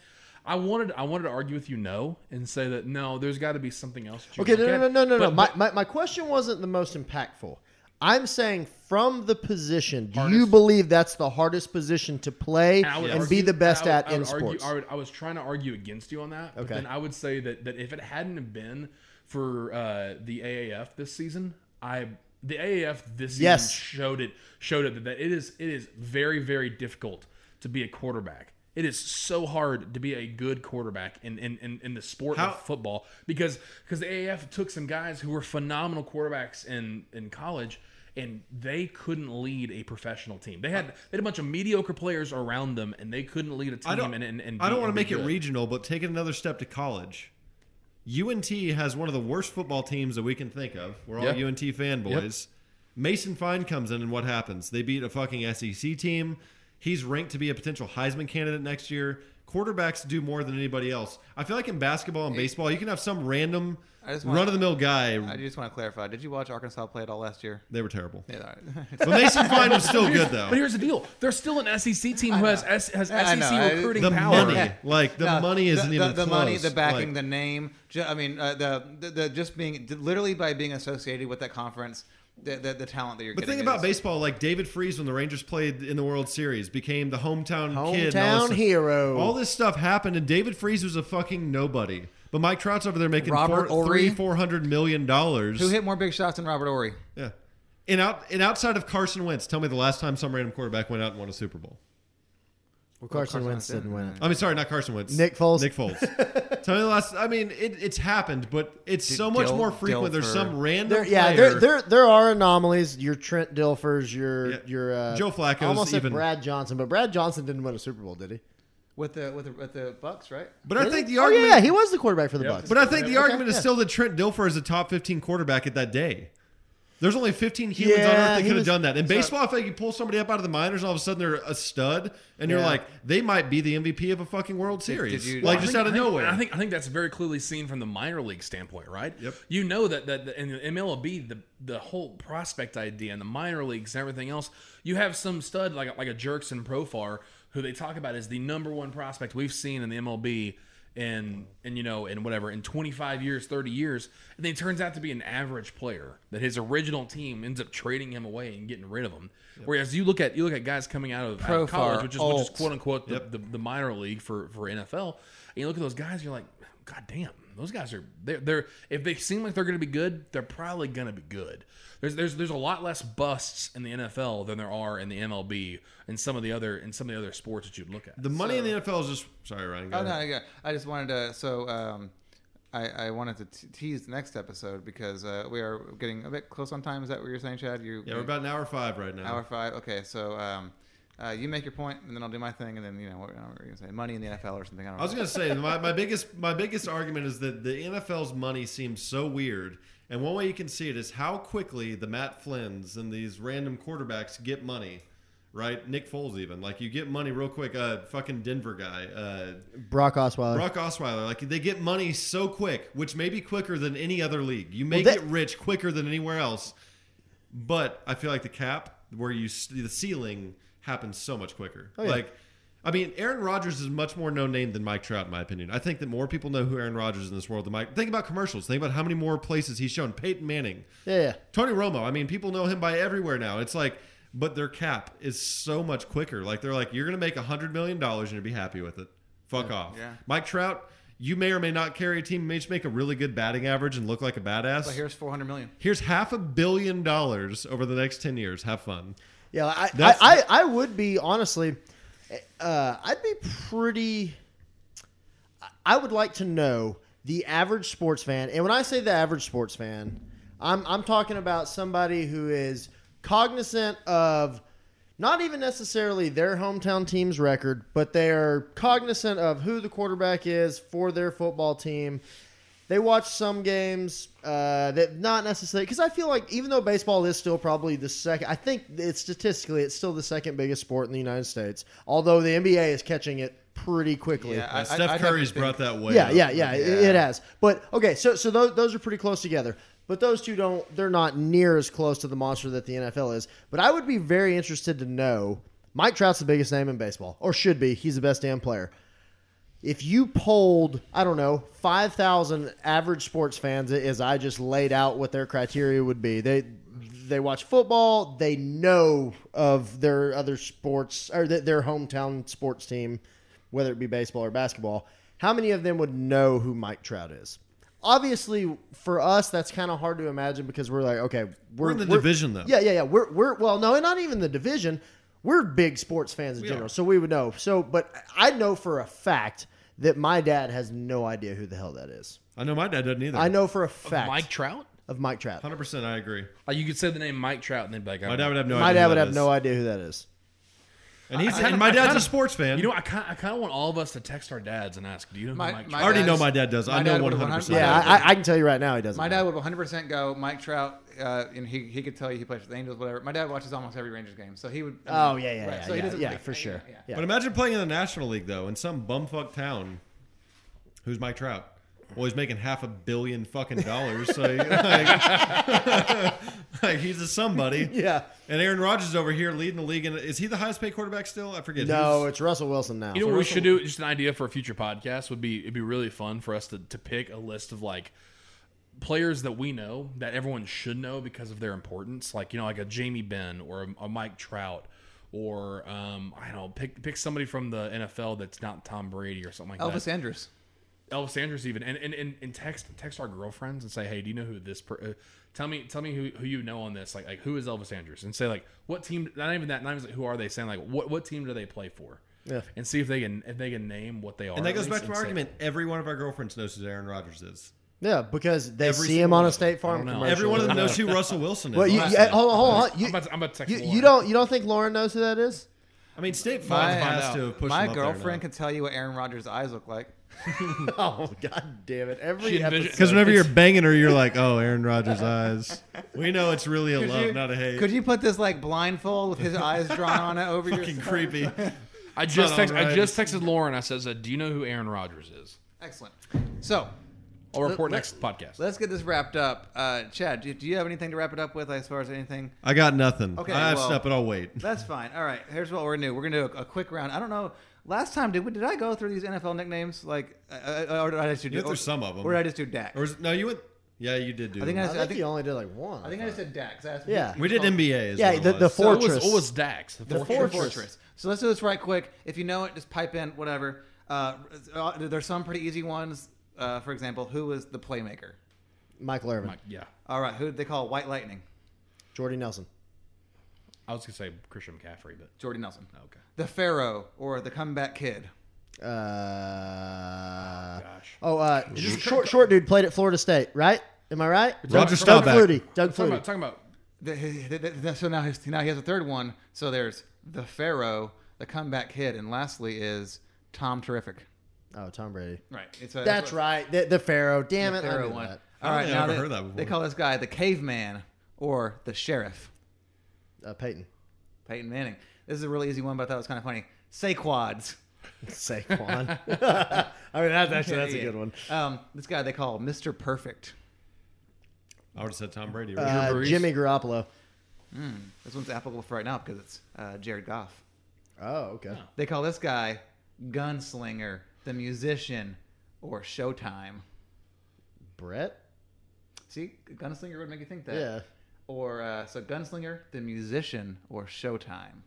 Speaker 2: I wanted I wanted to argue with you no and say that no, there's got to be something else. That you
Speaker 3: Okay, no,
Speaker 2: look
Speaker 3: no,
Speaker 2: at.
Speaker 3: no, no, no. no.
Speaker 2: But-
Speaker 3: my, my, my question wasn't the most impactful. I'm saying from the position, do you believe that's the hardest position to play
Speaker 2: I
Speaker 3: and,
Speaker 2: would
Speaker 3: be
Speaker 2: argue-
Speaker 3: the
Speaker 2: I
Speaker 3: best
Speaker 2: would-
Speaker 3: at
Speaker 2: I would
Speaker 3: in
Speaker 2: argue-
Speaker 3: sports?
Speaker 2: I, would, I was trying to argue against you on that, but
Speaker 3: Okay.
Speaker 2: then I would say that, that if it hadn't have been for uh, the AAF this season, I the AAF this season
Speaker 3: Yes.
Speaker 2: showed it showed it that it is it is very very difficult to be a quarterback. It is so hard to be a good quarterback in in, in, in the sport
Speaker 4: How-
Speaker 2: of football because because the AAF took some guys who were phenomenal quarterbacks in in college and they couldn't lead a professional team. They had they had a bunch of mediocre players around them and they couldn't lead a team
Speaker 4: I don't,
Speaker 2: and, and, and
Speaker 4: I don't
Speaker 2: be-
Speaker 4: want to
Speaker 2: and be
Speaker 4: make it
Speaker 2: good.
Speaker 4: regional, but take it another step to college. UNT has one of the worst football teams that we can think of. We're all
Speaker 2: Yeah.
Speaker 4: UNT fanboys. Mason Fine comes in, and what happens? They beat a fucking SEC team. He's ranked to be a potential Heisman candidate next year. Quarterbacks do more than anybody else. I feel like in basketball and baseball, you can have some random
Speaker 1: I just wanna-
Speaker 4: run of the mill
Speaker 1: I
Speaker 4: guy.
Speaker 1: just want to clarify. Did you watch Arkansas play at all last year?
Speaker 4: They were terrible.
Speaker 1: Yeah, all right.
Speaker 4: But Mason Fine was still good,
Speaker 2: But
Speaker 4: though.
Speaker 2: here's the deal: there's still an SEC team who has S, has
Speaker 1: I
Speaker 2: SEC
Speaker 1: know, I-
Speaker 2: recruiting
Speaker 4: The
Speaker 2: power.
Speaker 4: money. Like, the
Speaker 1: No,
Speaker 4: money isn't
Speaker 1: the,
Speaker 4: even
Speaker 1: the, the money,
Speaker 4: close.
Speaker 1: the backing,
Speaker 4: Like-
Speaker 1: the name. Ju- I mean, uh, the, the the just being literally by being associated with that conference, the the, the talent that you're.
Speaker 4: But
Speaker 1: getting
Speaker 4: think about
Speaker 1: is-
Speaker 4: baseball, like David Freeze when the Rangers played in the World Series, became the hometown, kid. and
Speaker 3: Hometown
Speaker 4: all this stuff.
Speaker 3: hero.
Speaker 4: All this stuff happened, and David Freeze was a fucking nobody. But Mike Trout's over there making
Speaker 1: Robert
Speaker 4: four,
Speaker 1: Ory?
Speaker 4: three, four hundred million dollars.
Speaker 1: Who hit more big shots than Robert Ory?
Speaker 4: Yeah. And out and outside of Carson Wentz, tell me the last time some random quarterback went out and won a Super Bowl.
Speaker 3: well, Carson
Speaker 1: Carson
Speaker 3: Wentz
Speaker 1: Wentz
Speaker 3: didn't win it.
Speaker 4: I mean, sorry, not Carson Wentz.
Speaker 3: Nick Foles.
Speaker 4: Nick Foles. tell me the last. I mean, it, it's happened, but it's so much
Speaker 1: Dil-
Speaker 4: more frequent. There's
Speaker 1: Dilfer.
Speaker 4: some random.
Speaker 3: There, yeah,
Speaker 4: player.
Speaker 3: there, there there are anomalies. Your Trent Dilfers, your
Speaker 4: Yeah.
Speaker 3: your uh,
Speaker 4: Joe Flacco's
Speaker 3: I almost said
Speaker 4: even-
Speaker 3: Brad Johnson, but Brad Johnson didn't win a Super Bowl, did he?
Speaker 1: With the with the with the Bucks, right?
Speaker 4: But I think the
Speaker 3: oh
Speaker 4: argument.
Speaker 3: yeah, he was the quarterback for the
Speaker 2: Yep.
Speaker 3: Bucks.
Speaker 4: But I think the
Speaker 2: Okay,
Speaker 4: argument is
Speaker 3: yeah.
Speaker 4: still that Trent Dilfer is a top 15 quarterback at that day. There's only 15 humans on
Speaker 3: Yeah,
Speaker 4: earth that
Speaker 3: he
Speaker 4: could have
Speaker 3: was-
Speaker 4: done that. In baseball, I feel like you pull somebody up out of the minors, and all of a sudden they're a stud, and you're
Speaker 3: Yeah.
Speaker 4: like, they might be the MVP of a fucking World Series,
Speaker 1: you-
Speaker 4: like
Speaker 1: I
Speaker 4: just
Speaker 2: think-
Speaker 4: out of
Speaker 2: I think-
Speaker 4: nowhere.
Speaker 2: I think I think that's very clearly seen from the minor league standpoint, right?
Speaker 4: Yep.
Speaker 2: You know that that that in the MLB the the whole prospect idea and the minor leagues and everything else, you have some stud like like a Jerks and Profar who they talk about as the number one prospect we've seen in the MLB in and you know in whatever in 25 years 30 years and then he turns out to be an average player that his original team ends up trading him away and getting rid of him whereas you look at you look at guys coming out of, out
Speaker 1: Profar,
Speaker 2: of college which is, which is
Speaker 1: Alt.
Speaker 2: quote unquote the, the, the minor league for, for NFL. And you look at those guys, you're like, God damn, those guys are they're, they're if they seem like they're going to be good, they're probably going to be good. There's there's there's a lot less busts in the NFL than there are in the MLB and some of the other in some of the other sports that you'd look at.
Speaker 4: the money in the NFL is just sorry, Ryan. go
Speaker 1: Oh
Speaker 4: ahead.
Speaker 1: no, yeah. I just wanted to. So um, I, I wanted to t- tease the next episode because uh, we are getting a bit close on time. Is that what you're saying, Chad? You
Speaker 4: Yeah, we're about an hour five right now.
Speaker 1: hour five. Okay, so um, uh, you make your point, and then I'll do my thing, and then you know what, I don't know what you're gonna say. Money in the NFL or something. I don't know.
Speaker 4: I was gonna say my, my biggest my biggest argument is that the NFL's money seems so weird, and one way you can see it is how quickly the Matt Flynn's and these random quarterbacks get money, right? Nick Foles even like you get money real quick. Uh, fucking Denver guy, uh,
Speaker 3: Brock Osweiler.
Speaker 4: Brock Osweiler, like they get money so quick, which may be quicker than any other league. You may
Speaker 3: Well, that-
Speaker 4: get rich quicker than anywhere else, but I feel like the cap where you s- the ceiling happens so much quicker.
Speaker 3: Oh, yeah.
Speaker 4: Like, I mean, Aaron Rodgers is much more no name than Mike Trout, in my opinion. I think that more people know who Aaron Rodgers is in this world than Mike. Think about commercials. Think about how many more places he's shown. Peyton Manning,
Speaker 3: yeah, yeah.
Speaker 4: Tony Romo. I mean, people know him by everywhere now. It's like. But their cap is so much quicker. Like they're like, you're gonna make a hundred million dollars and you'll be happy with it. Fuck off.
Speaker 1: Yeah.
Speaker 4: Mike Trout, you may or may not carry a team. You may just make a really good batting average and look like a badass.
Speaker 1: But here's 400 million.
Speaker 4: Here's half a billion dollars over the next ten years. Have fun.
Speaker 3: Yeah, I, I,
Speaker 4: That's-
Speaker 3: I, I would be honestly, uh, I'd be pretty. I would like to know the average sports fan, and when I say the average sports fan, I'm I'm talking about somebody who is cognizant of not even necessarily their hometown team's record, but they are cognizant of who the quarterback is for their football team. They watch some games uh, that not necessarily because I feel like even though baseball is still probably the second, I think it's statistically it's still the second biggest sport in the United States. Although the NBA is catching it pretty quickly.
Speaker 1: Yeah, I- I- I'd
Speaker 4: Steph
Speaker 1: have to
Speaker 4: Curry's
Speaker 1: think-
Speaker 4: brought that way.
Speaker 3: Yeah,
Speaker 4: up.
Speaker 3: yeah, yeah, It,
Speaker 1: Yeah.
Speaker 3: it has. But okay, so so those, those are pretty close together. But those two don't. They're not near as close to the monster that the NFL is. But I would be very interested to know. Mike Trout's the biggest name in baseball, or should be. He's the best damn player. If you polled, I don't know, five thousand average sports fans, as I just laid out what their criteria would be, they they watch football. They know of their other sports or th- their hometown sports team, whether it be baseball or basketball. How many of them would know who Mike Trout is? Obviously, for us, that's kind of hard to imagine because we're like, okay, we're,
Speaker 4: We're in the division, though.
Speaker 3: Yeah, yeah, yeah. We're we're well, no, not even the division. We're big sports fans in general, so we would know. So, but I know for a fact that my dad has no idea who the hell that is.
Speaker 4: I know my dad doesn't either.
Speaker 3: I know for a fact
Speaker 2: Mike Trout?
Speaker 3: of Mike Trout.
Speaker 4: Hundred percent, I agree.
Speaker 2: Like Uh, you could say the name Mike Trout and they'd be like,
Speaker 4: My dad would have no
Speaker 3: My
Speaker 4: idea.
Speaker 3: dad
Speaker 4: who
Speaker 3: would
Speaker 4: that
Speaker 3: have
Speaker 4: is.
Speaker 3: no idea who that is.
Speaker 4: And he's
Speaker 2: I kinda-
Speaker 4: and my
Speaker 2: I
Speaker 4: dad's
Speaker 2: kinda-
Speaker 4: a sports fan.
Speaker 2: You know, I kind I kind of want all of us to text our dads and ask, "Do you know who
Speaker 1: My-
Speaker 2: Mike
Speaker 1: my
Speaker 4: I
Speaker 2: Trout?"
Speaker 4: already know
Speaker 1: dad's-
Speaker 4: my dad does.
Speaker 1: my
Speaker 4: I
Speaker 1: dad
Speaker 4: know one
Speaker 1: would've
Speaker 4: hundred
Speaker 1: 100%
Speaker 4: percent.
Speaker 3: Yeah, I, I can tell you right now he doesn't.
Speaker 1: My
Speaker 3: know.
Speaker 1: dad would 100% go Mike Trout, uh, and he, he could tell you he plays for the Angels, whatever. My dad watches almost every Rangers game, so he would.
Speaker 3: Oh yeah, yeah, yeah, yeah,
Speaker 1: doesn't
Speaker 3: yeah,
Speaker 1: really-
Speaker 3: for sure.
Speaker 1: yeah.
Speaker 3: Yeah.
Speaker 4: But imagine playing in the National League though, in some bumfuck town. Who's Mike Trout? Well, he's making half a billion fucking dollars, so like, like, he's a somebody.
Speaker 3: Yeah.
Speaker 4: And Aaron Rodgers over here leading the league, and is he the highest paid quarterback still? I forget.
Speaker 3: No,
Speaker 4: who's-
Speaker 3: it's Russell Wilson now.
Speaker 2: You know what we should do? Just an idea for a future podcast would be it'd be really fun for us to, to pick a list of like players that we know that everyone should know because of their importance. Like you know, like a Jamie Benn or a, a Mike Trout or um, I don't know, pick pick somebody from the NFL that's not Tom Brady or something like
Speaker 1: Elvis
Speaker 2: that.
Speaker 1: Andrews.
Speaker 2: Elvis Andrews even and and, and, and text text our girlfriends and say, hey, do you know who this? Per- uh, tell me tell me who, who you know on this. Like like who is Elvis Andrews? And say like what team? Not even that. Not even like, who are they? Saying like what what team do they play for?
Speaker 3: Yeah.
Speaker 2: And see if they can if they can name what they are.
Speaker 4: And that
Speaker 2: at
Speaker 4: goes
Speaker 2: least
Speaker 4: back to my
Speaker 2: say-
Speaker 4: argument. Every one of our girlfriends knows who Aaron Rodgers is.
Speaker 3: Yeah, because they
Speaker 4: Every
Speaker 3: see
Speaker 4: single
Speaker 3: him on
Speaker 4: one
Speaker 3: a
Speaker 4: of
Speaker 3: State Farm
Speaker 2: know.
Speaker 3: commercial.
Speaker 4: Every one of them
Speaker 3: Yeah.
Speaker 4: knows who Russell Wilson is.
Speaker 3: Well, you,
Speaker 4: honestly.
Speaker 3: yeah, hold on, hold on.
Speaker 2: I'm
Speaker 3: You,
Speaker 2: about to, I'm about to text
Speaker 3: you,
Speaker 2: Lauren.
Speaker 3: you don't you don't think Lauren knows who that is?
Speaker 4: I mean, State
Speaker 1: My, uh,
Speaker 4: Farm has to have pushed
Speaker 1: my
Speaker 4: him up there
Speaker 1: girlfriend
Speaker 4: now.
Speaker 1: can tell you what Aaron Rodgers' eyes look like.
Speaker 3: Oh God damn it! Every
Speaker 2: She envisioned-
Speaker 4: Because
Speaker 3: episode.
Speaker 4: whenever you're banging her, you're like, "Oh, Aaron Rodgers' eyes." We know it's really a
Speaker 1: Could
Speaker 4: love,
Speaker 1: you-
Speaker 4: not a hate.
Speaker 1: Could you put this like blindfold with his eyes drawn on it over your?
Speaker 4: Fucking creepy.
Speaker 2: I just
Speaker 4: not
Speaker 2: text,
Speaker 4: alright.
Speaker 2: I just texted Lauren. I says, uh, do you know who Aaron Rodgers is?
Speaker 1: Excellent. So
Speaker 2: I'll report
Speaker 1: let-
Speaker 2: next podcast.
Speaker 1: let's get this wrapped up. Uh, Chad, do, do you have anything to wrap it up with as far as anything?
Speaker 4: I got nothing.
Speaker 1: Okay,
Speaker 4: I have
Speaker 1: well-
Speaker 4: stuff, but I'll wait.
Speaker 1: That's fine. All right. Here's what we're gonna do. We're gonna do a, a quick round. I don't know. Last time, did we, did I go through these NFL nicknames? Like, uh, uh, or did I just do?
Speaker 4: You went through some of 'em.
Speaker 1: Or did I just do Dak?
Speaker 4: Or is, no, you went. Yeah, you did do.
Speaker 1: I Oh. think
Speaker 4: that.
Speaker 1: I,
Speaker 3: I
Speaker 1: just-
Speaker 3: think,
Speaker 1: I think,
Speaker 3: you only did like one.
Speaker 1: I think I just said Dak. 'cause that's-
Speaker 3: Yeah.
Speaker 4: we did NBA. Is
Speaker 3: Yeah,
Speaker 4: what it
Speaker 3: the- the
Speaker 4: was.
Speaker 3: four-
Speaker 2: What was,
Speaker 3: Fortress.
Speaker 2: what was Dax? The,
Speaker 1: The
Speaker 2: Fortress?
Speaker 1: Fortress.
Speaker 3: Fortress.
Speaker 1: So let's do this right quick. If you know it, just pipe in whatever. Uh, uh, there's some pretty easy ones. Uh, for example, who was the playmaker?
Speaker 3: Michael Irvin,
Speaker 2: Like, yeah,
Speaker 1: All right, who did they call White Lightning?
Speaker 3: Jordy Nelson,
Speaker 2: I was gonna say Christian McCaffrey, but
Speaker 1: Jordy Nelson.
Speaker 2: okay.
Speaker 1: The Pharaoh or the comeback kid?
Speaker 3: uh,
Speaker 2: gosh.
Speaker 3: oh, uh, short short dude played at Florida State, right? Am I right?
Speaker 4: Roger
Speaker 3: Doug
Speaker 4: Staubach.
Speaker 3: Flutie. Doug
Speaker 2: Talking
Speaker 3: Flutie.
Speaker 2: about, talking about
Speaker 1: The- the- the- the- so now he's, now he has a third one. So there's the Pharaoh, the comeback kid, and lastly is Tom Terrific.
Speaker 3: Oh, Tom Brady.
Speaker 1: Right. It's a,
Speaker 3: That's right. The, the Pharaoh. Damn it.
Speaker 1: The
Speaker 3: I
Speaker 1: Pharaoh
Speaker 3: knew
Speaker 1: one.
Speaker 3: that.
Speaker 1: All right.
Speaker 4: think I've
Speaker 1: Now
Speaker 4: ever
Speaker 1: they,
Speaker 4: heard that before.
Speaker 1: they call this guy the caveman or the sheriff.
Speaker 3: Uh, Peyton.
Speaker 1: Peyton Manning. This is a really easy one, but I thought it was kind of funny. Saquads.
Speaker 3: Saquon. I mean, that's actually that's a
Speaker 1: Yeah.
Speaker 3: good one.
Speaker 1: Um, this guy they call Mr. Perfect.
Speaker 4: I would have said Tom Brady.
Speaker 3: Uh,
Speaker 2: Brees.
Speaker 3: Jimmy Garoppolo.
Speaker 1: This one's applicable for right now because it's uh, Jared Goff.
Speaker 3: Oh, okay.
Speaker 1: They call this guy Gunslinger, the musician, or Showtime.
Speaker 3: Brett.
Speaker 1: See, Gunslinger would make you think that.
Speaker 3: Yeah.
Speaker 1: Or uh, so Gunslinger, the musician, or Showtime.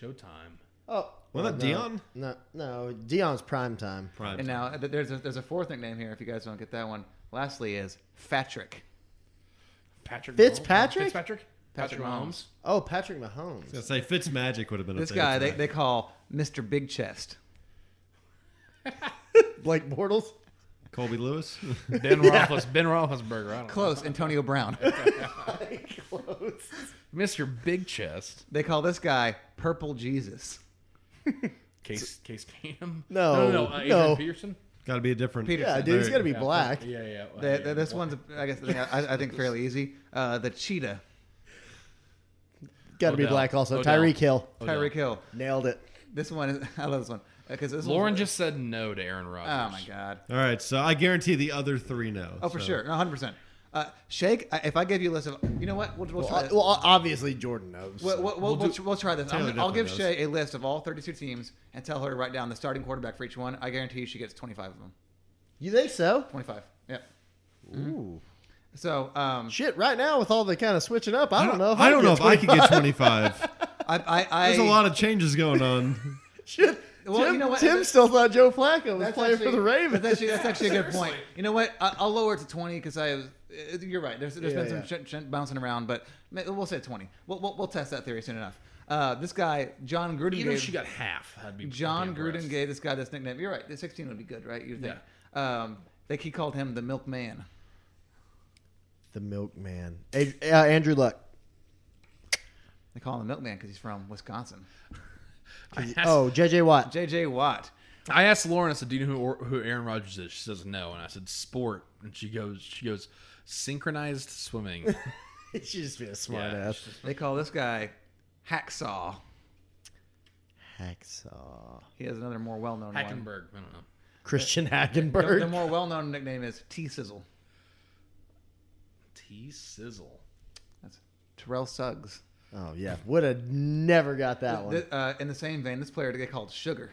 Speaker 2: Showtime.
Speaker 3: Oh,
Speaker 4: What about
Speaker 3: no.
Speaker 4: Dion?
Speaker 3: No, no. Dion's prime time.
Speaker 4: Prime.
Speaker 1: And now th- there's a, there's a fourth nickname here. If you guys don't get that one, lastly is Fatrick.
Speaker 2: Patrick.
Speaker 3: Fitzpatrick?
Speaker 2: Mahomes? Fitzpatrick.
Speaker 1: Patrick
Speaker 2: Patrick Mahomes.
Speaker 3: Oh, Patrick Mahomes.
Speaker 4: I was gonna say Fitz Magic would have been a
Speaker 1: This
Speaker 4: thing
Speaker 1: guy they,
Speaker 4: tonight.
Speaker 1: they call Mr. Big Chest.
Speaker 3: Blake Bortles.
Speaker 4: Colby Lewis.
Speaker 2: Ben Roethlis. Ben Roethlisberger. I don't
Speaker 1: Close, Antonio Brown.
Speaker 3: Close.
Speaker 2: know. Mr. Big Chest.
Speaker 1: they call this guy Purple Jesus.
Speaker 2: Case Case Keenum. No.
Speaker 3: No,
Speaker 2: No. Uh, Adrian
Speaker 3: no.
Speaker 2: Peterson.
Speaker 4: got to be a different.
Speaker 1: Peterson.
Speaker 3: Yeah, dude, he's gonna be
Speaker 2: Yeah,
Speaker 3: black.
Speaker 2: Yeah. Yeah. uh,
Speaker 1: The,
Speaker 2: yeah,
Speaker 1: the, this
Speaker 2: well,
Speaker 1: one's, I guess, I, I think fairly easy. Uh, the cheetah,
Speaker 3: Got to be
Speaker 2: Odell.
Speaker 3: black. Also,
Speaker 2: Odell.
Speaker 3: Tyreek Hill
Speaker 1: Tyreek Hill.
Speaker 3: nailed it.
Speaker 1: This one is, I love this one because this
Speaker 2: Lauren
Speaker 1: one's-
Speaker 2: just said no to Aaron
Speaker 1: Oh
Speaker 2: Rodgers.
Speaker 1: my god!
Speaker 4: All right, so I guarantee the other three know.
Speaker 1: Oh, for
Speaker 4: so.
Speaker 1: sure, one hundred percent. Uh, Shake. I- If I give you a list of, you know what? We'll, we'll
Speaker 3: Well,
Speaker 1: try.
Speaker 3: o- well, o- obviously Jordan knows.
Speaker 1: We'll, we'll, we'll, we'll, we'll try this.
Speaker 4: Taylor
Speaker 1: I'm, I'll give
Speaker 4: definitely
Speaker 1: Shay a list of all 32 teams and tell her to write down the starting quarterback for each one. I guarantee you she gets 25 of them.
Speaker 3: you think so?
Speaker 1: 25. Yep.
Speaker 3: Ooh,
Speaker 1: So um,
Speaker 3: Shit, right now with all the kind of switching up, I don't know. If
Speaker 4: I don't know if I
Speaker 3: could.
Speaker 4: could get 25.
Speaker 1: I, I, I
Speaker 4: There's a lot of changes going on.
Speaker 3: Shit.
Speaker 1: Well,
Speaker 3: Tim,
Speaker 1: you know what?
Speaker 3: Tim still thought Joe Flacco was
Speaker 1: That's
Speaker 3: playing for
Speaker 1: actually-
Speaker 3: the Ravens.
Speaker 1: That's actually, that's actually a good point. You know what? I, I'll lower it to 20 because I was. uh, You're right. There's, there's
Speaker 3: Yeah,
Speaker 1: been some
Speaker 3: yeah.
Speaker 1: shit, shit bouncing around, but ma- we'll say 20. We'll, we'll, we'll test that theory soon enough. Uh, this guy, John Gruden,
Speaker 2: Even
Speaker 1: gave,
Speaker 2: if she got half, I'd be
Speaker 1: John
Speaker 2: I'd be
Speaker 1: Gruden
Speaker 2: impressed.
Speaker 1: gave this guy this nickname. You're right. The 16 would be good, right? You think? Um, like he called him the Milkman.
Speaker 3: the Milkman. A- uh, Andrew Luck.
Speaker 1: They call him the Milkman because he's from Wisconsin.
Speaker 2: I asked,
Speaker 3: Oh, JJ Watt.
Speaker 1: J.J. Watt.
Speaker 2: I asked Lauren. I said, "Do you know who, or- who Aaron Rodgers is?" She says, "No," and I said, "Sport," and she goes, "She goes synchronized swimming."
Speaker 3: She's just being a smart
Speaker 2: Yeah.
Speaker 3: ass.
Speaker 1: They call this guy Hacksaw.
Speaker 3: Hacksaw.
Speaker 1: He has another more well-known one.
Speaker 2: Hackenberg. I don't know.
Speaker 3: Christian
Speaker 1: The, the
Speaker 3: Hackenberg.
Speaker 1: more well-known nickname is T Sizzle.
Speaker 2: T sizzle.
Speaker 1: That's Terrell Suggs.
Speaker 3: Oh, yeah. Would have never got that one.
Speaker 1: Th- uh, in the same vein, this player they called Sugar.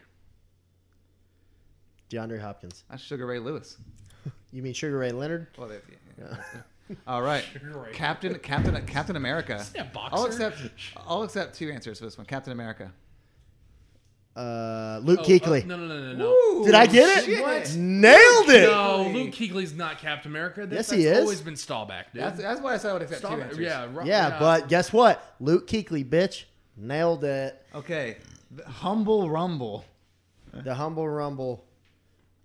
Speaker 3: DeAndre Hopkins.
Speaker 1: That's Sugar Ray Lewis.
Speaker 3: You mean Sugar Ray Leonard?
Speaker 1: Well, they, yeah, yeah. All right,
Speaker 2: Ray.
Speaker 1: Captain Captain Captain America.
Speaker 2: he a boxer?
Speaker 1: I'll accept I'll accept two answers for this one. Captain America.
Speaker 3: Uh, Luke
Speaker 2: Oh,
Speaker 3: Kuechly.
Speaker 2: oh, no, no, no, no, no.
Speaker 3: Did I get it?
Speaker 1: shit.
Speaker 3: Nailed it.
Speaker 2: No, Luke Kuechly's not Captain America. That's-
Speaker 3: Yes, he
Speaker 2: that's
Speaker 3: is.
Speaker 2: Always been Stallback, dude.
Speaker 1: That's, that's why I said I would accept two
Speaker 2: Stallback.
Speaker 1: answers.
Speaker 2: Yeah, ro-
Speaker 3: Yeah, but guess what? Luke Kuechly, bitch. Nailed it.
Speaker 1: Okay. The Humble Rumble.
Speaker 3: The Humble Rumble.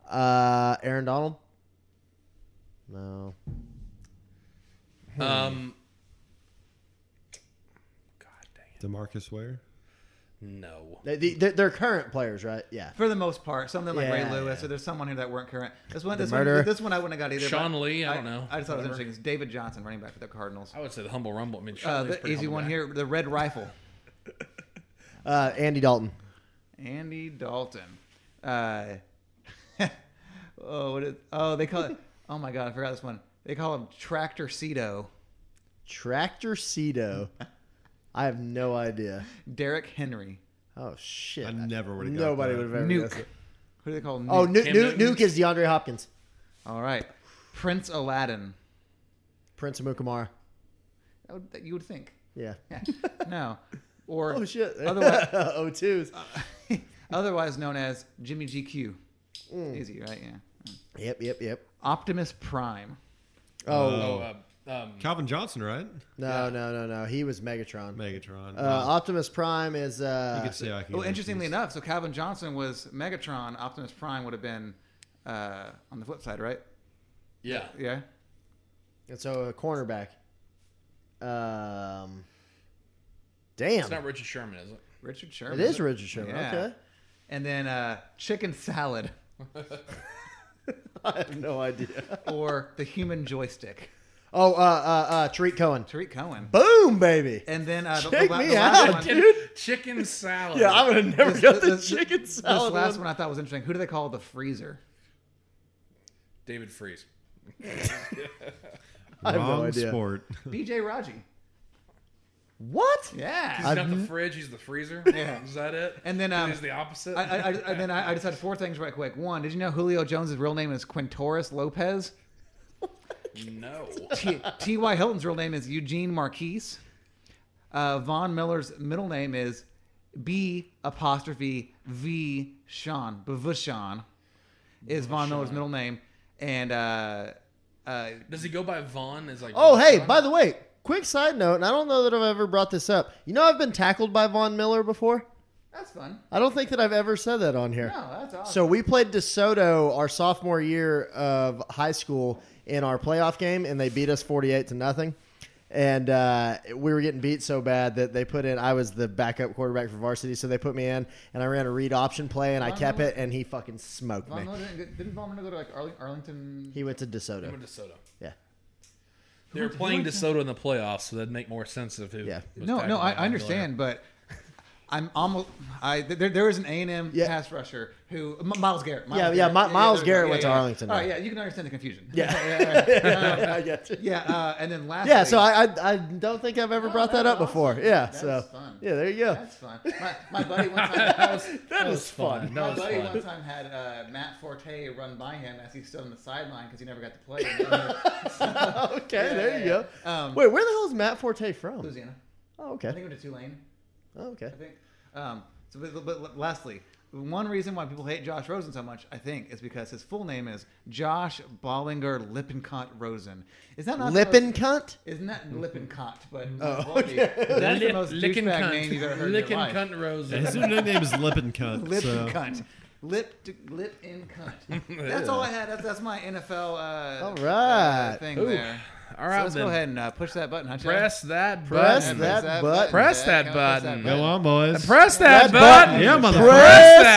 Speaker 3: Uh, Aaron Donald? No.
Speaker 2: Um.
Speaker 1: Hmm.
Speaker 2: God dang it.
Speaker 4: Demarcus Ware.
Speaker 2: No.
Speaker 3: They, they, they're, they're current players, right? Yeah.
Speaker 1: For the most part, something like Ray
Speaker 3: Yeah,
Speaker 1: Lewis,
Speaker 3: yeah.
Speaker 1: or there's someone here that weren't current. This one,
Speaker 3: The
Speaker 1: this
Speaker 3: murderer.
Speaker 1: one, this one I wouldn't have got either.
Speaker 2: Sean
Speaker 1: but
Speaker 2: Lee, I don't know.
Speaker 1: I just thought it was
Speaker 2: Whatever.
Speaker 1: interesting. It's David Johnson, running back for the Cardinals.
Speaker 2: I would say the humble rumble. I mean,
Speaker 1: Uh,
Speaker 2: Sean Lee's
Speaker 1: the
Speaker 2: pretty
Speaker 1: easy
Speaker 2: humble
Speaker 1: one
Speaker 2: guy.
Speaker 1: here, the Red Rifle.
Speaker 3: Uh, Andy Dalton.
Speaker 1: Andy Dalton. Uh, oh, what is, oh, they call it. Oh my God, I forgot this one. They call him Tractor Cedo.
Speaker 3: Tractor Cedo. I have no idea.
Speaker 1: Derek Henry.
Speaker 3: Oh, shit.
Speaker 4: I never would've got
Speaker 3: Nobody
Speaker 4: that.
Speaker 3: would have ever guessed
Speaker 1: Nuke.
Speaker 3: it.
Speaker 1: Who do they call? Nuke?
Speaker 3: Oh, nu-
Speaker 2: Cam
Speaker 3: nu-
Speaker 2: Newton.
Speaker 3: Nuke is DeAndre Hopkins.
Speaker 1: All right. Prince Aladdin.
Speaker 3: Prince Amukamara.
Speaker 1: That would, that you would think.
Speaker 3: Yeah.
Speaker 1: Yeah. No. Or
Speaker 3: Oh, shit.
Speaker 1: Otherwise,
Speaker 3: oh, twos.
Speaker 1: otherwise known as Jimmy GQ.
Speaker 3: Mm.
Speaker 1: Easy, right? Yeah.
Speaker 3: Yep, yep, yep.
Speaker 1: Optimus Prime.
Speaker 3: Oh,
Speaker 2: Oh, uh, um,
Speaker 4: Calvin Johnson, right?
Speaker 3: no, no, no, no. He was Megatron.
Speaker 4: Megatron.
Speaker 3: uh, Optimus Prime is. Uh,
Speaker 4: you could say I could
Speaker 1: Well, Oh, interestingly enough, so Calvin Johnson was Megatron. Optimus Prime would have been uh, on the flip side, right?
Speaker 2: yeah.
Speaker 1: Yeah.
Speaker 3: And so a cornerback. Um, damn,
Speaker 2: It's not Richard Sherman, is it?
Speaker 1: Richard Sherman.
Speaker 3: it is Richard Sherman.
Speaker 1: Yeah.
Speaker 3: Okay,
Speaker 1: And then uh, chicken salad
Speaker 3: I have no idea.
Speaker 1: or the human joystick.
Speaker 3: Oh, uh, uh, uh, Tariq Cohen.
Speaker 1: Tariq Cohen.
Speaker 3: Boom, baby.
Speaker 1: And then uh, the,
Speaker 3: Check
Speaker 1: the, la-
Speaker 3: me
Speaker 1: the last
Speaker 3: out,
Speaker 1: one.
Speaker 3: dude.
Speaker 2: Chicken salad.
Speaker 3: Yeah, I would have never got the
Speaker 1: this-
Speaker 3: chicken
Speaker 1: This
Speaker 3: salad.
Speaker 1: last
Speaker 3: one.
Speaker 1: one I thought was interesting. Who do they call the freezer?
Speaker 2: David Freeze.
Speaker 3: I have no
Speaker 4: Wrong
Speaker 3: idea.
Speaker 4: sport.
Speaker 1: BJ Raji.
Speaker 3: What?
Speaker 1: Yeah.
Speaker 2: He's
Speaker 3: I've
Speaker 2: not the
Speaker 3: n-
Speaker 2: fridge. He's the freezer.
Speaker 1: Yeah.
Speaker 2: Is that it?
Speaker 1: And then, um,
Speaker 2: he's the opposite.
Speaker 1: I, I, I, and then I, I just had four things right quick. One, did you know Julio Jones' real name is Quintoris Lopez?
Speaker 2: no.
Speaker 1: T- T.Y. Hilton's real name is Eugene Marquise. Uh, Von Miller's middle name is B apostrophe V Sean. Bavushan is Von Miller's middle name. And uh, uh,
Speaker 2: Does he go by Vaughn? Is like.
Speaker 3: Oh, hey,
Speaker 2: Vaughn?
Speaker 3: by the way, quick side note, and I don't know that I've ever brought this up. You know, I've been tackled by Von Miller before.
Speaker 1: that's fun.
Speaker 3: I don't think that I've ever said that on here.
Speaker 1: No, that's awesome.
Speaker 3: So we played DeSoto our sophomore year of high school in our playoff game, and they beat us forty-eight to nothing. And uh, we were getting beat so bad that they put in. I was the backup quarterback for varsity, so they put me in, and I ran a read option play, and I kept it, and he fucking smoked
Speaker 1: Von
Speaker 3: me.
Speaker 1: Miller didn't, didn't Von Miller go to like Arling- Arlington?
Speaker 3: He went to
Speaker 2: He
Speaker 3: DeSoto.
Speaker 2: went to Soto.
Speaker 3: Yeah,
Speaker 2: They were playing DeSoto in the playoffs, so that'd make more sense of who.
Speaker 3: Yeah.
Speaker 2: was
Speaker 1: no,
Speaker 2: tackled
Speaker 1: no,
Speaker 2: by
Speaker 1: I, I
Speaker 2: Von Miller.
Speaker 1: understand, but I'm almost. I there, there was an A and M
Speaker 3: Yeah.
Speaker 1: pass rusher who M- Miles Garrett. Miles
Speaker 3: Yeah, yeah,
Speaker 1: Garrett.
Speaker 3: Mi-
Speaker 1: there
Speaker 3: Miles
Speaker 1: we go.
Speaker 3: Garrett went to Arlington.
Speaker 1: All right, yeah, you can understand the confusion.
Speaker 3: Yeah.
Speaker 1: yeah, yeah.
Speaker 3: I get you.
Speaker 1: Yeah, uh, and then last.
Speaker 3: Yeah, so I, I I don't think I've ever brought
Speaker 1: Oh, that's
Speaker 3: that up before.
Speaker 1: awesome.
Speaker 3: Yeah,
Speaker 1: That's
Speaker 3: so
Speaker 1: fun.
Speaker 3: yeah, there you go.
Speaker 1: That's fun. My, my buddy one time. That was,
Speaker 3: that
Speaker 1: was
Speaker 3: is fun.
Speaker 1: My
Speaker 3: That
Speaker 1: buddy one time had uh, Matt Forte run by him as he's still on the sideline because he never got to play.
Speaker 3: okay, there you
Speaker 1: yeah,
Speaker 3: go.
Speaker 1: yeah. Um,
Speaker 3: Wait, where the hell is Matt Forte from?
Speaker 1: Louisiana.
Speaker 3: Oh,
Speaker 1: I
Speaker 3: okay.
Speaker 1: think it went to Tulane.
Speaker 3: Oh, okay.
Speaker 1: I think. Um, so, but, but lastly, one reason why people hate Josh Rosen so much, I think, is because his full name is Josh Bollinger Lippincott Rosen. Is that not the most-
Speaker 3: Lippin' cunt?
Speaker 1: Isn't that Lippincott? But
Speaker 3: Oh,
Speaker 1: Baldy.
Speaker 3: okay.
Speaker 1: that's the
Speaker 5: Lip-
Speaker 1: most
Speaker 5: lickin'
Speaker 1: douchebag
Speaker 5: cunt.
Speaker 1: name you've ever heard in
Speaker 5: Lickin'
Speaker 1: your life.
Speaker 5: cunt Rosen.
Speaker 4: His nickname is Lippin' Cunt.
Speaker 1: Lip
Speaker 4: so-
Speaker 1: and cunt. Lip to, lip and cunt. That's all I had. That's, that's my NFL. Uh,
Speaker 3: All right.
Speaker 1: uh, thing
Speaker 2: Ooh.
Speaker 1: there.
Speaker 2: All
Speaker 1: So
Speaker 2: right,
Speaker 1: let's
Speaker 2: then.
Speaker 1: go ahead and uh, push that button. Hunch.
Speaker 2: Press that
Speaker 3: Press
Speaker 2: button.
Speaker 3: that button.
Speaker 2: Press that
Speaker 1: Jack. Come on,
Speaker 2: button.
Speaker 4: Go on, boys.
Speaker 2: Press that,
Speaker 3: That button.
Speaker 2: button.
Speaker 4: Yeah, motherfucker.
Speaker 2: Press that.